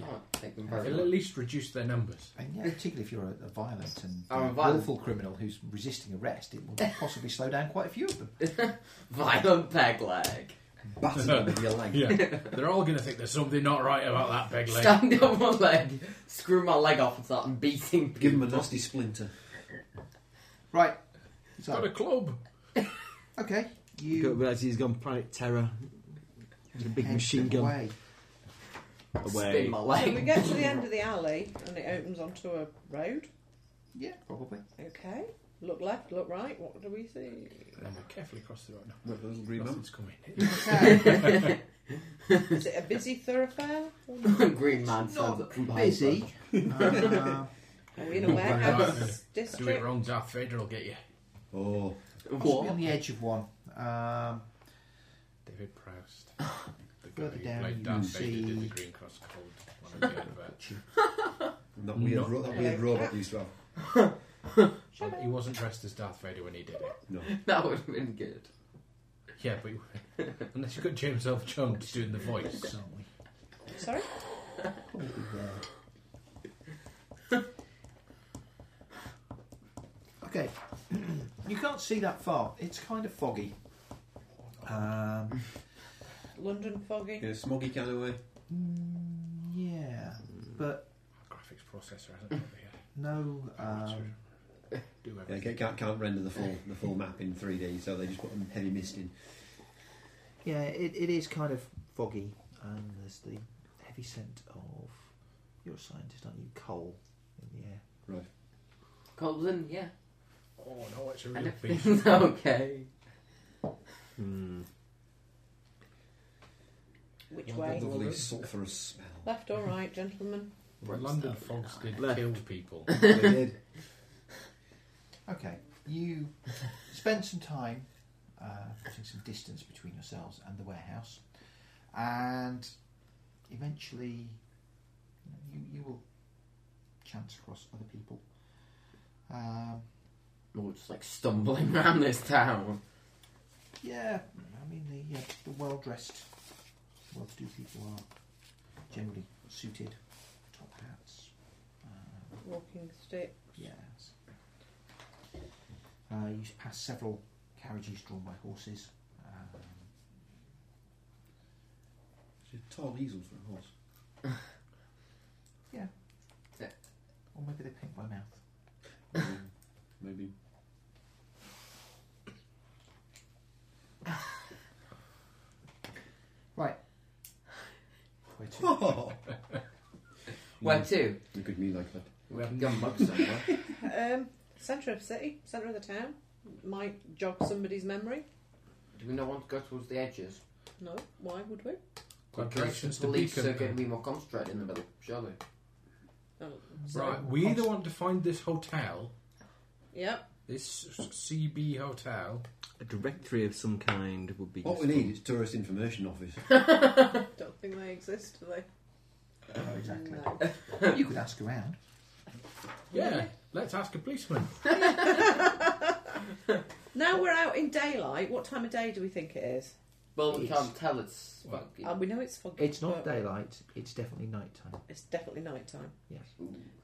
don't think Oh, them very
It'll at
well.
least reduce their numbers.
And yeah, particularly if you're a, a violent and
Oh,
uh,
a violent-
willful criminal who's resisting arrest, it will possibly slow down quite a few of them.
Violent peg leg.
Batter them with your leg.
Yeah, they're all going to think there's something not right about that big leg.
Stand on one leg, screw my leg off and start beating people.
Give him a nasty splinter.
Right.
It's got a club.
Okay.
You don't
You
realise he's gone Planet Terror. With a big
head
machine gun away.
away.
Spin my
So we
leg.
get to the end of the alley and it opens onto a road.
Yeah, probably.
Okay. Look left, look right. What do we see?
And we carefully cross the road.
With a little
No,
green man.
nothing's coming.
Uh,
Is it a busy thoroughfare?
Green man stands up from
Not
behind.
busy. Uh,
Are we in a warehouse
Do it
district?
wrong, Darth Vader will get you.
Oh,
possibly
What?
on the edge of one. Um,
David Proust. The guy
Further
who
down
played
you
Darth
can
Vader did
see-
the Green Cross Code. One of the adverts.
that weird,
Not
ro- that
there.
weird robot used to have.
Well, he wasn't dressed as Darth Vader when he did it.
No.
That would have been good.
Yeah, but he- unless you've got James Earl Jones doing the voice.
aren't we?
Sorry?
Probably there. okay. you can't see that far. It's kind of foggy. Um,
London foggy.
In a smoggy kind of way.
mm, yeah, but
Graphics processor hasn't got the
no. Um,
uh, do
Yeah,
everything.
ca- can't, can't render the full the full map in 3D, so they just put a heavy mist in.
Yeah, it, it is kind of foggy, and there's the heavy scent of you're a scientist, aren't you? Coal in the air.
Colton, yeah.
Oh no, it's a
And
real beef.
everything's okay.
Hmm.
Which
Well,
way?
the-
Lovely sulphurous smell.
Left or right, gentlemen?
Right,
London
so-
fogs did
Left.
kill people.
They did.
Okay, you spend some time uh, putting some distance between yourselves and the warehouse, and eventually you, know, you, you will chance across other people. Um,
We're just like stumbling around this town.
yeah, I mean, the, uh, the well dressed, well to do people are generally suited, top hats. Um,
Walking stick.
Yes. Uh, you pass several carriages drawn by horses. Um,
It's a tall easel for a horse.
or maybe they paint by mouth.
Um, Maybe.
Right. Where to?
Oh,
Where to?
you could mean like that.
We haven't gone much somewhere.
Um, centre of city, centre of the town. Might jog somebody's memory.
Do we not want to go towards the edges?
No, why would we?
Well, directions to
police are
Beacon.
going to be more concentrated in the middle, surely.
Oh, sorry.
Right, we either want to find this hotel,
Yep.
this CB hotel.
A directory of some kind would be
What we
useful.
need is tourist information office.
Don't think they exist, do they?
Oh, exactly.
No.
you could ask around.
Yeah, Let's ask a policeman.
Now we're out in daylight. What time of day do we think it is?
Well, we can't tell it's
foggy.
um,
Uh, we know it's foggy.
It's not
but
daylight. It's definitely nighttime.
It's definitely night time.
Yes.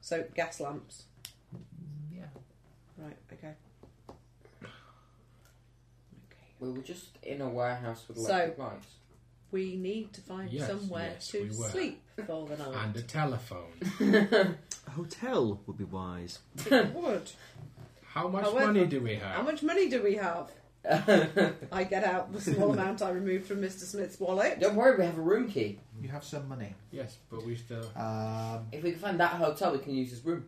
So gas lamps.
Yeah.
Right. Okay.
We were just in a warehouse with
So-
electric lights.
We need to find
Yes,
somewhere
yes,
to
we were.
sleep for the night.
and a telephone.
A hotel would be wise.
It would.
How much
However-
money do we
How
have?
much money do we have? I get out the small amount I removed from Mr. Smith's wallet.
Don't worry, we have a room key.
You have some money.
Yes, but we still.
Um,
If we can find that hotel, we can use this room.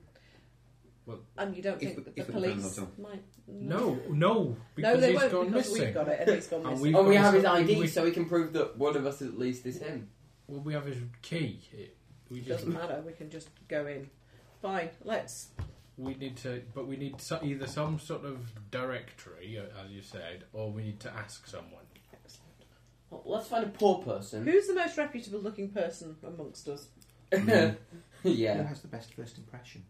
And you don't
If
think
we-
that
if
the
we can,
police
though.
might?
No, no, because
no, they
he's
won't
gone
because
missing.
we've got it and he's gone
And
missing.
we've
Oh, we
got
have his
something
ID,
we-
so we can prove that one of us at least is him.
Well, we have his key. It, we
It
just
doesn't matter. We can just go in. Fine. Let's.
we need to, but we need so, either some sort of directory, uh, as you said, or we need to ask someone.
Well, let's find a poor person.
Who's the most reputable looking person amongst us?
Mm-hmm.
Who
yeah.
has the best first impression?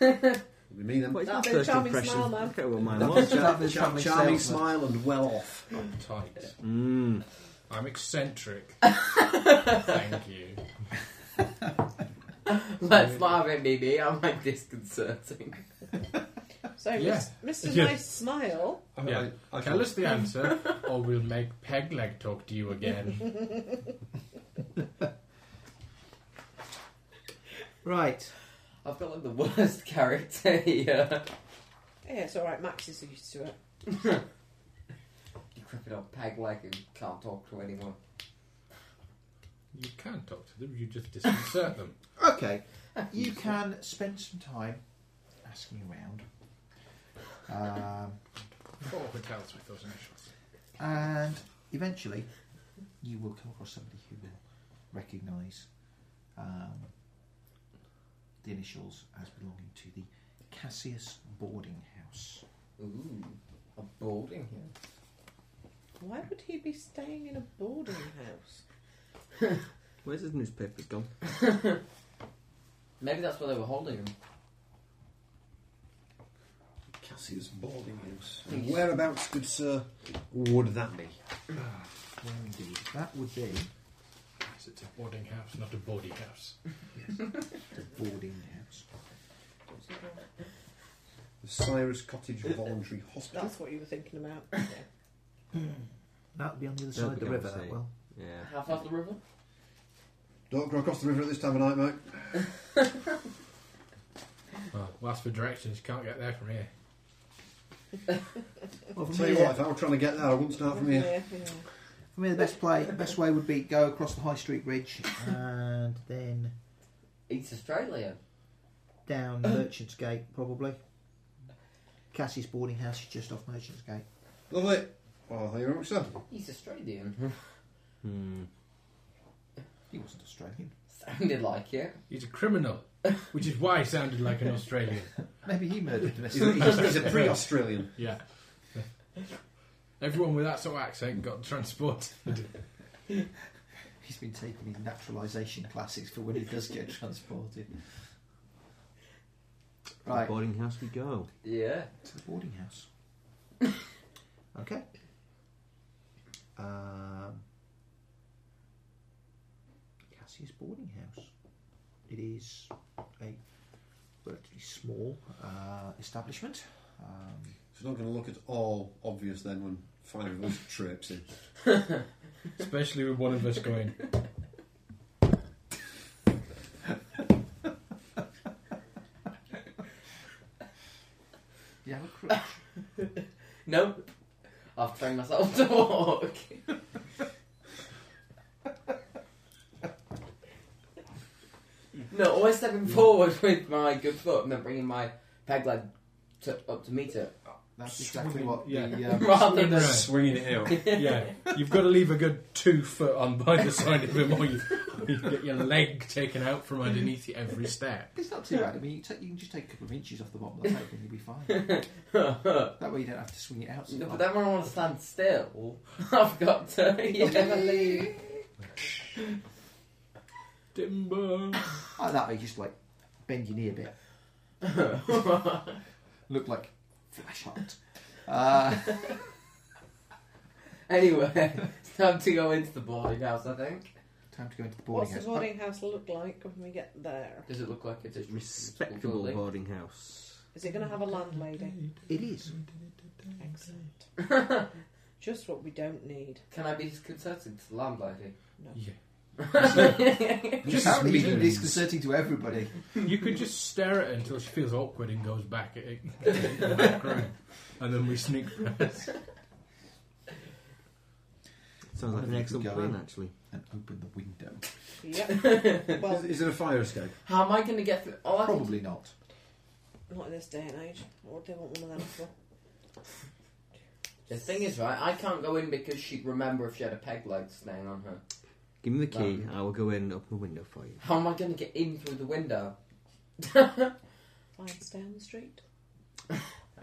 It'd be me then.
What is
That
that
big
first
charming
impression?
smile, man.
I can't remember
That
what mine was.
char-
Charming
char- charming
salesman.
smile and well off.
I'm tight.
Mm.
I'm eccentric. Thank you.
Let's not have it, BB. I'm like disconcerting.
So
Yeah.
Mis- Mr.
Yeah.
Nice Smile.
Yeah.
I, I,
Tell us the answer, or we'll make Pegleg talk to you again.
Right.
I've got like the worst character here.
Yeah, it's all right. Max is used to it.
Decrepit old peg leg who can't talk to anyone.
You can talk to them. You just disconcert them.
Okay. You can spend some time asking around. Um,
Four hotels with those initials.
and eventually, you will come across somebody who will recognise um, the initials as belonging to the Cassius Boarding House.
Ooh, a boarding house.
Why would he be staying in a boarding house?
Where's his newspaper gone?
Maybe that's where they were holding him.
Cassius boarding house.
Thank you.
Whereabouts, good sir, would that be?
Well, indeed, that would be
Yes, it's a boarding house, not a boarding house.
the boarding house.
The Cyrus Cottage Voluntary Hospital.
That's what you were thinking about.
That would be on the other
Don't
side of the
think I would
river. That
say.
well.
Yeah.
Half off the river?
Don't go across the river at this time of night, mate.
Well, whilst for directions, you can't get there from here.
Well,
I'll
from
tell you
here-
what, if I were trying to get there, I wouldn't start from here.
Yeah, yeah.
For me, the best play, best way would be go across the High Street Bridge and then
East Australia.
down Merchants Gate, probably. Cassie's boarding house is just off Merchants Gate.
Lovely. Oh, thank you very much, sir.
He's Australian.
Hmm.
He wasn't Australian.
Sounded like it.
He's a criminal, which is why he sounded like an Australian.
Maybe he murdered Miss.
He's, he's- he's a pre-Australian.
Yeah. Everyone with that sort of accent got transported.
He's been taking his naturalisation classes for when he does get transported.
Right.
Right
Boarding house we go.
Yeah.
to the boarding house. okay. Um, Cassie's boarding house. It is a relatively small uh, establishment. Um,
It's not going to look at all obvious then when five of us traipse in.
Especially with one of us going,
Do you have a crutch?
No. I've trained myself to walk. no, always stepping forward with my good foot and then bringing my peg leg to, up to meet it.
That's exactly what the.
Yeah.
Um,
Rather than.
Right.
Swinging it out.
yeah, you've got to leave a good two foot on by the side of him, or you, you get your leg taken out from underneath you every step.
it's not too bad. I mean, you, take, you can just take a couple of inches off the bottom of the table and you'll be fine.
no,
That way you don't have to swing it out. So
but
much.
then when I want to stand still, I've got to. Yeah.
Timber.
Like that way, you just like bend your knee a bit. Looked like flashlight. Uh,
anyway, it's time to go into the boarding house, I think.
Time to go into the
What's
boarding
the
house.
boarding house look like when we get there?
Does it look like it's a
Respectable
building?
boarding house.
Is it going to have a landlady?
It is.
Excellent. Just what we don't need.
Can I be disconcerted to the landlady?
No.
Yeah.
Just Apparently, it's disconcerting to everybody.
You could just stare at her until she feels awkward and goes back at it in the background, and then we sneak past.
Sounds like an excellent
Go
plan,
in.
actually.
And open the window.
Yep. well,
Is, is it a fire escape?
How am I going to get through? All I can
Probably not.
not in this day and age. What do they want one of them for?
The thing is, right, I can't go in because she'd remember if she had a peg leg staying on her.
Give me the key, I will go in and open the window for you.
How am I going to get in through the window?
Fine, stay on the street.
I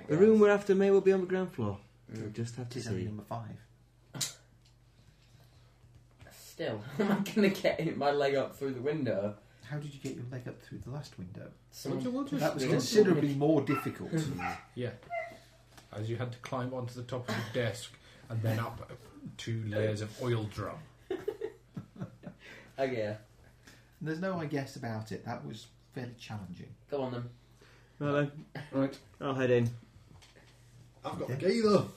The
guess.
room we're after may well be on the ground floor.
Mm.
We'll just have to
It's only
see.
number five.
Still, how am I going to get in my leg up through the window?
How did you get your leg up through the last window?
We'll ju-
Someone,
we'll just
That was
do it.
considerably more difficult.
Yeah. As you had to climb onto the top of the desk and then up two layers of oil drum.
oh yeah,
There's no I guess about it. That was fairly challenging.
go on then.
Well then,
Right.
I'll head in.
I've got the key though.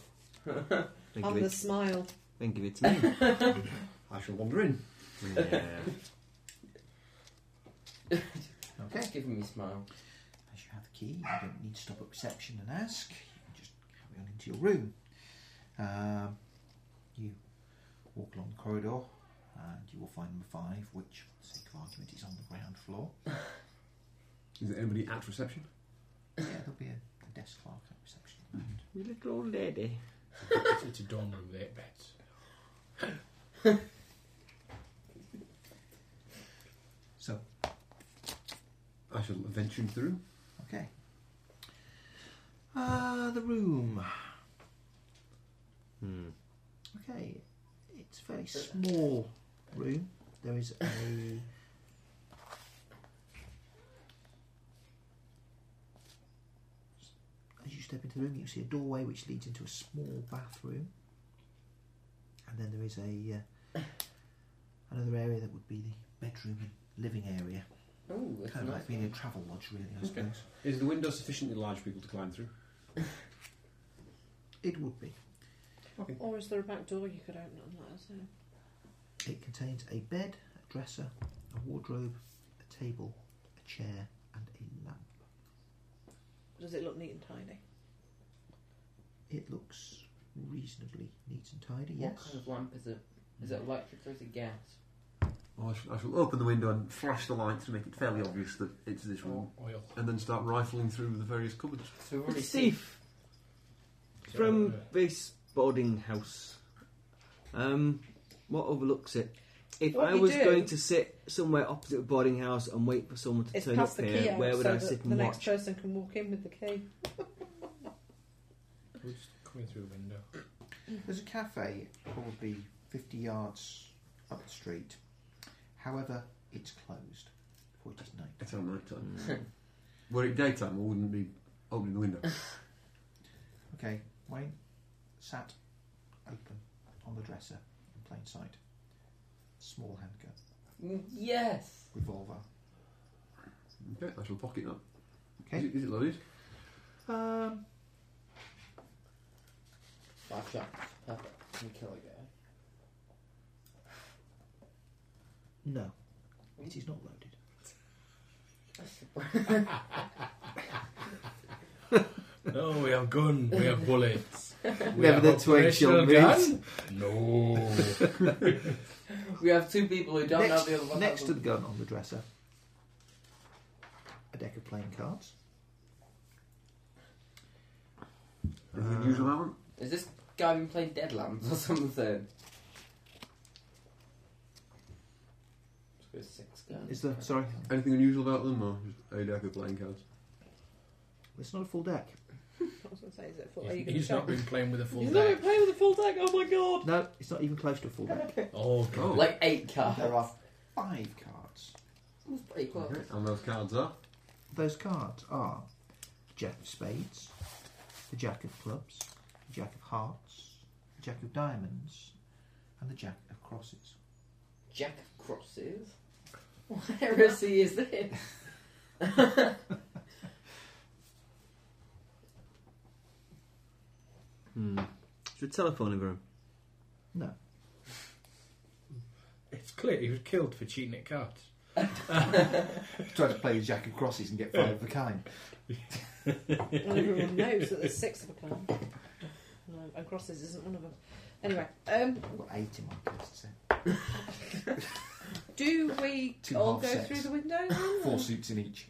Then
On
give,
the
it,
smile.
then give it to me.
I shall wander in.
yeah.
Okay.
Just giving me a smile.
As you have the key, you don't need to stop at reception and ask. You can just carry on into your room. Um, you walk along the corridor and you will find number five, which, for the sake of argument, is on the ground floor.
Is there anybody at reception?
yeah, there'll be a, a desk clerk at reception. at the moment.
You little old lady.
It's, it's a dorm room with eight beds.
So,
I shall venture into the room.
okay. Uh, the room.
Hmm.
Okay, it's a very small room. There is a As you step into the room, you see a doorway which leads into a small bathroom, and then there is a uh, another area that would be the bedroom and living area.
Oh, that's
Kind of
nice.
like being a travel lodge, really. I
Okay.
suppose
Is the window sufficiently large for people to climb through?
it would be.
Or is there a back door you could open and let us in?
It contains a bed, a dresser, a wardrobe, a table, a chair, and a lamp.
Does it look neat and tidy?
It looks reasonably neat and tidy.
What
yes.
kind of lamp is it? Is it electric or is it gas?
Well, Oh, I, shall, I shall open the window and flash the light to make it fairly obvious that it's this room,
Oil.
and then start rifling through the various cupboards.
So we've already seen.
Steve, from this boarding house, um, what overlooks it? If
What
I
you
was
do-
going to sit somewhere opposite a boarding house and wait for someone to
It's
turn
past
up
the
here,
key out,
where would
so
I
that
sit
the
and
next
watch?
person can walk in with the key.
We're just coming through the window.
There's a cafe probably 50 yards up the street. However, it's closed for it is night.
It's on night time. Were it daytime, I wouldn't be opening the window.
Okay, Wayne sat open on the dresser in plain sight. Small handgun,
Mm, Yes.
revolver.
okay, I shall pocket that. Is,
Okay.
it, is it loaded?
Um,
Five shots. Perfect. Can kill a guy?
no, it is not loaded.
No, we have gun, we have bullets. We
Never
have
the twig shall
operational gun. No.
We have two people who don't know
Next,
the other one.
next to the gun on the dresser, a deck of playing cards.
Anything
Uh,
unusual on that one?
Is this guy been playing Deadlands or something? Let's go six guns.
Is there? Sorry,
Anything unusual about them, or just a deck of playing cards?
it's not a full deck.
I was going to say, is it full? Are you
He's,
gonna
he's
check?
not been playing with a full
He's not
deck.
even playing with a full deck. Oh my god!
No, it's not even close to a full deck.
Oh, God.
Like
Ah.
eight cards.
There are five cards.
That's pretty close.
Okay, and those cards are?
Those cards are the Jack of Spades, the Jack of Clubs, the Jack of Hearts, the Jack of Diamonds, and the Jack of Crosses.
Jack of crosses. What heresy is this?
Hmm. Should we telephone him, Varun?
No.
It's clear he was killed for cheating at cards.
Trying to play the Jack of Crosses and get five of a kind.
Well, everyone knows that there's six of a kind. No, and crosses isn't one of them. Anyway, um,
Well, eight in my case, so
do we
Two
all
half
go
sets.
through the window? then?
four suits in each.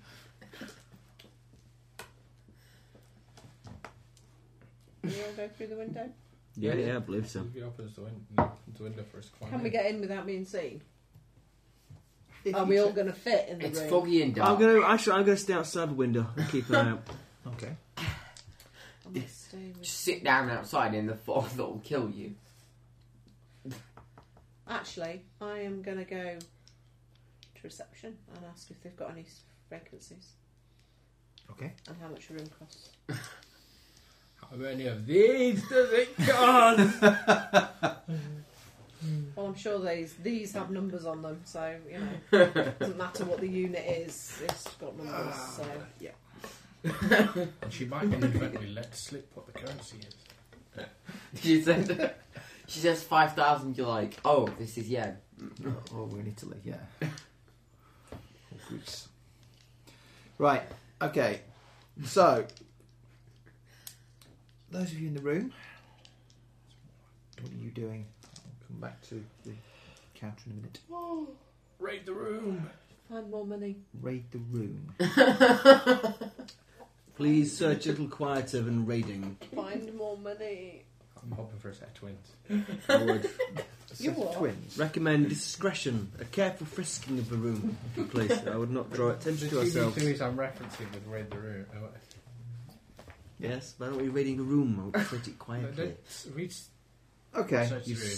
Do we all go through the window?
Yeah, yeah, I believe so.
He opens the, win- opens the window for us to climb
Can we
in.
get in without being seen?
If
Are
you
we all
check-
going to fit in the
It's
room?
foggy and dark.
I'm gonna actually I'm gonna stay outside the window and keep an eye out.
Okay.
I must stay with-
Just sit down outside in the fog that will kill you.
Actually, I am going to go to reception and ask if they've got any s- vacancies
Okay.
and how much a room costs.
How many of these does it cost?
Well, I'm sure these these have numbers on them, so you know doesn't matter what the unit is. It's got numbers, so yeah.
and she might inadvertently let slip what the currency is.
She said, she says 5,000, you're like, oh, this is yen.
Oh, we're in Italy, yeah. Or Greece. Right, okay. So, those of you in the room, what are you doing? I'll come back to the counter in a minute.
Raid the room!
Find more money.
Raid the room.
Please search a little quieter than raiding.
Find more money.
I'm hoping for a set of twins.
I would
You
Set of
are.
twins.
recommend discretion, a careful frisking of the room, if you please. I would not draw attention to
the two
ourselves.
things I'm referencing with Raid the Room. Oh,
Yes, why don't we raiding a room? I would search it
no,
quietly.
don't reach
Okay.
search the
You
room.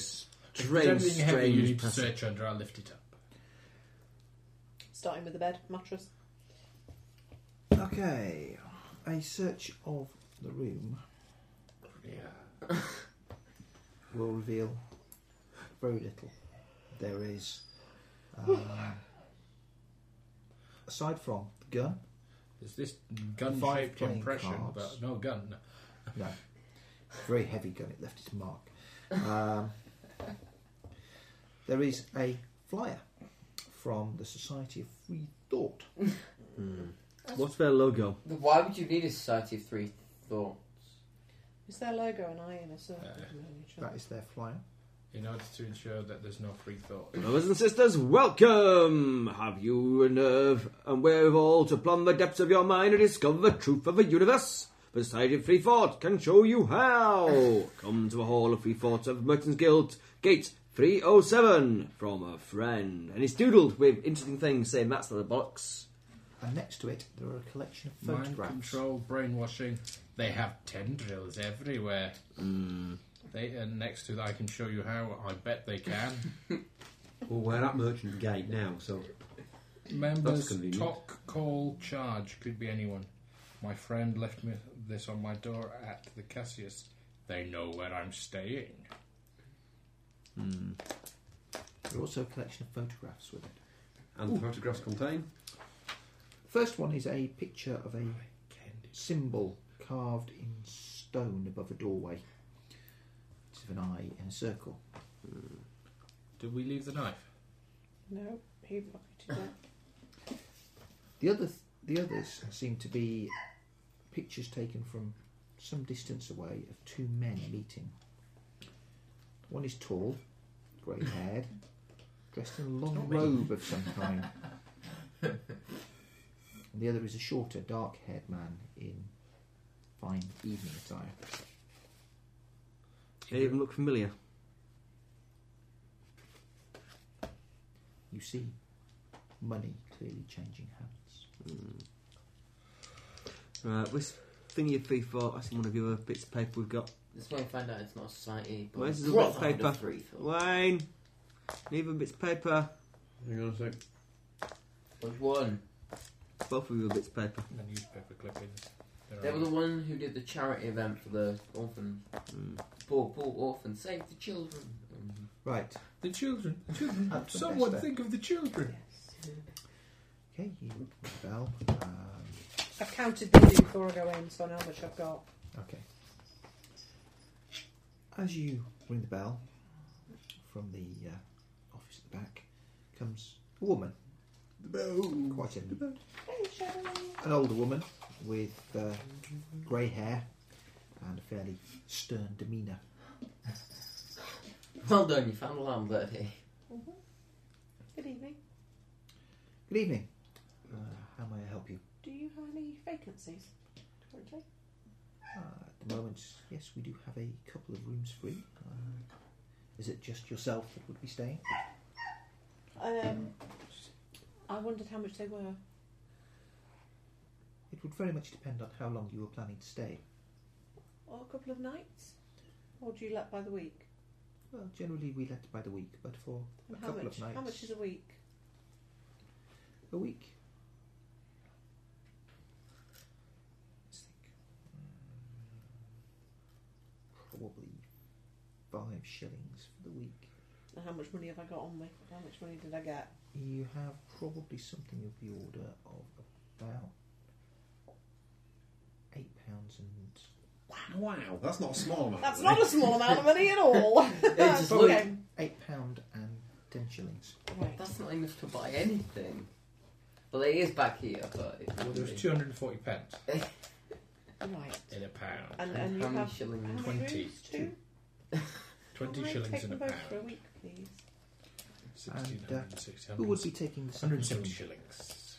strange,
Everything heavy you
strange
need to
person.
search under, I'll lift it up.
Starting with the bed mattress.
Okay. A search of the room
Yeah.
will reveal very little. There is, uh, aside from the gun,
Is this gun
Gunshot
shaped
playing
impression?
cards.
About, no gun.
No. Very heavy gun, it left its mark. Um, there is a flyer from the Society of Free Thought.
What's their logo?
Then Why would you need a society of three thought?
Is their logo an eye in a circle?
Yeah.
That is their flyer.
In order to ensure that there's no free thought.
Brothers and sisters, welcome! Have you a nerve and wherewithal to plumb the depths of your mind and discover the truth of the universe? The Society of Free Thought can show you how! Come to the Hall of Free Thought of Merchants Guild, Gate 307, from a friend. And he's doodled with interesting things saying that's the bollocks.
And next to it, there are a collection of
Mind
photographs.
control, brainwashing. They have tendrils everywhere.
Mm.
They and next to that, I can show you how. I bet they can.
Well, we're at Merchant Gate now, so That's
Members
convenient.
talk, call, charge. Could be anyone. My friend left me this on my door at the Cassius. They know where I'm staying.
There are also a collection of photographs with it.
and the photographs contain
First one is a picture of a
Candy.
symbol carved in stone above a doorway. It's of an eye in a circle.
Did we leave the knife?
No, he pocketed it.
The other, the others seem to be pictures taken from some distance away of two men meeting. One is tall, grey-haired, dressed in a long robe of some kind. and the other is a shorter, dark-haired man in fine evening attire.
They even look familiar.
You see money clearly changing hands.
Right, this thingy of Free Thought, that's in one of the other bits of paper we've got.
That's when we find out it's not a society. But
Where's
a
the little bit of
brotherhood of
paper?
three thought.
Wayne! Neither bits of paper.
Hang on a sec.
Which one?
Both of you are bits of paper.
And the newspaper clippings. They're
They were
all-
the one who did the charity event for the orphan,
Hmm.
poor poor orphan, save the children. Mm-hmm.
Right.
The children. The children.
That's the
Someone
best bit.
think of the children.
Okay, you fell. Um,
I've counted these before I go in, so I know how much I've got.
Okay. As you ring the bell from the uh, office at the back, comes a woman. Quite a, an older woman with uh, grey hair and a fairly stern demeanour.
Well done, you found a lamb here.
Good evening.
Good evening. Uh, how may I help you?
Do you have any vacancies currently?
Uh, at the moment, yes, we do have a couple of rooms free. Uh, is it just yourself that would be staying?
Um, I wondered how much they were.
It would very much depend on how long you were planning to stay.
Or oh, a couple of nights? Or do you let by the week?
Well, generally we let by the week, but for
And
a
how
couple
much?
of nights,
How much is a week?
a week? Hmm. Probably five shillings for the week.
And how much money have I got on me? How much money did I get?
You have probably something of the order of about eight pounds and
Wow, that's not a small amount.
That's
of
not
money.
a small amount of money at all.
It's
Okay.
eight pound and ten shillings.
That's not enough to buy anything. Well, it is back here, but it
uh,
Well,
would
there was 240 pence
Right.
in a pound.
And, and you
How many
have
shillings?
How many
20.
rooms? Two.
20
Can I
shillings
take
in a
them both for a
pound.
week, please.
And
16,
uh,
160,
who would be taking the second
170
room?
shillings.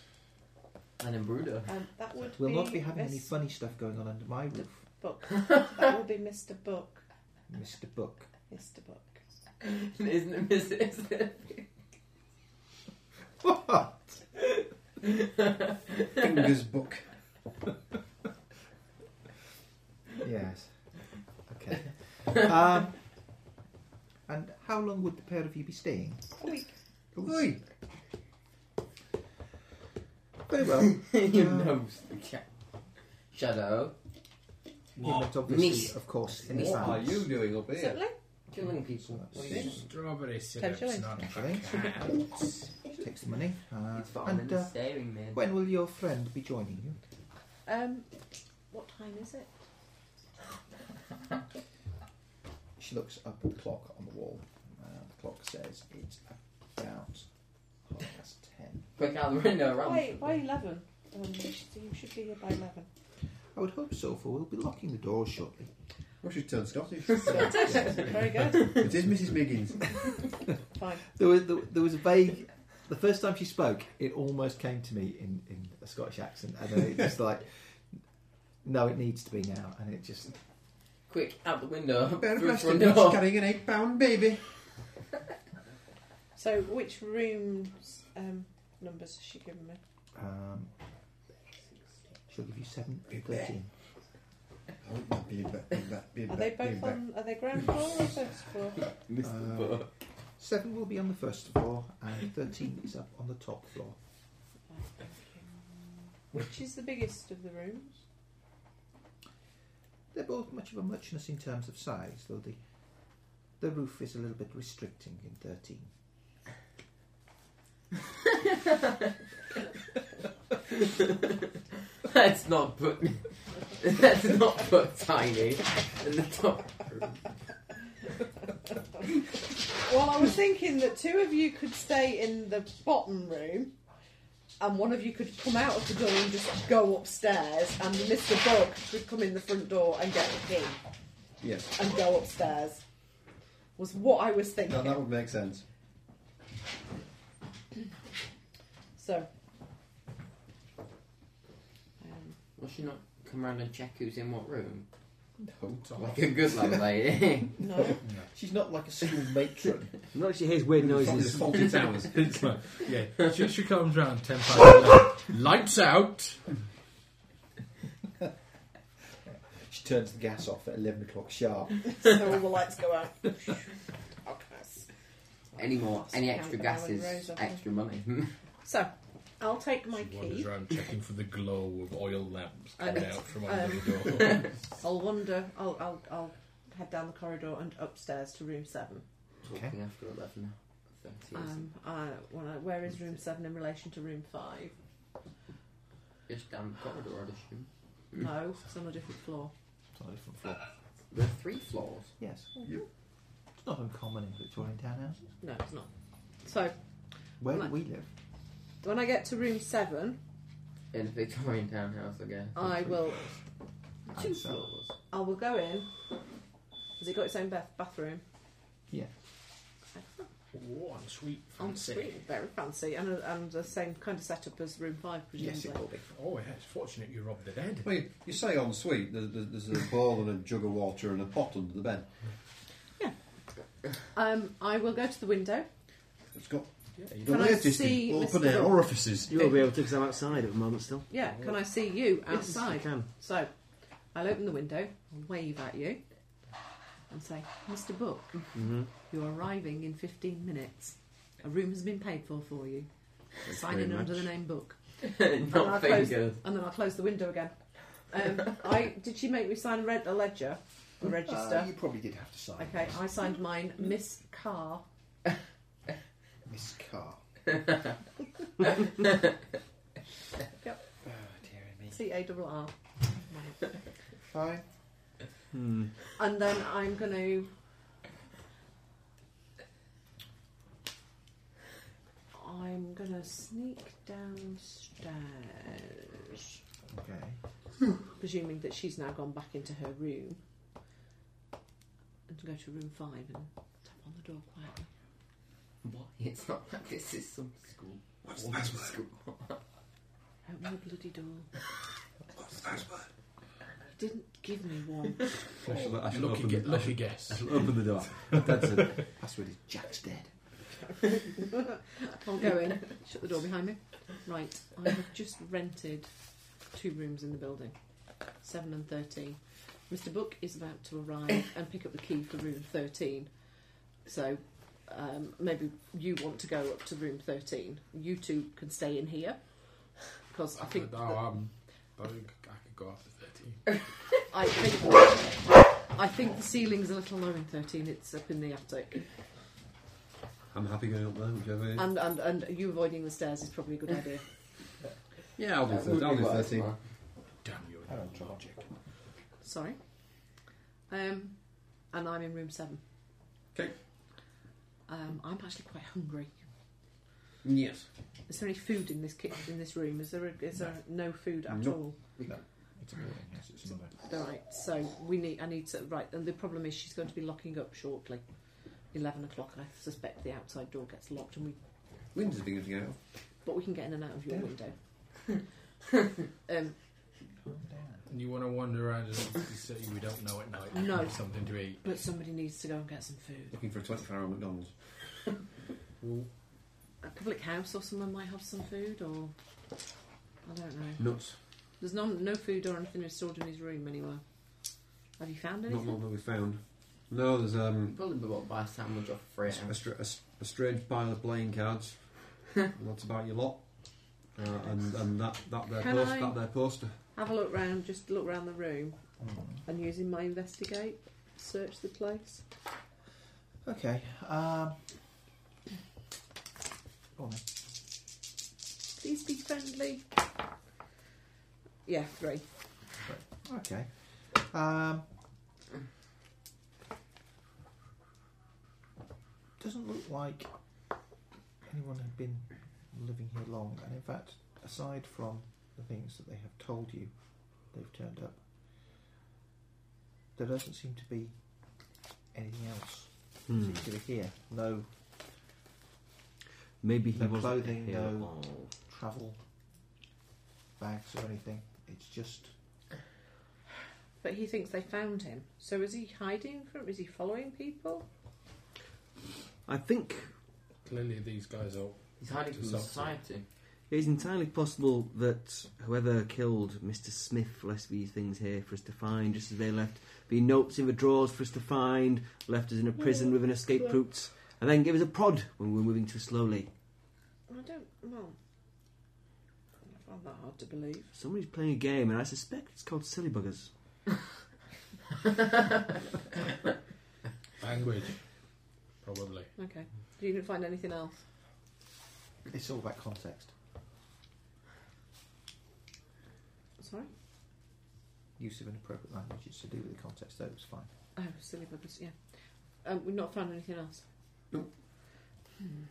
An embruder.
Um, that would
We'll
be
not be having any
Miss
funny stuff going on under my roof,
Book. that would be Mr. Book.
Mr. Book.
Mr. Book.
Isn't it, Miss? Isn't it?
What?
Fingers book.
Yes. Okay. um, and how long would the pair of you be staying?
A week.
Oi!
Very well.
Your
Um,
nose, the cat. Shadow,
You're not obviously,
Miss-
of course, in
Miss-
advance.
What are you doing up here?
Certainly.
killing people.
So
What do you
that's-
mean?
Strawberry
shillings.
syrup's not
Okay.
a
She takes the money. Uh,
It's fine.
and uh,
staring man.
when will your friend be joining you?
Um, what time is it?
She looks up at the clock on the wall. Uh, the clock says it's about half past ten.
Quick out the window, around.
By, by 11. Um, you should- you should be here by 11.
I would hope so, for we'll be locking the door shortly.
Well, she's turned Scottish.
Very good.
it is Mrs. Miggins.
Fine.
There was there, there was a vague. The first time she spoke, it almost came to me in, in a Scottish accent, and then it just like, no, it needs to be now, and it just
Quick out the window.
Bear
through the
of Preston,
front
she's
door.
carrying an eight pound baby.
So, which rooms um, numbers has she given me?
um, she'll give you seven and thirteen.
I want that being back, being back, being
Are
back,
they
being
both
back.
on? Are they ground floor or surface floor?
Mr. Butt.
Seven will be on the first floor, and thirteen is up on the top floor.
Which is the biggest of the rooms?
They're both much of a muchness in terms of size, though the the roof is a little bit restricting in thirteen.
That's not but. That's not but tiny. And the top.
Well, I was thinking that two of you could stay in the bottom room, and one of you could come out of the door and just go upstairs, and Mr. Bug could come in the front door and get the key
Yes.
and go upstairs. Was what I was
Now
thinking.
that would make sense.
So. Um,
Will she not come round and check who's in what room?
pound.
Like a good lad, lady.
no.
She's not like a school matron.
No, she hears weird
There's
noises.
faulty towers.
It's like, yeah, she, she comes round 10 past 11. Lights out.
she turns the gas off at eleven o'clock sharp.
so all the lights go out.
Any more? Any extra
Count Alan Rose,
gases?
I think.
Extra money.
So, I'll take my
She wanders
key.
around checking for the glow of oil lamps coming out from
um,
under the door.
I'll wander. I'll, I'll I'll head down the corridor and upstairs to room seven.
Talking after 11. 30 or
Um,
something.
I, when I, where is room seven in relation to room five?
Just down the corridor, I'd assume.
No, it's on a different floor.
It's on a different floor.
There are three floors.
Yes.
Mhm.
It's not uncommon in Victorian townhouses.
No, it's not. So
Where
Right.
do we live?
when I get to room seven,
In a Victorian townhouse, I guess.
I will.
Two
And
floors.
I will go in. Oh, Has it got its own bath- bathroom?
Yeah.
Oh, and sweet
Oh,
fancy.
sweet, very fancy, and, uh, and the same kind of setup as room five, presumably.
Yes, it will be.
Oh, yeah, it's fortunate you robbed the dead.
Well, you, you say en suite, there's, there's a bowl and a jug of water and a pot under the bed.
Um, I will go to the window.
It's got
you
the
Can I
latest
see
in open
Mr.
air
Hill?
orifices.
You won't be able to because I'm outside at the moment still.
Yeah, can I see you
Yes,
outside?
I can.
So, I'll open the window, I'll wave at you, and say, Mr. Book,
Mhm.
you're arriving in 15 minutes. A room has been paid for for you.
Thanks
Sign
very
in under
much.
the name Book. and, then I'll
Not
close,
fingers.
and then I'll close the window again. Um, I Did she make me sign rent a ledger? A register?
Uh, you probably did have to sign.
okay, I signed mine, Miss Carr.
Miss Carr.
Yep,
Oh, dear me.
C A double R.
Fine.
Hmm.
And then I'm going to. I'm going to sneak downstairs,
Okay.
presuming that she's now gone back into her room, and to go to room five and tap on the door quietly.
What? It's not like this is some school.
What's the password?
School.
Open the bloody door.
What's the password?
You didn't give me one.
Oh,
I shall, I shall
Lucky,
open
gu-
the, I
lucky
shall-
guess.
I shall open the door. That's it.
Password is Jack's dead.
I'll go in, shut the door behind me. Right, I have just rented two rooms in the building, seven and thirteen. Mr. Book is about to arrive and pick up the key for room thirteen. So um, maybe you want to go up to room thirteen. You two can stay in here because I think
no,
that-
um, I think I could go after 30.
I think I think the ceiling's a little low in thirteen. It's up in the attic,
I'm happy going up there, whichever it is.
and and, and you avoiding the stairs is probably a good idea.
Yeah, I'll do 13. I'll do 13.
Damn you,
Hello,
that logic.
Sorry. Um, and I'm in room seven.
'Kay.
Um, I'm actually quite hungry.
Yes.
Is there any food in this kitchen, in this room? Is there a, is there no food at
No.
all?
It's a building, yes, it's another.
Right. So we need. I need to. Right. And the problem is she's going to be locking up shortly. Eleven o'clock. I suspect the outside door gets locked, and we
Winds are beginning to go.
but we can get in and out of your
Yeah.
window. um,
Calm down.
And you want to wander around and say we don't know at night.
No.
there's Something to eat.
but somebody needs to go and get some food.
Looking for a 24 hour McDonald's.
A public house or someone might have some food, or I don't know.
Nuts.
There's no, no food or anything stored in his room anywhere. Have you found
Not
anything?
one that we found. No, there's um,
Probably be able to buy a sandwich off a
a,
free
a, str- a s- a strange pile of playing cards. and that's about your lot. Uh, and and that, that, there
Can
post,
I-
that there poster.
Have a look round, just look round the room,
Mm.
and using my investigate, search the place.
Okay. Um, go on then.
Please be friendly. Yeah, three.
Okay. Um, doesn't look like anyone had been living here long, and in fact, aside from the things that they have told you, they've turned up. There doesn't seem to be anything else
Hmm.
particular here. No
Maybe he
No
wasn't
clothing,
here
no-
at all.
travel bags or anything. It's just
But he thinks they found him. So is he hiding from? Is he following people?
I think
Clearly, these guys are.
He's hiding from
Something.
society.
It is entirely possible that whoever killed Mr. Smith left these things here for us to find, just as they left the notes in the drawers for us to find, left us in a prison with an escape route, and then gave us a prod when we were moving too slowly.
I don't. Well, find that hard to believe.
Somebody's playing a game, and I suspect it's called Silly Buggers.
Language. Probably.
Okay. You didn't find anything else?
It's all about context.
Sorry?
Use of inappropriate language is to do with the context, though it's fine.
Oh, silly buggers, yeah. Um, we've not found anything else.
Nope.
Hmm.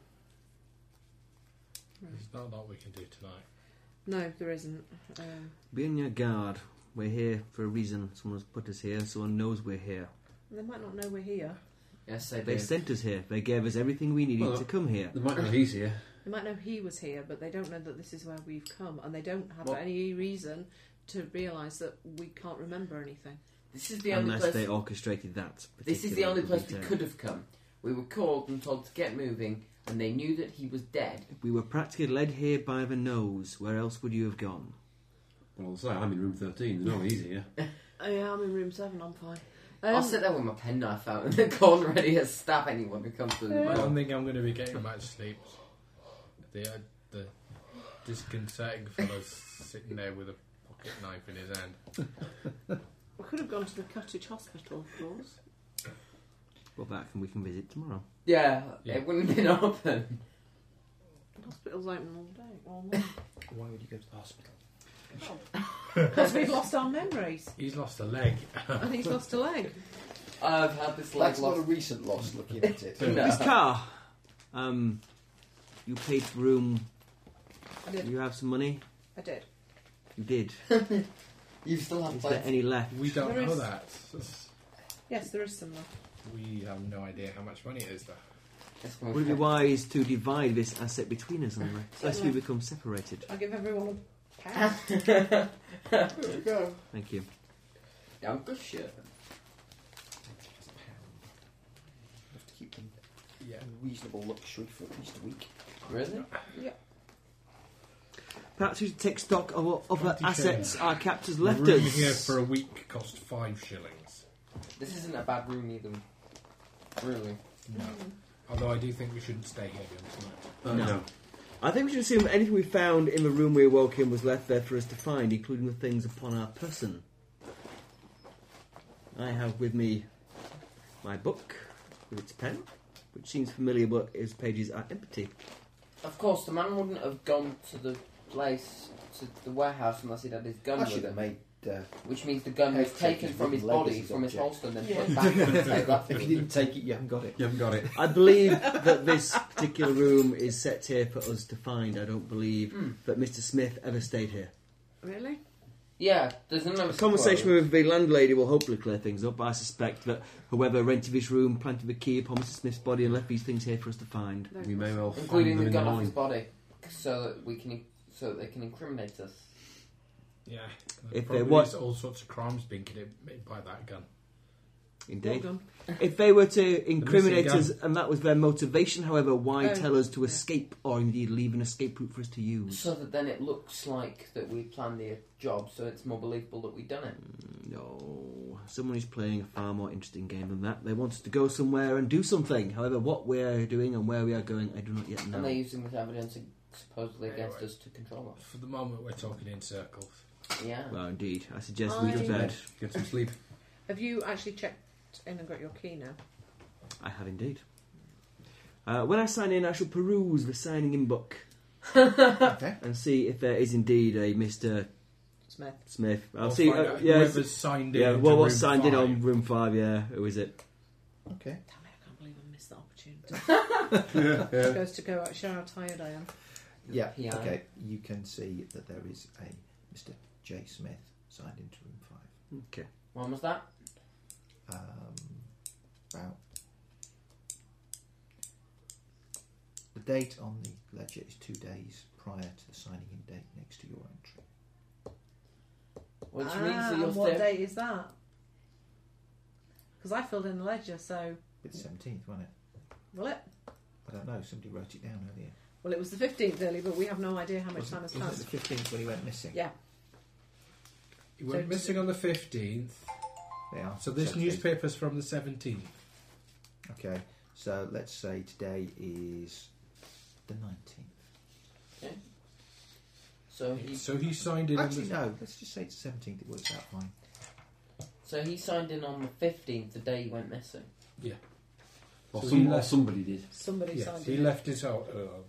There's not a lot we can do tonight.
No, there isn't. Um,
Be on your guard. We're here for a reason. Someone's put us here. Someone knows we're here.
they might not know we're here.
Yes,
They sent us here. They gave us everything we needed
Well,
to come here.
they might know he's here.
They might know he was here, but they don't know that this is where we've come, and they don't have
Well-
any reason to realise that we can't remember anything.
This is the only
Unless
place.
they orchestrated that.
This is the only
particular
place we
detail.
could have come. We were called and told to get moving, and they knew that he was dead.
We were practically led here by the nose. Where else would you have gone?
Well, say I'm in room 13. They know he's here.
Oh, yeah, I'm in room seven. I'm fine.
I'll sit there with my penknife out in the corner, ready to stab anyone who comes to the
I
door.
don't think I'm going to be getting much sleep. The uh, the disconcerting fellow sitting there with a pocket knife in his hand.
We could have gone to the cottage hospital, of course.
Well, that can we can visit tomorrow.
Yeah, it wouldn't have been open.
Hospital's open all day, all night.
Why would you go to the hospital?
Because Oh. we've lost our memories,
He's lost a leg.
and he's lost a leg.
I've had this leg
That's not a
lost.
recent loss looking at it.
No.
Miss Carr, um, you paid for room.
I did.
You have some money.
I did.
You did.
You still have
Is there
plenty.
any left?
We don't
There
know
is-
that.
Yes, there is some left.
We have no idea how much money it is, though.
That's
Would it be
my-
wise to divide this asset between us, Anna, lest we become separated?
I'll give everyone a pound.
There we go.
Thank you.
Yeah, I'm good shit.
You have to keep them
Yeah.
in reasonable luxury for at least a week.
Really?
Perhaps we should take stock of what other
Twenty
assets our captors
The
left
room
us.
here for a week cost five shillings.
This isn't a bad room either. Really.
No. Although I do think we shouldn't stay here beyond tonight.
Uh,
No. I think we should assume anything we found in the room we awoke in was left there for us to find, including the things upon our person. I have with me my book with its pen, which seems familiar but its pages are empty.
Of course, the man wouldn't have gone to the place, to the warehouse, unless he'd had his gun
I
with
should have
him.
made. Uh,
Which means the gun was
Head
taken
taken
from his
with leg as
body,
his
from his
object.
holster, and then
Yeah.
put back in the safe after
if you
him.
didn't take it, you haven't got it.
You haven't got it.
I believe that this particular room is set here for us to find. I don't believe
Hmm.
that Mr. Smith ever stayed here.
Really?
Yeah, there's
A
another
conversation with the landlady will hopefully clear things up. but I suspect that whoever rented this room planted the key upon Mr. Smith's body and left these things here for us to find.
We may well find
including
them
the
in the
gun off his
morning.
body, so that we can, so that they can incriminate us.
Yeah.
If
Probably
there was-
is all sorts of crimes being committed by that gun.
Indeed.
Well done.
If they were to incriminate
missing
us and that was their motivation, however, why
Oh,
tell us to
yeah.
escape or indeed leave an escape route for us to
Mm.
use?
So that then it looks like that we planned the job, so it's more believable that we've done it.
Mm, No. Someone is playing a far more interesting game than that. They want us to go somewhere and do something. However, what we are doing and where we are going, I do not yet
And they're
know.
using this evidence ag- supposedly against
Anyway.
us to control
For the moment, we're talking in circles.
us. Yeah.
Well, indeed. I suggest we go
I-
to bed.
Get some sleep.
Have you actually checked in and got your key now?
I have indeed. Uh, when I sign in, I shall peruse the signing in book
okay.
and see if there is indeed a Mr.
Smith.
Smith. I'll
We'll
see.
find
uh,
out
yeah,
whoever's signed in.
yeah.
into
Well, what's
room
signed in
five.
on room five? Yeah, who is it?
Okay.
Damn it, I can't believe I missed that opportunity. Goes to go out, show how tired I am.
Yeah.
PI.
Okay. You can see that there is a Mr. J. Smith signed into room five.
When was that?
Um, about the date on the ledger is two days prior to the signing in date next to your entry.
Which
ah,
means that you're
and what
still.
date is that? Because I filled in the ledger, so
It's seventeenth, wasn't it?
will it?
I don't know. Somebody wrote it down earlier.
Well, it was the fifteenth early, but we have no idea how much
Wasn't-
time has
wasn't it
passed.
the fifteenth when he went missing?
Yeah.
He went
So-
missing on the 15th,
They are.
so this
17th.
newspaper's from the 17th.
Okay. So let's say today is the nineteenth.
So he
So he signed in on
Actually,
the-
no. Let's just say it's 17th. It works out fine.
so he signed in on the fifteenth, the day he went missing.
Yeah.
Or,
So
some,
he
or
left-
somebody did.
Somebody
yes,
signed
he
in.
left his out. Uh,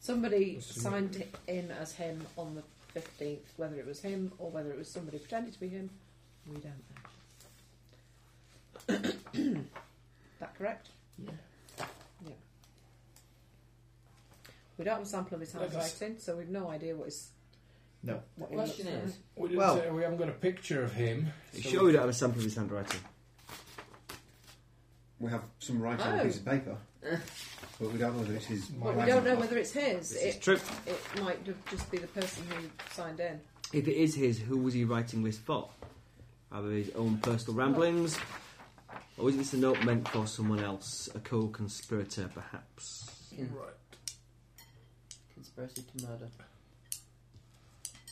Somebody
Let's see.
signed hi- in as him on the 15th, whether it was him or whether it was somebody pretending to be him, we don't know. that correct?
Yeah.
Yeah. We don't have a sample of his
Like us.
handwriting, so we've no idea what his.
No.
What
The question
he looks
is,
we, didn't
Well-
say- we haven't got a picture of him.
You
so
sure we don't have a sample of his handwriting?
We have some writing on
Oh.
a piece of paper, but we don't know whether it's his.
But we don't know whether it's his.
This is
it,
true.
It might have just be the person who signed in.
If it is his, who was he writing this for? Either his own personal ramblings, or was this a note meant for someone else, a co-conspirator perhaps?
Hmm.
Right.
Conspiracy to murder.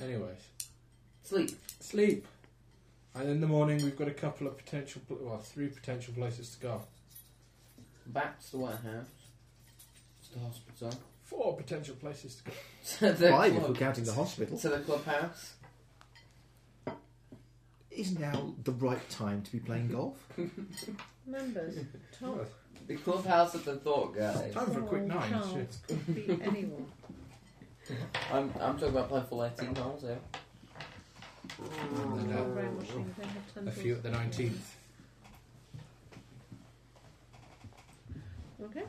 Anyways,
Sleep.
sleep. And in the morning, we've got a couple of potential, pl- well, three potential places to go.
Back to the warehouse. To the hospital.
Four potential places to go.
To the
Five, if
club-
we're counting the hospital.
To the clubhouse.
Is now the right time to be playing golf?
Members, Tom.
The clubhouse of the thought, guys.
Time for a quick nine.
Tom
shit.
could be anyone.
I'm, I'm talking about playing full 18 holes here.
And then, uh,
Brainwashing, they have
a few at the
tendrils.
19th.
Okay.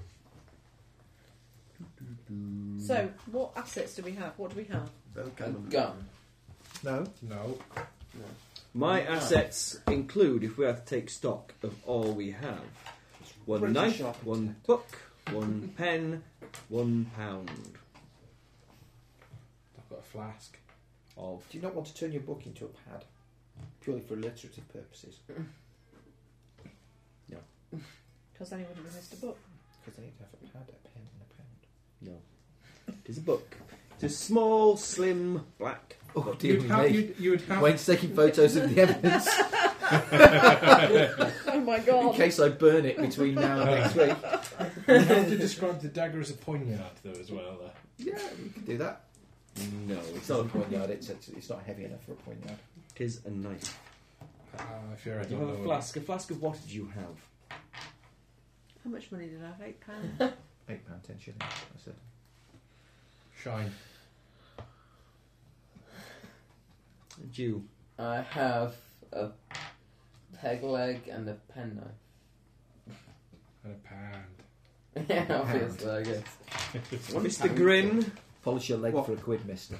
So, what assets do we have? What do we have?
A
Okay.
gun.
No.
No.
My assets include, if we have to take stock of all we have, one
Pretty
knife,
sharp
one book, one pen, one pound
I've got a flask.
of.
Do you not want to turn your book into a pad? Purely for alliterative purposes.
Because anyone who missed a book.
Because they need to have a pad, a pen, and a pound.
No. It is a book. It's a small, slim, black.
Oh,
book.
dear
You'd have,
me.
you'd, you would have
Wayne's taking photos of the evidence
Oh my
in
god.
case I burn it between now and next week.
You'd have to describe the dagger as a poignard, though, as well. There.
Yeah, we can do that.
No,
It's not a poignard, it's, it's, it's not heavy enough for a poignard.
it is a knife.
Uh, if you're, I
You
don't
have
know
a
what-
flask. A flask of what did you have?
How much money did I have? Eight pounds.
Eight pound ten shillings. I said.
Shine.
And you.
I have a peg leg and a pen knife.
And a pound.
yeah, obviously, I guess.
Mr. Grin,
Polish your leg
What?
for a quid, Mister.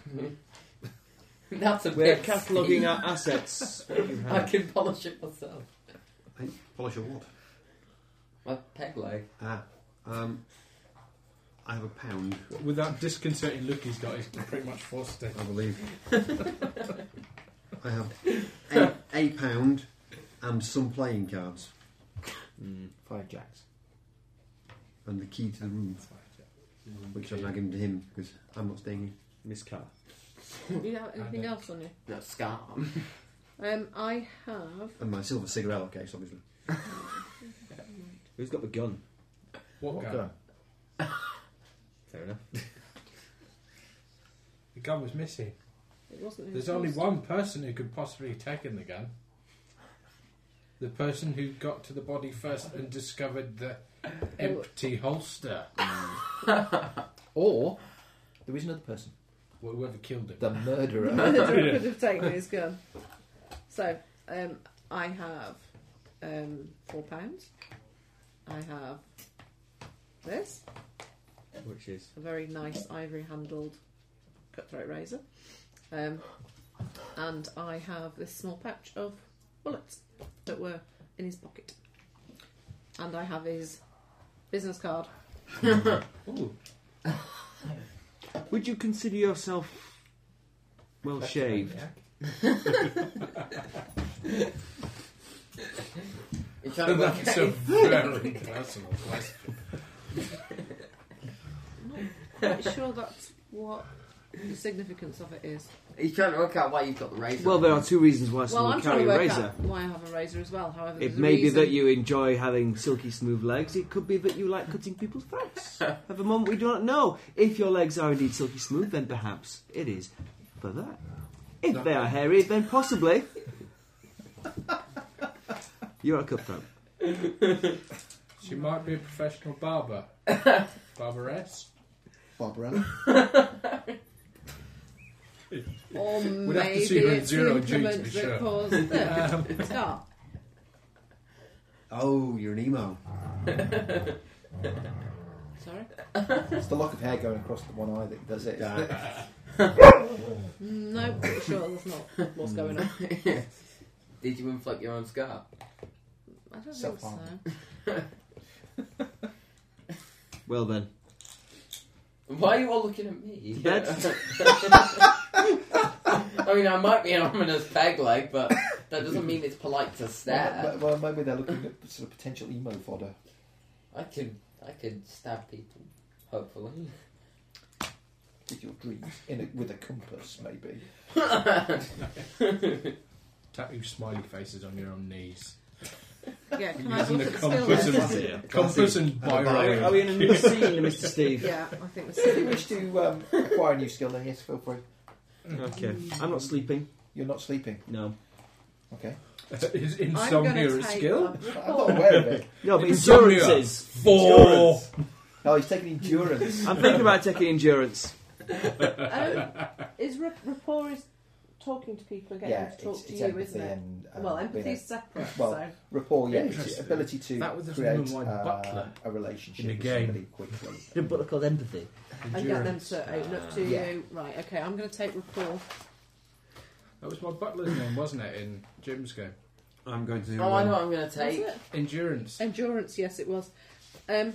That's a
we're
bit
cataloguing
steep.
our assets. What do you
I
have?
can polish it myself.
Polish a what?
My peg leg.
Ah, um, I have a pound,
With that disconcerting look he's got, he's pretty much forced to.
I believe. I have a, a pound and some playing cards
Five jacks.
and the key to the room, which I'm not giving to him because I'm not staying.
Miss Carr.
you have anything
I don't-
else on you?
No, scar.
Um, I have.
And my silver cigarette case, obviously.
Who's got the gun?
What,
What
gun?
gun?
Fair enough.
The gun was missing.
It wasn't. in
There's
the
only
house.
one person who could possibly have taken the gun. The person who got to the body first and discovered the empty holster.
Or there is another person.
Well, whoever killed him.
The murderer.
Murderer could have taken his gun. So, um, I have um, four pounds. I have this,
Which is.
a very nice ivory handled cutthroat razor. Um, and I have this small pouch of bullets that were in his pocket. And I have his business card.
Ooh,
Would you consider yourself well shaved?
You're trying to work
that's a very personal question.
Quite sure that's what the significance of it is.
He's trying to work out why you've got the razor.
Well, there are two reasons why
well,
someone
I'm
carry
trying to
a
work
razor.
out why I have a razor as well. However,
It
there's a
may be
reason-
that you enjoy having silky smooth legs. It could be that you like cutting people's throats. At the moment, we do not know. If your legs are indeed silky smooth, then perhaps it is for that. If they are hairy, then possibly. You're a cutthroat.
She might be a professional barber. Barberess?
Barbarella?
Or
We'd
maybe
have to see her in
it's
zero
the
G to be
implement that
sure.
caused it. Stop.
Oh, you're an emo.
Sorry.
It's the lock of hair going across the one eye that does it. isn't
Oh,
it?
No, pretty sure that's not what's going on.
Did you inflict your own scar?
I don't think so.
Self-harm.
Well then.
Why are you all looking at me?
To bed.
I mean, I might be an ominous peg leg, but that doesn't mean it's polite to
Well,
stare.
m- well, maybe they're looking at sort of potential emo fodder.
I could, I could stab people, hopefully.
With your dreams, in a, with a compass, maybe.
Oh,
Tattoo smiley faces on your own knees.
Yeah, can I
Using
look
the
at the still
compass
list?
and, compass and biro.
Are we in a new scene, Mr. Steve?
Yeah, I think we're
If you
still
wish to um, acquire a new skill, then yes, feel free.
Okay. I'm not sleeping.
You're not sleeping.
No.
Okay.
Is
I'm gonna
insomnia a
take
skill?
a
I'm not aware of
report.
it.
No, but
Insomnia.
endurance is.
Four.
No, he's taking endurance.
I'm thinking about taking endurance.
um, is rap- rapport is talking to people and getting
yeah,
them to
it's,
talk to
it's
you,
empathy
isn't it?
and um,
Well,
being
empathy's separate,
well,
so
a- rapport. Yeah, it's
Interesting.
ability to
That was the
create
reason why
uh,
Butler
a relationship
in the
with
game-
somebody quickly.
The book called Empathy.
and get them to
Endurance.
open up to
Yeah.
you. Right, okay, I'm going to take rapport.
That was my butler's name, wasn't it, in Jim's game?
I'm going to.
Oh, I know
um,
what I'm going to
Was
take.
it?
Endurance.
Endurance, yes, it was. Um,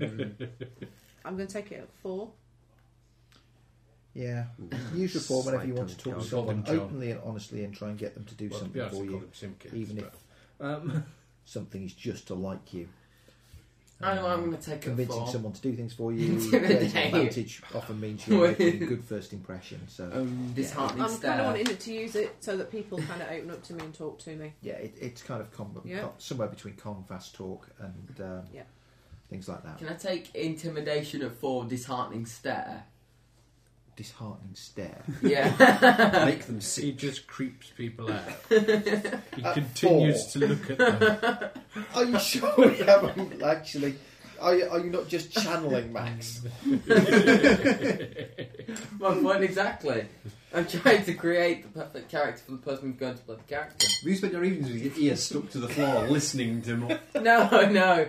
I'm going to take it at four.
Yeah, use rapport whenever you want to
Slight
talk to
Call
someone
them John.
openly and honestly, and try and get them to do
Well, to be
something
honest,
for
I call
you,
them Simpkins.
even if
but, um,
something is just to like you.
I know what I'm going to take a
Convincing
four.
someone to do things for you,
Intimidate.
creating advantage often means you're making a good first impression. So
Um, disheartening
I'm kind of
stare.
wanting it to use it so that people kind of open up to me and talk to me.
yeah, it, it's kind of com-
Yeah.
com- somewhere between calm, fast talk and um,
Yeah.
things like that.
Can I take intimidation at four, disheartening stare?
Disheartening stare.
Yeah.
um, make them
he
see.
just creeps people out. he
At
continues to look at them.
Are you sure you haven't actually? Are you, are you not just channeling Max?
My point exactly. I'm trying to create the perfect character for the person who's going to play the character.
Have you spent your evenings with your ears stuck to the floor listening to them?
No, no,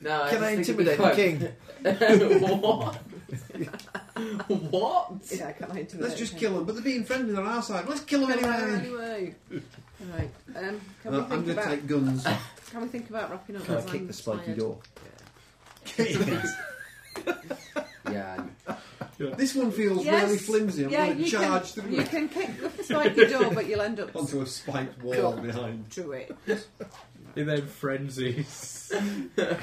no.
Can I
just think it'd be
intimidate the king?
quite- what? what?
Yeah, can I intimidate?
Let's just
him?
kill them, but they're being friendly on our side. Let's kill them
Kill her
anyway.
anyway. Right. Um, uh, can
Uh,
we
I'm
think
going to
about?
take guns.
Can we think about wrapping up?
Can I
'Cause
kick
I'm
the spiky
tired.
door?
Yeah.
this one feels
Yes.
really flimsy. I'm
yeah,
going to
you
charge
can,
through
you
it
can kick the spiky door, but you'll end up
onto a spiked wall
Cool.
behind.
to it.
He then frenzies.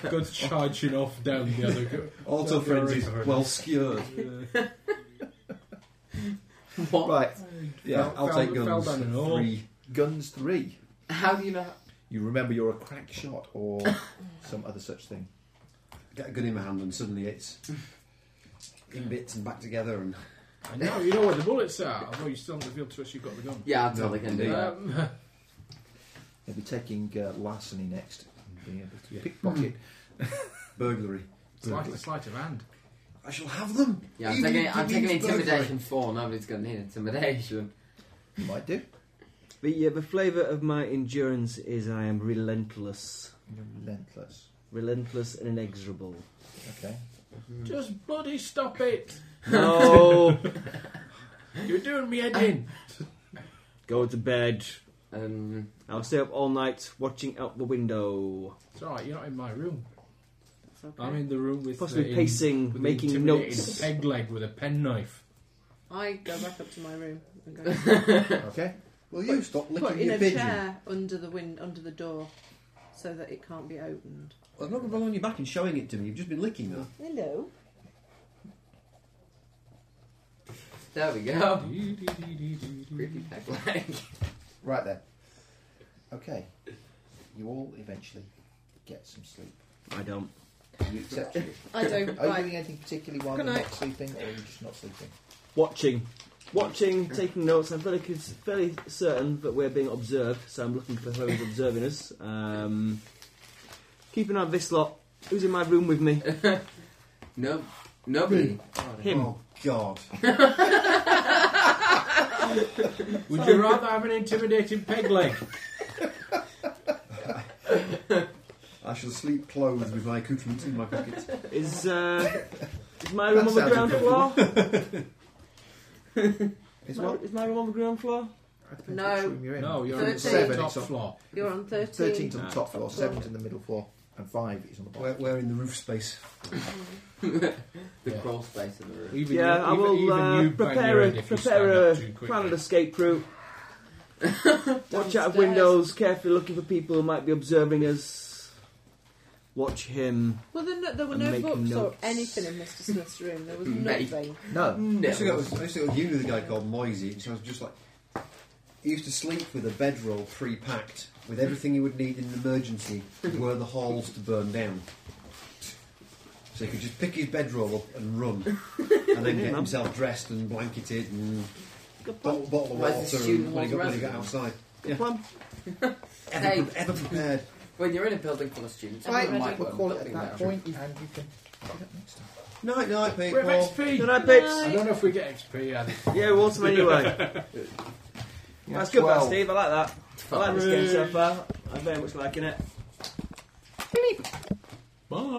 Goes charging off down the other. Go-
Auto
down the other
frenzies,
corridor.
well skewered.
What?
Right,
Yeah,
Fell-
I'll
fell-
take
fell
guns.
down an hole.
Three.
guns three.
How do you know?
You remember you're a crack shot or some other such thing.
Get a gun in my hand and suddenly it's in bits and back together and
I know, you know where the bullets are. Although you still haven't revealed to us you've got the gun.
Yeah, I'll tell
No,
the king to do that.
Um,
You'll be taking uh, larceny next. and Being able to
Yeah.
pickpocket.
burglary.
slight, slight of hand.
I shall have them.
Yeah, I'm
Even
taking,
if
I'm
it
taking
means burglary.
intimidation four. Nobody's going to need intimidation.
You might do.
But yeah, the flavour of my endurance is I am relentless.
You're relentless.
Relentless and inexorable.
Okay.
Mm.
Just bloody stop it!
No!
You're doing me head in.
Go to bed.
Um,
I'll stay up all night watching out the window.
It's alright, you're not in my room.
It's okay.
I'm in the room with
Possibly
the in-
pacing,
with the
making
intimidating
notes.
Peg leg with a penknife.
I go back up to my room and go
Okay.
Will you stop
put
licking
in
your
a
pigeon?
chair under the wind under the door so that it can't be opened.
I've not got one on your back and showing it to me. You've just been licking that.
Hello.
there we go. Creepy
Creepy.
peg leg.
Right then. Okay. You all eventually get some sleep.
I don't.
You accept it.
I don't.
Are you
right.
doing anything particularly while
Good
you're
night.
not sleeping or are you just not sleeping?
Watching. watching, taking notes. I'm fairly, cons- fairly certain that we're being observed, so I'm looking for who is observing us. Um, keep an eye on this lot. Who's in my room with me?
no, nobody.
Him.
Oh, God.
Would you rather have an intimidating peg leg?
I shall sleep clothed with my accoutrements in my pockets.
Is, uh, is my room on the
That
ground
sounds
floor?
Is
my,
what?
is my room on the ground floor?
No.
Room you're in.
No, you're on the top floor.
You're on 13.
13's on the
Ah.
top floor, 7's in the middle floor, and 5 is on the bottom.
We're, we're in the roof space.
the crawl space in the room.
Even
yeah,
you-
I
even-
will
even
uh,
you bang your
prepare
head
a
if you
prepare a
stand up too
plan of
quickly.
escape route. Watch out of windows, carefully looking for people who might be observing us. Watch him.
Well, there, no, there were
And
no
make
books or
notes.
anything in Mr. Smith's room. There was
Make-
nothing.
No.
I used to go, I used to go to uni with a guy called Moisey. It sounds just like. He used to sleep with a bedroll pre packed with everything he would need in an emergency were the halls to burn down. So he could just pick his bedroll up and run. And then get himself dressed and blanketed and bottle, bottle of
Where's the
water
student
and when he got,
hall's
when he got
resident?
outside. Yeah. Ever,
Hey.
pre- ever prepared.
When you're in a building full of students,
Right,
everyone might
we'll
want
call it
something
at that
there.
point, and you can pick it up next time.
Night, night,
We have
people.
XP.
Good night, Pips.
I don't know if we get uh, XP. I think.
Yeah, we want some anyway. That's good, that,
well-
Steve. I like that. I like this game so far. I'm very much liking it.
Bye.